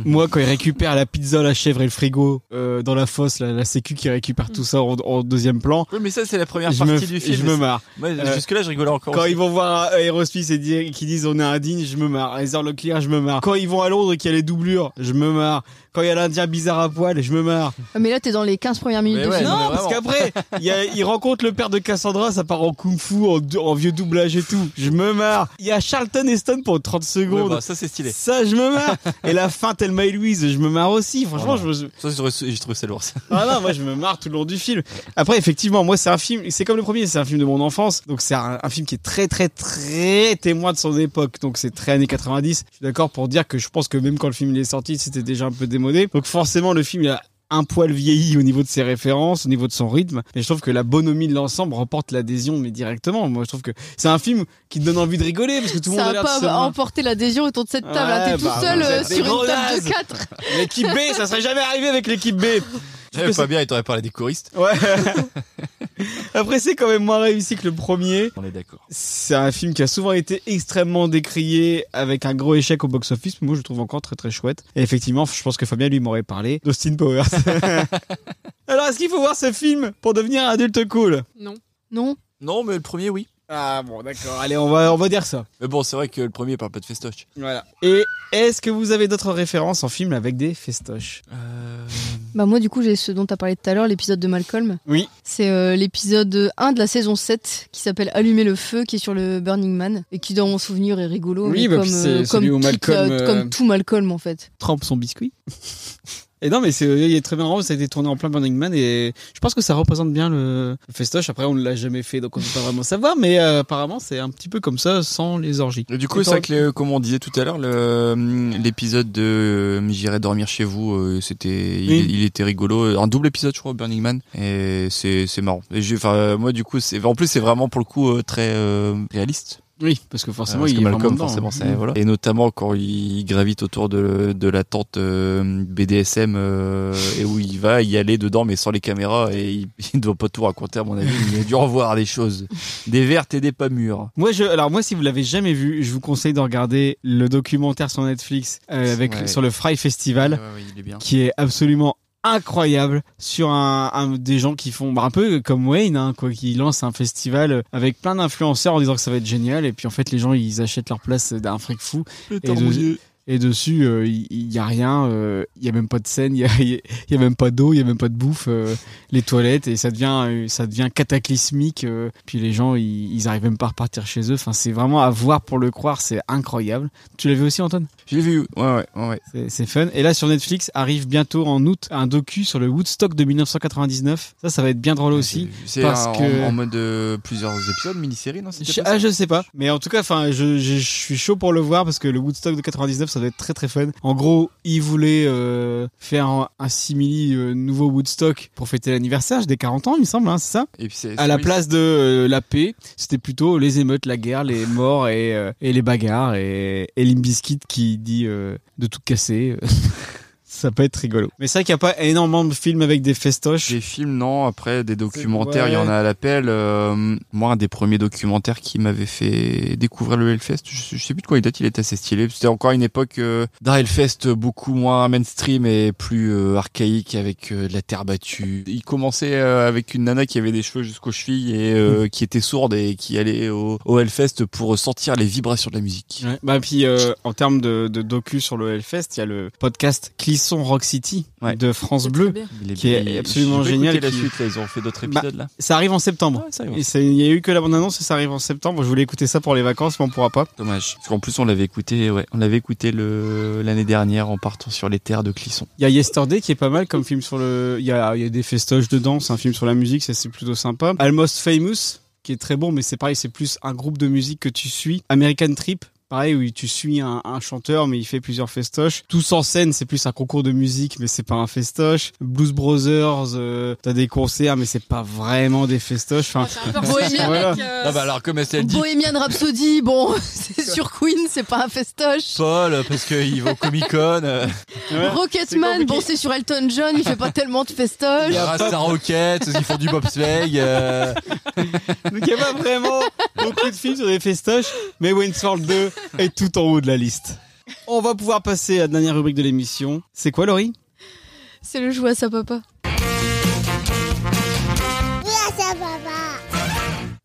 [SPEAKER 2] Moi, quand il récupère la pizza, la chèvre et le frigo euh, dans la fosse, la, la sécu qui récupère tout ça en, en deuxième plan.
[SPEAKER 3] Oui, mais ça, c'est la première
[SPEAKER 2] je
[SPEAKER 3] partie
[SPEAKER 2] me-
[SPEAKER 3] du film.
[SPEAKER 2] Je me marre.
[SPEAKER 3] Moi,
[SPEAKER 2] Euh,
[SPEAKER 3] Jusque-là, je rigolais encore.
[SPEAKER 2] Quand
[SPEAKER 3] aussi.
[SPEAKER 2] ils vont voir un Aerospace et dire- qu'ils disent on est indigne, je me marre. Les heures Leclerc, je me marre. Quand ils vont à Londres et qu'il y a les doublures, je me marre. Quand il y a l'Indien bizarre à poil, je me marre.
[SPEAKER 4] Ah, Mais là, t'es dans les 15 premières minutes de film.
[SPEAKER 2] non, parce qu'après, il y a- il rencontre le père de Cassandra, ça part en kung-fu, en, dou- en vieux doublage et tout. Je me marre. Il y a Charlton Heston pour 30 secondes.
[SPEAKER 3] bah, ça, c'est stylé.
[SPEAKER 2] Ça, je me marre. et la fin, Thelma et Louise, je me marre aussi. Franchement,
[SPEAKER 3] Oh
[SPEAKER 2] je
[SPEAKER 3] non.
[SPEAKER 2] me
[SPEAKER 3] Ça, je trouve- je trouve c'est lourd. ça.
[SPEAKER 2] ah non, moi je me marre tout le long du film. Après, effectivement, moi c'est un film, c'est comme le premier, c'est un film de mon enfance. Donc c'est un, un film qui est très très très témoin de son époque. Donc c'est très années 90. Je suis d'accord pour dire que je pense que même quand le film il est sorti, c'était déjà un peu démodé. Donc forcément, le film il a un poil vieilli au niveau de ses références, au niveau de son rythme, mais je trouve que la bonhomie de l'ensemble remporte l'adhésion mais directement. Moi je trouve que c'est un film qui te donne envie de rigoler parce que tout le
[SPEAKER 4] Ça
[SPEAKER 2] monde a l'air
[SPEAKER 4] a
[SPEAKER 2] de se
[SPEAKER 4] pas emporté l'adhésion autour de cette table. hein.
[SPEAKER 2] Ouais,
[SPEAKER 4] T'es tout
[SPEAKER 2] bah,
[SPEAKER 4] seul
[SPEAKER 2] vous
[SPEAKER 4] euh,
[SPEAKER 2] êtes des
[SPEAKER 4] sur
[SPEAKER 2] gros
[SPEAKER 4] une table de
[SPEAKER 2] nazes.
[SPEAKER 4] 4.
[SPEAKER 2] L'équipe B, ça serait jamais arrivé avec l'équipe B.
[SPEAKER 3] J'avais pas bien, il t'aurait parlé des choristes.
[SPEAKER 2] Ouais. Après, c'est quand même moins réussi que le premier.
[SPEAKER 3] On est d'accord.
[SPEAKER 2] C'est un film qui a souvent été extrêmement décrié avec un gros échec au box-office, mais moi je le trouve encore très très chouette. Et effectivement, je pense que Fabien lui m'aurait parlé d'Austin Powers. Alors, est-ce qu'il faut voir ce film pour devenir un adulte cool
[SPEAKER 1] Non.
[SPEAKER 4] Non.
[SPEAKER 3] Non, mais le premier, oui.
[SPEAKER 2] Ah bon, d'accord. Allez, on va, on va dire ça.
[SPEAKER 3] Mais bon, c'est vrai que le premier parle pas de festoche.
[SPEAKER 2] Voilà. Et est-ce que vous avez d'autres références en film avec des festoches
[SPEAKER 4] Bah moi du coup j'ai ce dont t'as parlé tout à l'heure, l'épisode de Malcolm.
[SPEAKER 2] Oui.
[SPEAKER 4] C'est euh, l'épisode 1 de la saison 7 qui s'appelle Allumer le feu qui est sur le Burning Man et qui dans mon souvenir est rigolo.
[SPEAKER 2] Oui,
[SPEAKER 4] mais
[SPEAKER 2] bah,
[SPEAKER 4] comme,
[SPEAKER 2] puis c'est
[SPEAKER 4] euh,
[SPEAKER 2] celui où
[SPEAKER 4] comme toute
[SPEAKER 2] Malcolm,
[SPEAKER 4] la-
[SPEAKER 2] euh,
[SPEAKER 4] comme tout Malcolm en fait.
[SPEAKER 2] Trempe son biscuit. Et non, mais c'est il est très bien marrant, ça a été tourné en plein Burning Man et je pense que ça représente bien le, le festoche. Après, on ne l'a jamais fait, donc on ne peut pas vraiment savoir, mais euh, apparemment, c'est un petit peu comme ça, sans les orgies.
[SPEAKER 3] Et du coup, c'est vrai que, les- comme on disait tout à l'heure, le- l'épisode de euh, J'irai dormir chez vous, euh, c'était, il,
[SPEAKER 2] Oui.
[SPEAKER 3] il était rigolo. Un double épisode, je crois, Burning Man. Et c'est, c'est marrant. Et j'ai- enfin, euh, moi, du coup, c'est, en plus, c'est vraiment pour le coup euh, très euh, réaliste.
[SPEAKER 2] Oui, parce que forcément,
[SPEAKER 3] Euh, parce
[SPEAKER 2] il
[SPEAKER 3] que
[SPEAKER 2] est
[SPEAKER 3] Malcolm,
[SPEAKER 2] vraiment dedans,
[SPEAKER 3] forcément,
[SPEAKER 2] hein.
[SPEAKER 3] c'est-
[SPEAKER 2] Mm.
[SPEAKER 3] voilà. Et notamment quand il gravite autour de, de la tente euh, BDSM euh, et où il va y aller dedans, mais sans les caméras. Et il, il ne doit pas tout raconter, à mon avis. Il a dû en voir des choses, des vertes et des pas mûres.
[SPEAKER 2] Moi, je, alors moi, si vous l'avez jamais vu, je vous conseille de regarder le documentaire sur Netflix euh, avec
[SPEAKER 3] Ouais.
[SPEAKER 2] sur le Fry Festival,
[SPEAKER 3] Ouais, ouais, ouais, il est bien.
[SPEAKER 2] qui est absolument incroyable sur un, un- des gens qui font bah, un peu comme Wayne hein, quoi qui lance un festival euh, avec plein d'influenceurs en disant que ça va être génial et puis en fait les gens ils achètent leur place d'un fric fou
[SPEAKER 3] Le
[SPEAKER 2] et,
[SPEAKER 3] Torbouillet.
[SPEAKER 2] et dessus euh, il il y, a rien euh, il y a même pas de scène il y a, il y a même pas d'eau il y a même pas de bouffe euh, les toilettes et ça devient euh, ça devient cataclysmique euh, puis les gens ils, ils arrivent même pas à repartir chez eux enfin c'est vraiment à voir pour le croire c'est incroyable tu l'as vu aussi Antoine
[SPEAKER 3] J'ai vu, ouais, ouais, ouais.
[SPEAKER 2] C'est- C'est fun. Et là, sur Netflix, arrive bientôt en août un docu sur le Woodstock de 1999. Ça, ça va être bien drôle aussi.
[SPEAKER 3] C'est
[SPEAKER 2] parce
[SPEAKER 3] un- en-
[SPEAKER 2] que...
[SPEAKER 3] en, mode euh, plusieurs épisodes, mini-série, non c'était
[SPEAKER 2] Je-
[SPEAKER 3] pas ça
[SPEAKER 2] ah, je sais pas. Mais en tout cas, enfin, je, je- je suis chaud pour le voir parce que le Woodstock de 99, ça doit être très très fun. En gros, ils voulaient euh, faire un, un simili euh, nouveau Woodstock pour fêter l'anniversaire des 40 ans, il me semble, hein, c'est ça
[SPEAKER 3] Et puis c'est-
[SPEAKER 2] À la
[SPEAKER 3] oui.
[SPEAKER 2] place de euh, la paix, c'était plutôt les émeutes, la guerre, les morts et, euh, et les bagarres et, et Limbiskit qui dit euh, de tout casser. Ça peut être rigolo. Mais c'est vrai qu'il n'y a pas énormément de films avec des festoches.
[SPEAKER 3] Des films, non. Après, des documentaires, il y en
[SPEAKER 2] ouais.
[SPEAKER 3] a à l'appel. Euh, moi, un des premiers documentaires qui m'avait fait découvrir le Hellfest, je, sais- je sais plus de quoi il date, il était assez stylé. C'était encore une époque euh, d'un Hellfest beaucoup moins mainstream et plus euh, archaïque avec euh, de la terre battue. Il commençait euh, avec une nana qui avait des cheveux jusqu'aux chevilles et
[SPEAKER 2] Mmh.
[SPEAKER 3] euh, qui était sourde et qui allait au, au Hellfest pour euh, sentir les vibrations de la musique.
[SPEAKER 2] Ouais. Bah puis euh, en termes de, de docu sur le Hellfest, il y a le podcast Clisson Rock City de France Bleu
[SPEAKER 3] Il est
[SPEAKER 2] qui
[SPEAKER 3] bien.
[SPEAKER 2] est
[SPEAKER 3] Je-
[SPEAKER 2] absolument
[SPEAKER 3] je vais
[SPEAKER 2] génial.
[SPEAKER 3] écouter la
[SPEAKER 2] qui-
[SPEAKER 3] suite, là, ils ont fait d'autres
[SPEAKER 2] Bah,
[SPEAKER 3] épisodes là.
[SPEAKER 2] Ça arrive en septembre.
[SPEAKER 3] arrive en
[SPEAKER 2] Et c'est- il y a eu que la bande annonce et ça arrive en septembre. Je voulais écouter ça pour les vacances, mais on pourra pas.
[SPEAKER 3] Dommage. Parce qu'en plus, on l'avait écouté, ouais, on l'avait écouté le- l'année dernière en partant sur les terres de Clisson.
[SPEAKER 2] Il y a Yesterday qui est pas mal comme film sur le. Il y a, il y a des festoches dedans, c'est un film sur la musique, ça c'est plutôt sympa. Almost Famous qui est très bon, mais c'est pareil, c'est plus un groupe de musique que tu suis. American Trip. Pareil, où tu suis un, un chanteur, mais il fait plusieurs festoches. Tous en scène, c'est plus un concours de musique, mais c'est pas un festoche. Blues Brothers, euh, t'as des concerts, mais c'est pas vraiment des festoches. Enfin,
[SPEAKER 4] Bohemian
[SPEAKER 2] voilà.
[SPEAKER 4] avec, euh,
[SPEAKER 3] Ah bah alors, comme elle dit,
[SPEAKER 4] Bohemian Rhapsody, bon, c'est sur Queen, c'est pas un festoche.
[SPEAKER 3] Paul, parce qu'il va au Comic Con, euh,
[SPEAKER 4] Rocketman, bon, c'est sur Elton John, il fait pas tellement de festoche.
[SPEAKER 3] il rase sa roquette, ils font du bobsleigh. euh,
[SPEAKER 2] Donc il n'y a pas vraiment beaucoup de films sur des festoches, mais Wayne's World 2 est tout en haut de la liste. On va pouvoir passer à la dernière rubrique de l'émission. C'est quoi, Laurie
[SPEAKER 4] C'est le jouet à sa papa.
[SPEAKER 18] à sa papa.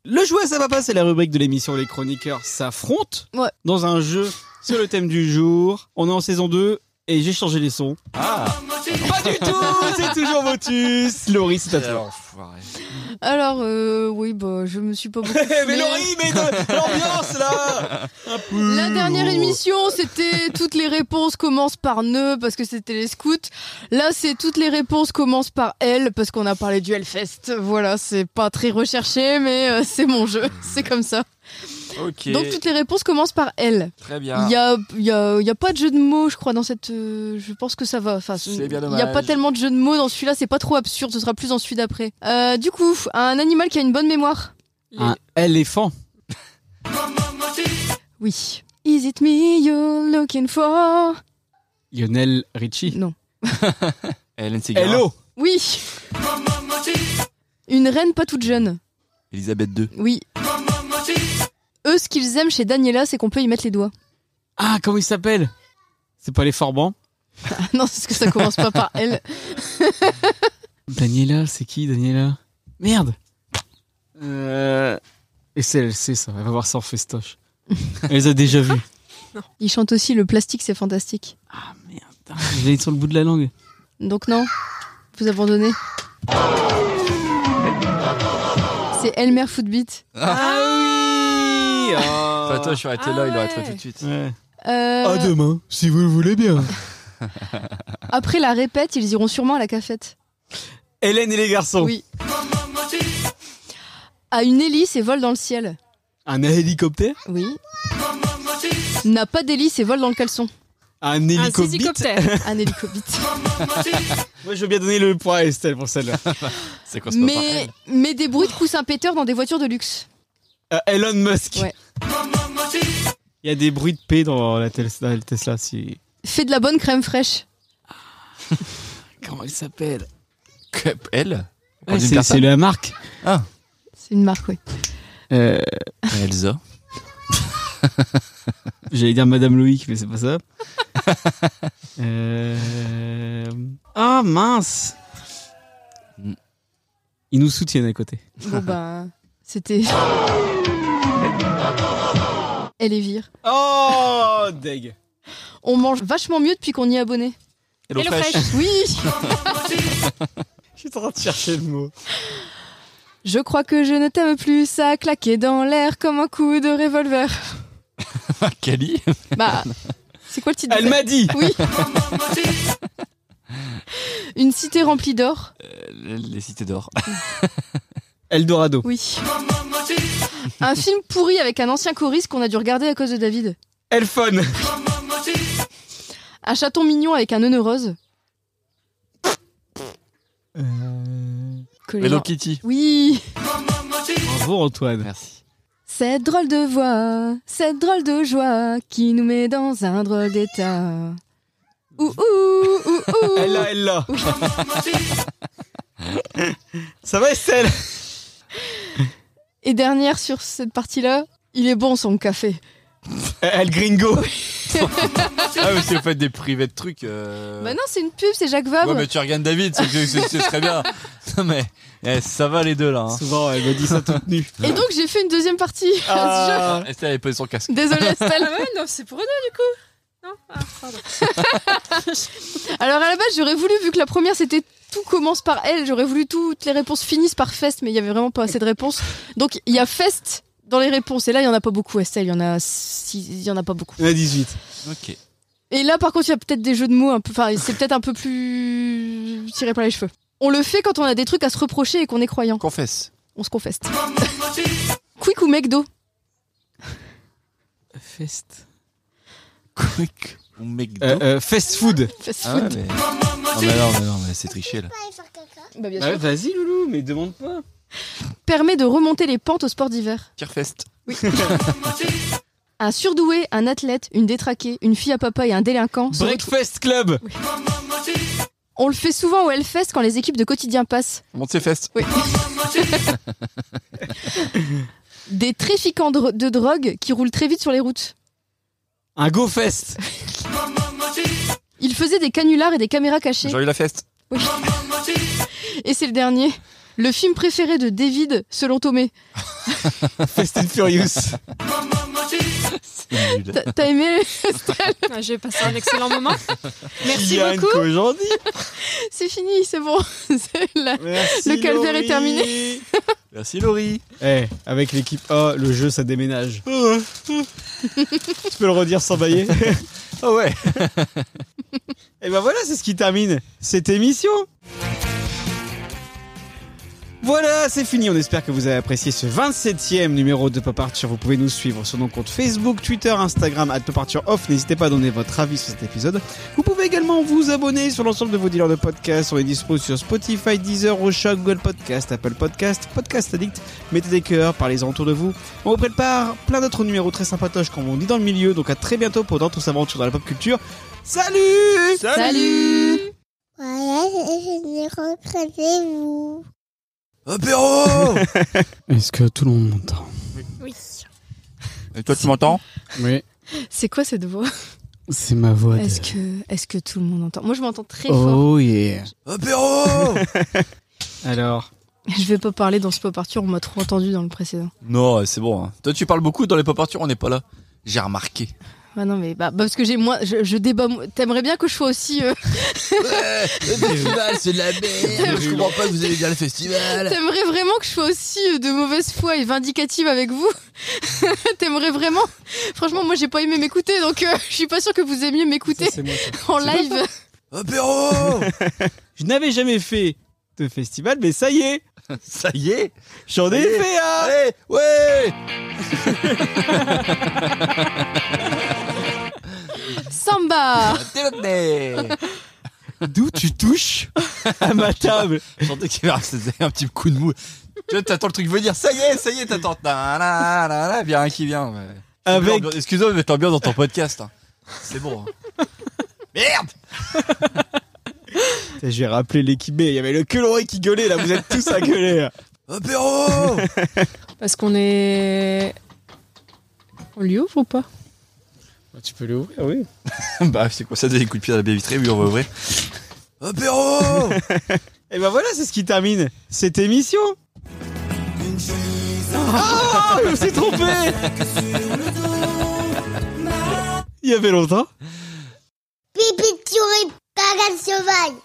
[SPEAKER 2] Le jouet à sa papa, c'est la rubrique de l'émission où les chroniqueurs s'affrontent
[SPEAKER 4] Ouais.
[SPEAKER 2] dans un jeu sur le thème du jour. On est en saison 2 et j'ai changé les sons. Ah Pas du tout C'est toujours Motus Laurie, c'est à toi.
[SPEAKER 4] Alors, euh, oui, bah, je me suis pas beaucoup.
[SPEAKER 2] mais
[SPEAKER 4] fait.
[SPEAKER 2] Laurie, mais de- l'ambiance là
[SPEAKER 4] La dernière émission, c'était toutes les réponses commencent par ne parce que c'était les scouts. Là, c'est toutes les réponses commencent par L parce qu'on a parlé du Hellfest. Voilà, c'est pas très recherché, mais euh, c'est mon jeu. C'est comme ça.
[SPEAKER 3] Ok.
[SPEAKER 4] Donc toutes les réponses commencent par L.
[SPEAKER 3] Très bien.
[SPEAKER 4] Il y a, il y a- il y a pas de jeu de mots, je crois, dans cette. euh, je pense que ça va. Enfin,
[SPEAKER 3] C'est bien
[SPEAKER 4] Il y a
[SPEAKER 3] dommage.
[SPEAKER 4] pas tellement de jeu de mots dans celui-là. C'est pas trop absurde. Ce sera plus dans celui d'après. Euh, du coup, un animal qui a une bonne mémoire.
[SPEAKER 2] Un éléphant.
[SPEAKER 4] Oui. Is it me you're looking for?
[SPEAKER 2] Lionel Richie.
[SPEAKER 4] Non.
[SPEAKER 3] Hélène Segara.
[SPEAKER 2] Hello
[SPEAKER 4] Oui. Une reine pas toute jeune.
[SPEAKER 3] Elisabeth II.
[SPEAKER 4] Oui. Eux, ce qu'ils aiment chez Daniela, c'est qu'on peut y mettre les doigts.
[SPEAKER 2] Ah, comment il s'appelle C'est pas les Forbans
[SPEAKER 4] Ah non, c'est parce que ça commence pas par L.
[SPEAKER 2] Daniela, c'est qui Daniela Merde Euh. Et c'est elle sait ça, elle va voir ça en festoche. Elle les a déjà vus.
[SPEAKER 4] Ils chantent aussi le plastique, c'est fantastique.
[SPEAKER 2] Je l'ai sur le bout de la langue.
[SPEAKER 4] Donc non, vous abandonnez. C'est Elmer Footbeat.
[SPEAKER 2] oui
[SPEAKER 3] Enfin, toi, je suis arrêté
[SPEAKER 4] Ah
[SPEAKER 3] là, il
[SPEAKER 4] ouais.
[SPEAKER 3] l'aurait trouvé tout de suite.
[SPEAKER 4] Euh,
[SPEAKER 2] Ah, demain, si vous le voulez bien.
[SPEAKER 4] Après la répète, ils iront sûrement à la cafette.
[SPEAKER 2] Hélène et les garçons.
[SPEAKER 4] Oui. À une hélice et vole dans le ciel.
[SPEAKER 2] Un hélicoptère
[SPEAKER 4] Oui. N'a pas d'hélice et vole dans le caleçon.
[SPEAKER 2] Un hélicoptère
[SPEAKER 4] Un hélicoptère.
[SPEAKER 2] Moi, je veux bien donner le point à Estelle pour celle-là.
[SPEAKER 3] c'est
[SPEAKER 4] mais, mais des bruits de coussins péteurs dans des voitures de luxe.
[SPEAKER 2] Euh, Elon Musk.
[SPEAKER 4] Ouais.
[SPEAKER 2] Il y a des bruits de paix dans la Tesla. la Tesla, si...
[SPEAKER 4] Fait de la bonne crème fraîche.
[SPEAKER 2] Comment elle s'appelle
[SPEAKER 3] Cup L
[SPEAKER 2] Ouais, c'est- c'est la marque.
[SPEAKER 3] Ah.
[SPEAKER 4] C'est une marque, oui.
[SPEAKER 2] Euh...
[SPEAKER 3] Elsa.
[SPEAKER 2] J'allais dire Madame Loïc, mais c'est pas ça. Euh... Ah mince Ils nous soutiennent à côté.
[SPEAKER 4] Bon bah, c'était. Elle est vire.
[SPEAKER 2] Oh, deg
[SPEAKER 4] On mange vachement mieux depuis qu'on y est abonné.
[SPEAKER 2] Hello Hello Fresh. Fresh.
[SPEAKER 4] Oui
[SPEAKER 2] Je suis en train de chercher le mot.
[SPEAKER 4] Je crois que je ne t'aime plus, ça a claqué dans l'air comme un coup de revolver.
[SPEAKER 3] Cali.
[SPEAKER 4] Bah, c'est quoi le titre de
[SPEAKER 2] Elle
[SPEAKER 4] ça
[SPEAKER 2] m'a dit
[SPEAKER 4] Oui Une cité remplie d'or
[SPEAKER 3] Euh, Les cités d'or.
[SPEAKER 2] Eldorado.
[SPEAKER 4] Oui. Un film pourri avec un ancien choriste qu'on a dû regarder à cause de David.
[SPEAKER 2] Elphone.
[SPEAKER 4] Un chaton mignon avec un nœud rose. Que les
[SPEAKER 3] Hello
[SPEAKER 4] gens-
[SPEAKER 3] Kitty.
[SPEAKER 4] Oui
[SPEAKER 2] Bravo Antoine.
[SPEAKER 3] Merci.
[SPEAKER 4] Cette drôle de voix, cette drôle de joie qui nous met dans un drôle d'état. Ouh, ouh, ouh, ouh.
[SPEAKER 2] Elle l'a, elle l'a. ça va Estelle
[SPEAKER 4] Et dernière sur cette partie-là, il est bon son café.
[SPEAKER 2] El Gringo.
[SPEAKER 3] Ah, mais si vous faites des privés de trucs. euh,
[SPEAKER 4] Bah non, c'est une pub, c'est Jacques Vabre.
[SPEAKER 3] Ouais, mais tu regardes David, c'est c'est- c'est très bien. Non, mais eh, ça va les deux là. hein.
[SPEAKER 2] Souvent, elle me dit ça toute nue.
[SPEAKER 4] Et donc j'ai fait une deuxième partie. à
[SPEAKER 3] Ah, Estelle avait posé son
[SPEAKER 4] ce
[SPEAKER 3] casque.
[SPEAKER 4] jeu. Désolée Estelle.
[SPEAKER 1] Ah ouais, non, c'est pour eux deux, du coup. Non Ah, pardon.
[SPEAKER 4] Alors à la base, j'aurais voulu, vu que la première c'était tout commence par elle, j'aurais voulu toutes les réponses finissent par fest, mais il y avait vraiment pas assez de réponses. Donc il y a fest dans les réponses, et là il y en a pas beaucoup, Estelle, il y en a six- il y en a pas beaucoup.
[SPEAKER 2] On a 18.
[SPEAKER 3] Ok.
[SPEAKER 4] Et là, par contre, il y a peut-être des jeux de mots un peu. Enfin, c'est peut-être un peu plus tiré par les cheveux. On le fait quand on a des trucs à se reprocher et qu'on est croyant.
[SPEAKER 3] Confesse.
[SPEAKER 4] On se confesse. Quick ou McDo
[SPEAKER 2] Fest.
[SPEAKER 3] Quick. Ou McDo.
[SPEAKER 2] Euh, euh, fast food.
[SPEAKER 4] Fast
[SPEAKER 3] Ah ouais,
[SPEAKER 4] food.
[SPEAKER 3] mais... Ah, mais non, mais non, mais c'est triché là.
[SPEAKER 4] Bah, bien
[SPEAKER 2] Bah ouais,
[SPEAKER 4] sûr.
[SPEAKER 2] Vas-y Loulou, mais demande pas.
[SPEAKER 4] Permet de remonter les pentes au sport d'hiver.
[SPEAKER 3] Tierfest.
[SPEAKER 4] Un surdoué, un athlète, une détraquée, une fille à papa et un délinquant. se retrouvent-
[SPEAKER 2] Breakfast Club.
[SPEAKER 4] On le fait souvent au Hellfest quand les équipes de quotidien passent.
[SPEAKER 3] Monte ses fesses.
[SPEAKER 4] Oui. Des trafiquants de, de drogue qui roulent très vite sur les routes.
[SPEAKER 2] Un Go Fest.
[SPEAKER 4] faisait des canulars et des caméras cachées.
[SPEAKER 3] J'ai eu la feste.
[SPEAKER 4] Oui. Et c'est le dernier. Le film préféré de David, selon Tomé.
[SPEAKER 2] Fast and Furious.
[SPEAKER 4] T'as- T'as aimé Estelle
[SPEAKER 1] Ah, J'ai passé un excellent moment. Merci
[SPEAKER 2] Yann
[SPEAKER 1] beaucoup.
[SPEAKER 2] Kojandi.
[SPEAKER 4] C'est fini, c'est bon. C'est la-
[SPEAKER 2] Merci,
[SPEAKER 4] Le calvaire
[SPEAKER 2] Laurie.
[SPEAKER 4] est terminé.
[SPEAKER 2] Merci Laurie. Eh, avec l'équipe A, le jeu ça déménage. tu peux le redire sans bailler Ah ouais. Et ben voilà, c'est ce qui termine cette émission. Voilà, c'est fini. On espère que vous avez apprécié ce 27e numéro de Pop Arthur. Vous pouvez nous suivre sur nos comptes Facebook, Twitter, Instagram, at Pop Arthur Off. N'hésitez pas à donner votre avis sur cet épisode. Vous pouvez également vous abonner sur l'ensemble de vos dealers de podcasts. On est dispo sur Spotify, Deezer, Rocha, Google Podcast, Apple Podcast, Podcast Addict. Mettez des cœurs, parlez-en autour de vous. On vous prépare plein d'autres numéros très sympatoches, comme on dit dans le milieu. Donc à très bientôt pour d'autres aventures dans la pop culture. Salut
[SPEAKER 18] Salut Voilà, je vais recruter vous.
[SPEAKER 7] Apéro
[SPEAKER 12] Est-ce que tout le monde m'entend
[SPEAKER 1] Oui.
[SPEAKER 3] Et toi, tu m'entends
[SPEAKER 12] Oui.
[SPEAKER 4] C'est quoi cette voix
[SPEAKER 12] C'est ma voix. de-
[SPEAKER 4] Est-ce que, est que tout le monde entend Moi, je m'entends très fort.
[SPEAKER 12] Oh yeah.
[SPEAKER 4] Apéro
[SPEAKER 2] Alors
[SPEAKER 4] Je vais pas parler dans ce pop Arthur, on m'a trop entendu dans le précédent.
[SPEAKER 3] Non, c'est bon. hein. Toi, tu parles beaucoup dans les pop Arthur, on n'est pas là. J'ai remarqué.
[SPEAKER 4] Ah non, mais bah, bah, parce que j'ai moins. Je, je débat. mo- T'aimerais bien que je sois aussi. euh,
[SPEAKER 3] Le festival, c'est de la merde. Je comprends pas que vous allez bien le festival.
[SPEAKER 4] T'aimerais vraiment que je sois aussi euh, de mauvaise foi et vindicative avec vous T'aimerais vraiment Franchement, moi, j'ai pas aimé m'écouter, donc euh, je suis pas sûre que vous aimiez m'écouter en live.
[SPEAKER 3] Apéro
[SPEAKER 2] Je n'avais jamais fait de festival, mais ça y est
[SPEAKER 3] Ça y est
[SPEAKER 2] J'en ai
[SPEAKER 3] Ça y est.
[SPEAKER 2] fait un
[SPEAKER 3] Allez, hein. ouais
[SPEAKER 4] Samba
[SPEAKER 3] Eh.
[SPEAKER 2] D'où tu touches à ma table
[SPEAKER 3] Je sentais qu'il y avait un- c'était un petit coup de mou. Tu vois, t'attends le truc venir. Ça y est, ça y est, t'attends. Ta la la la, Bien un qui vient. ouais.
[SPEAKER 2] Avec-
[SPEAKER 3] Excuse-moi, mais t'es bien dans ton podcast. hein. C'est bon. hein. Merde
[SPEAKER 2] Putain, J'ai rappelé l'équipe B, il y avait le Culory qui gueulait là, vous êtes tous à gueuler là.
[SPEAKER 3] Apéro
[SPEAKER 1] Parce qu'on est. On lui ouvre ou pas
[SPEAKER 12] Tu peux l'ouvrir, oui.
[SPEAKER 3] bah, c'est quoi ça, des coups de pied à la baie vitrée Oui, on va ouvrir. Apéro
[SPEAKER 2] Et ben voilà, c'est ce qui termine cette émission Ah, je me suis trompé Il y avait longtemps
[SPEAKER 18] Pipi, tu es pas sauvage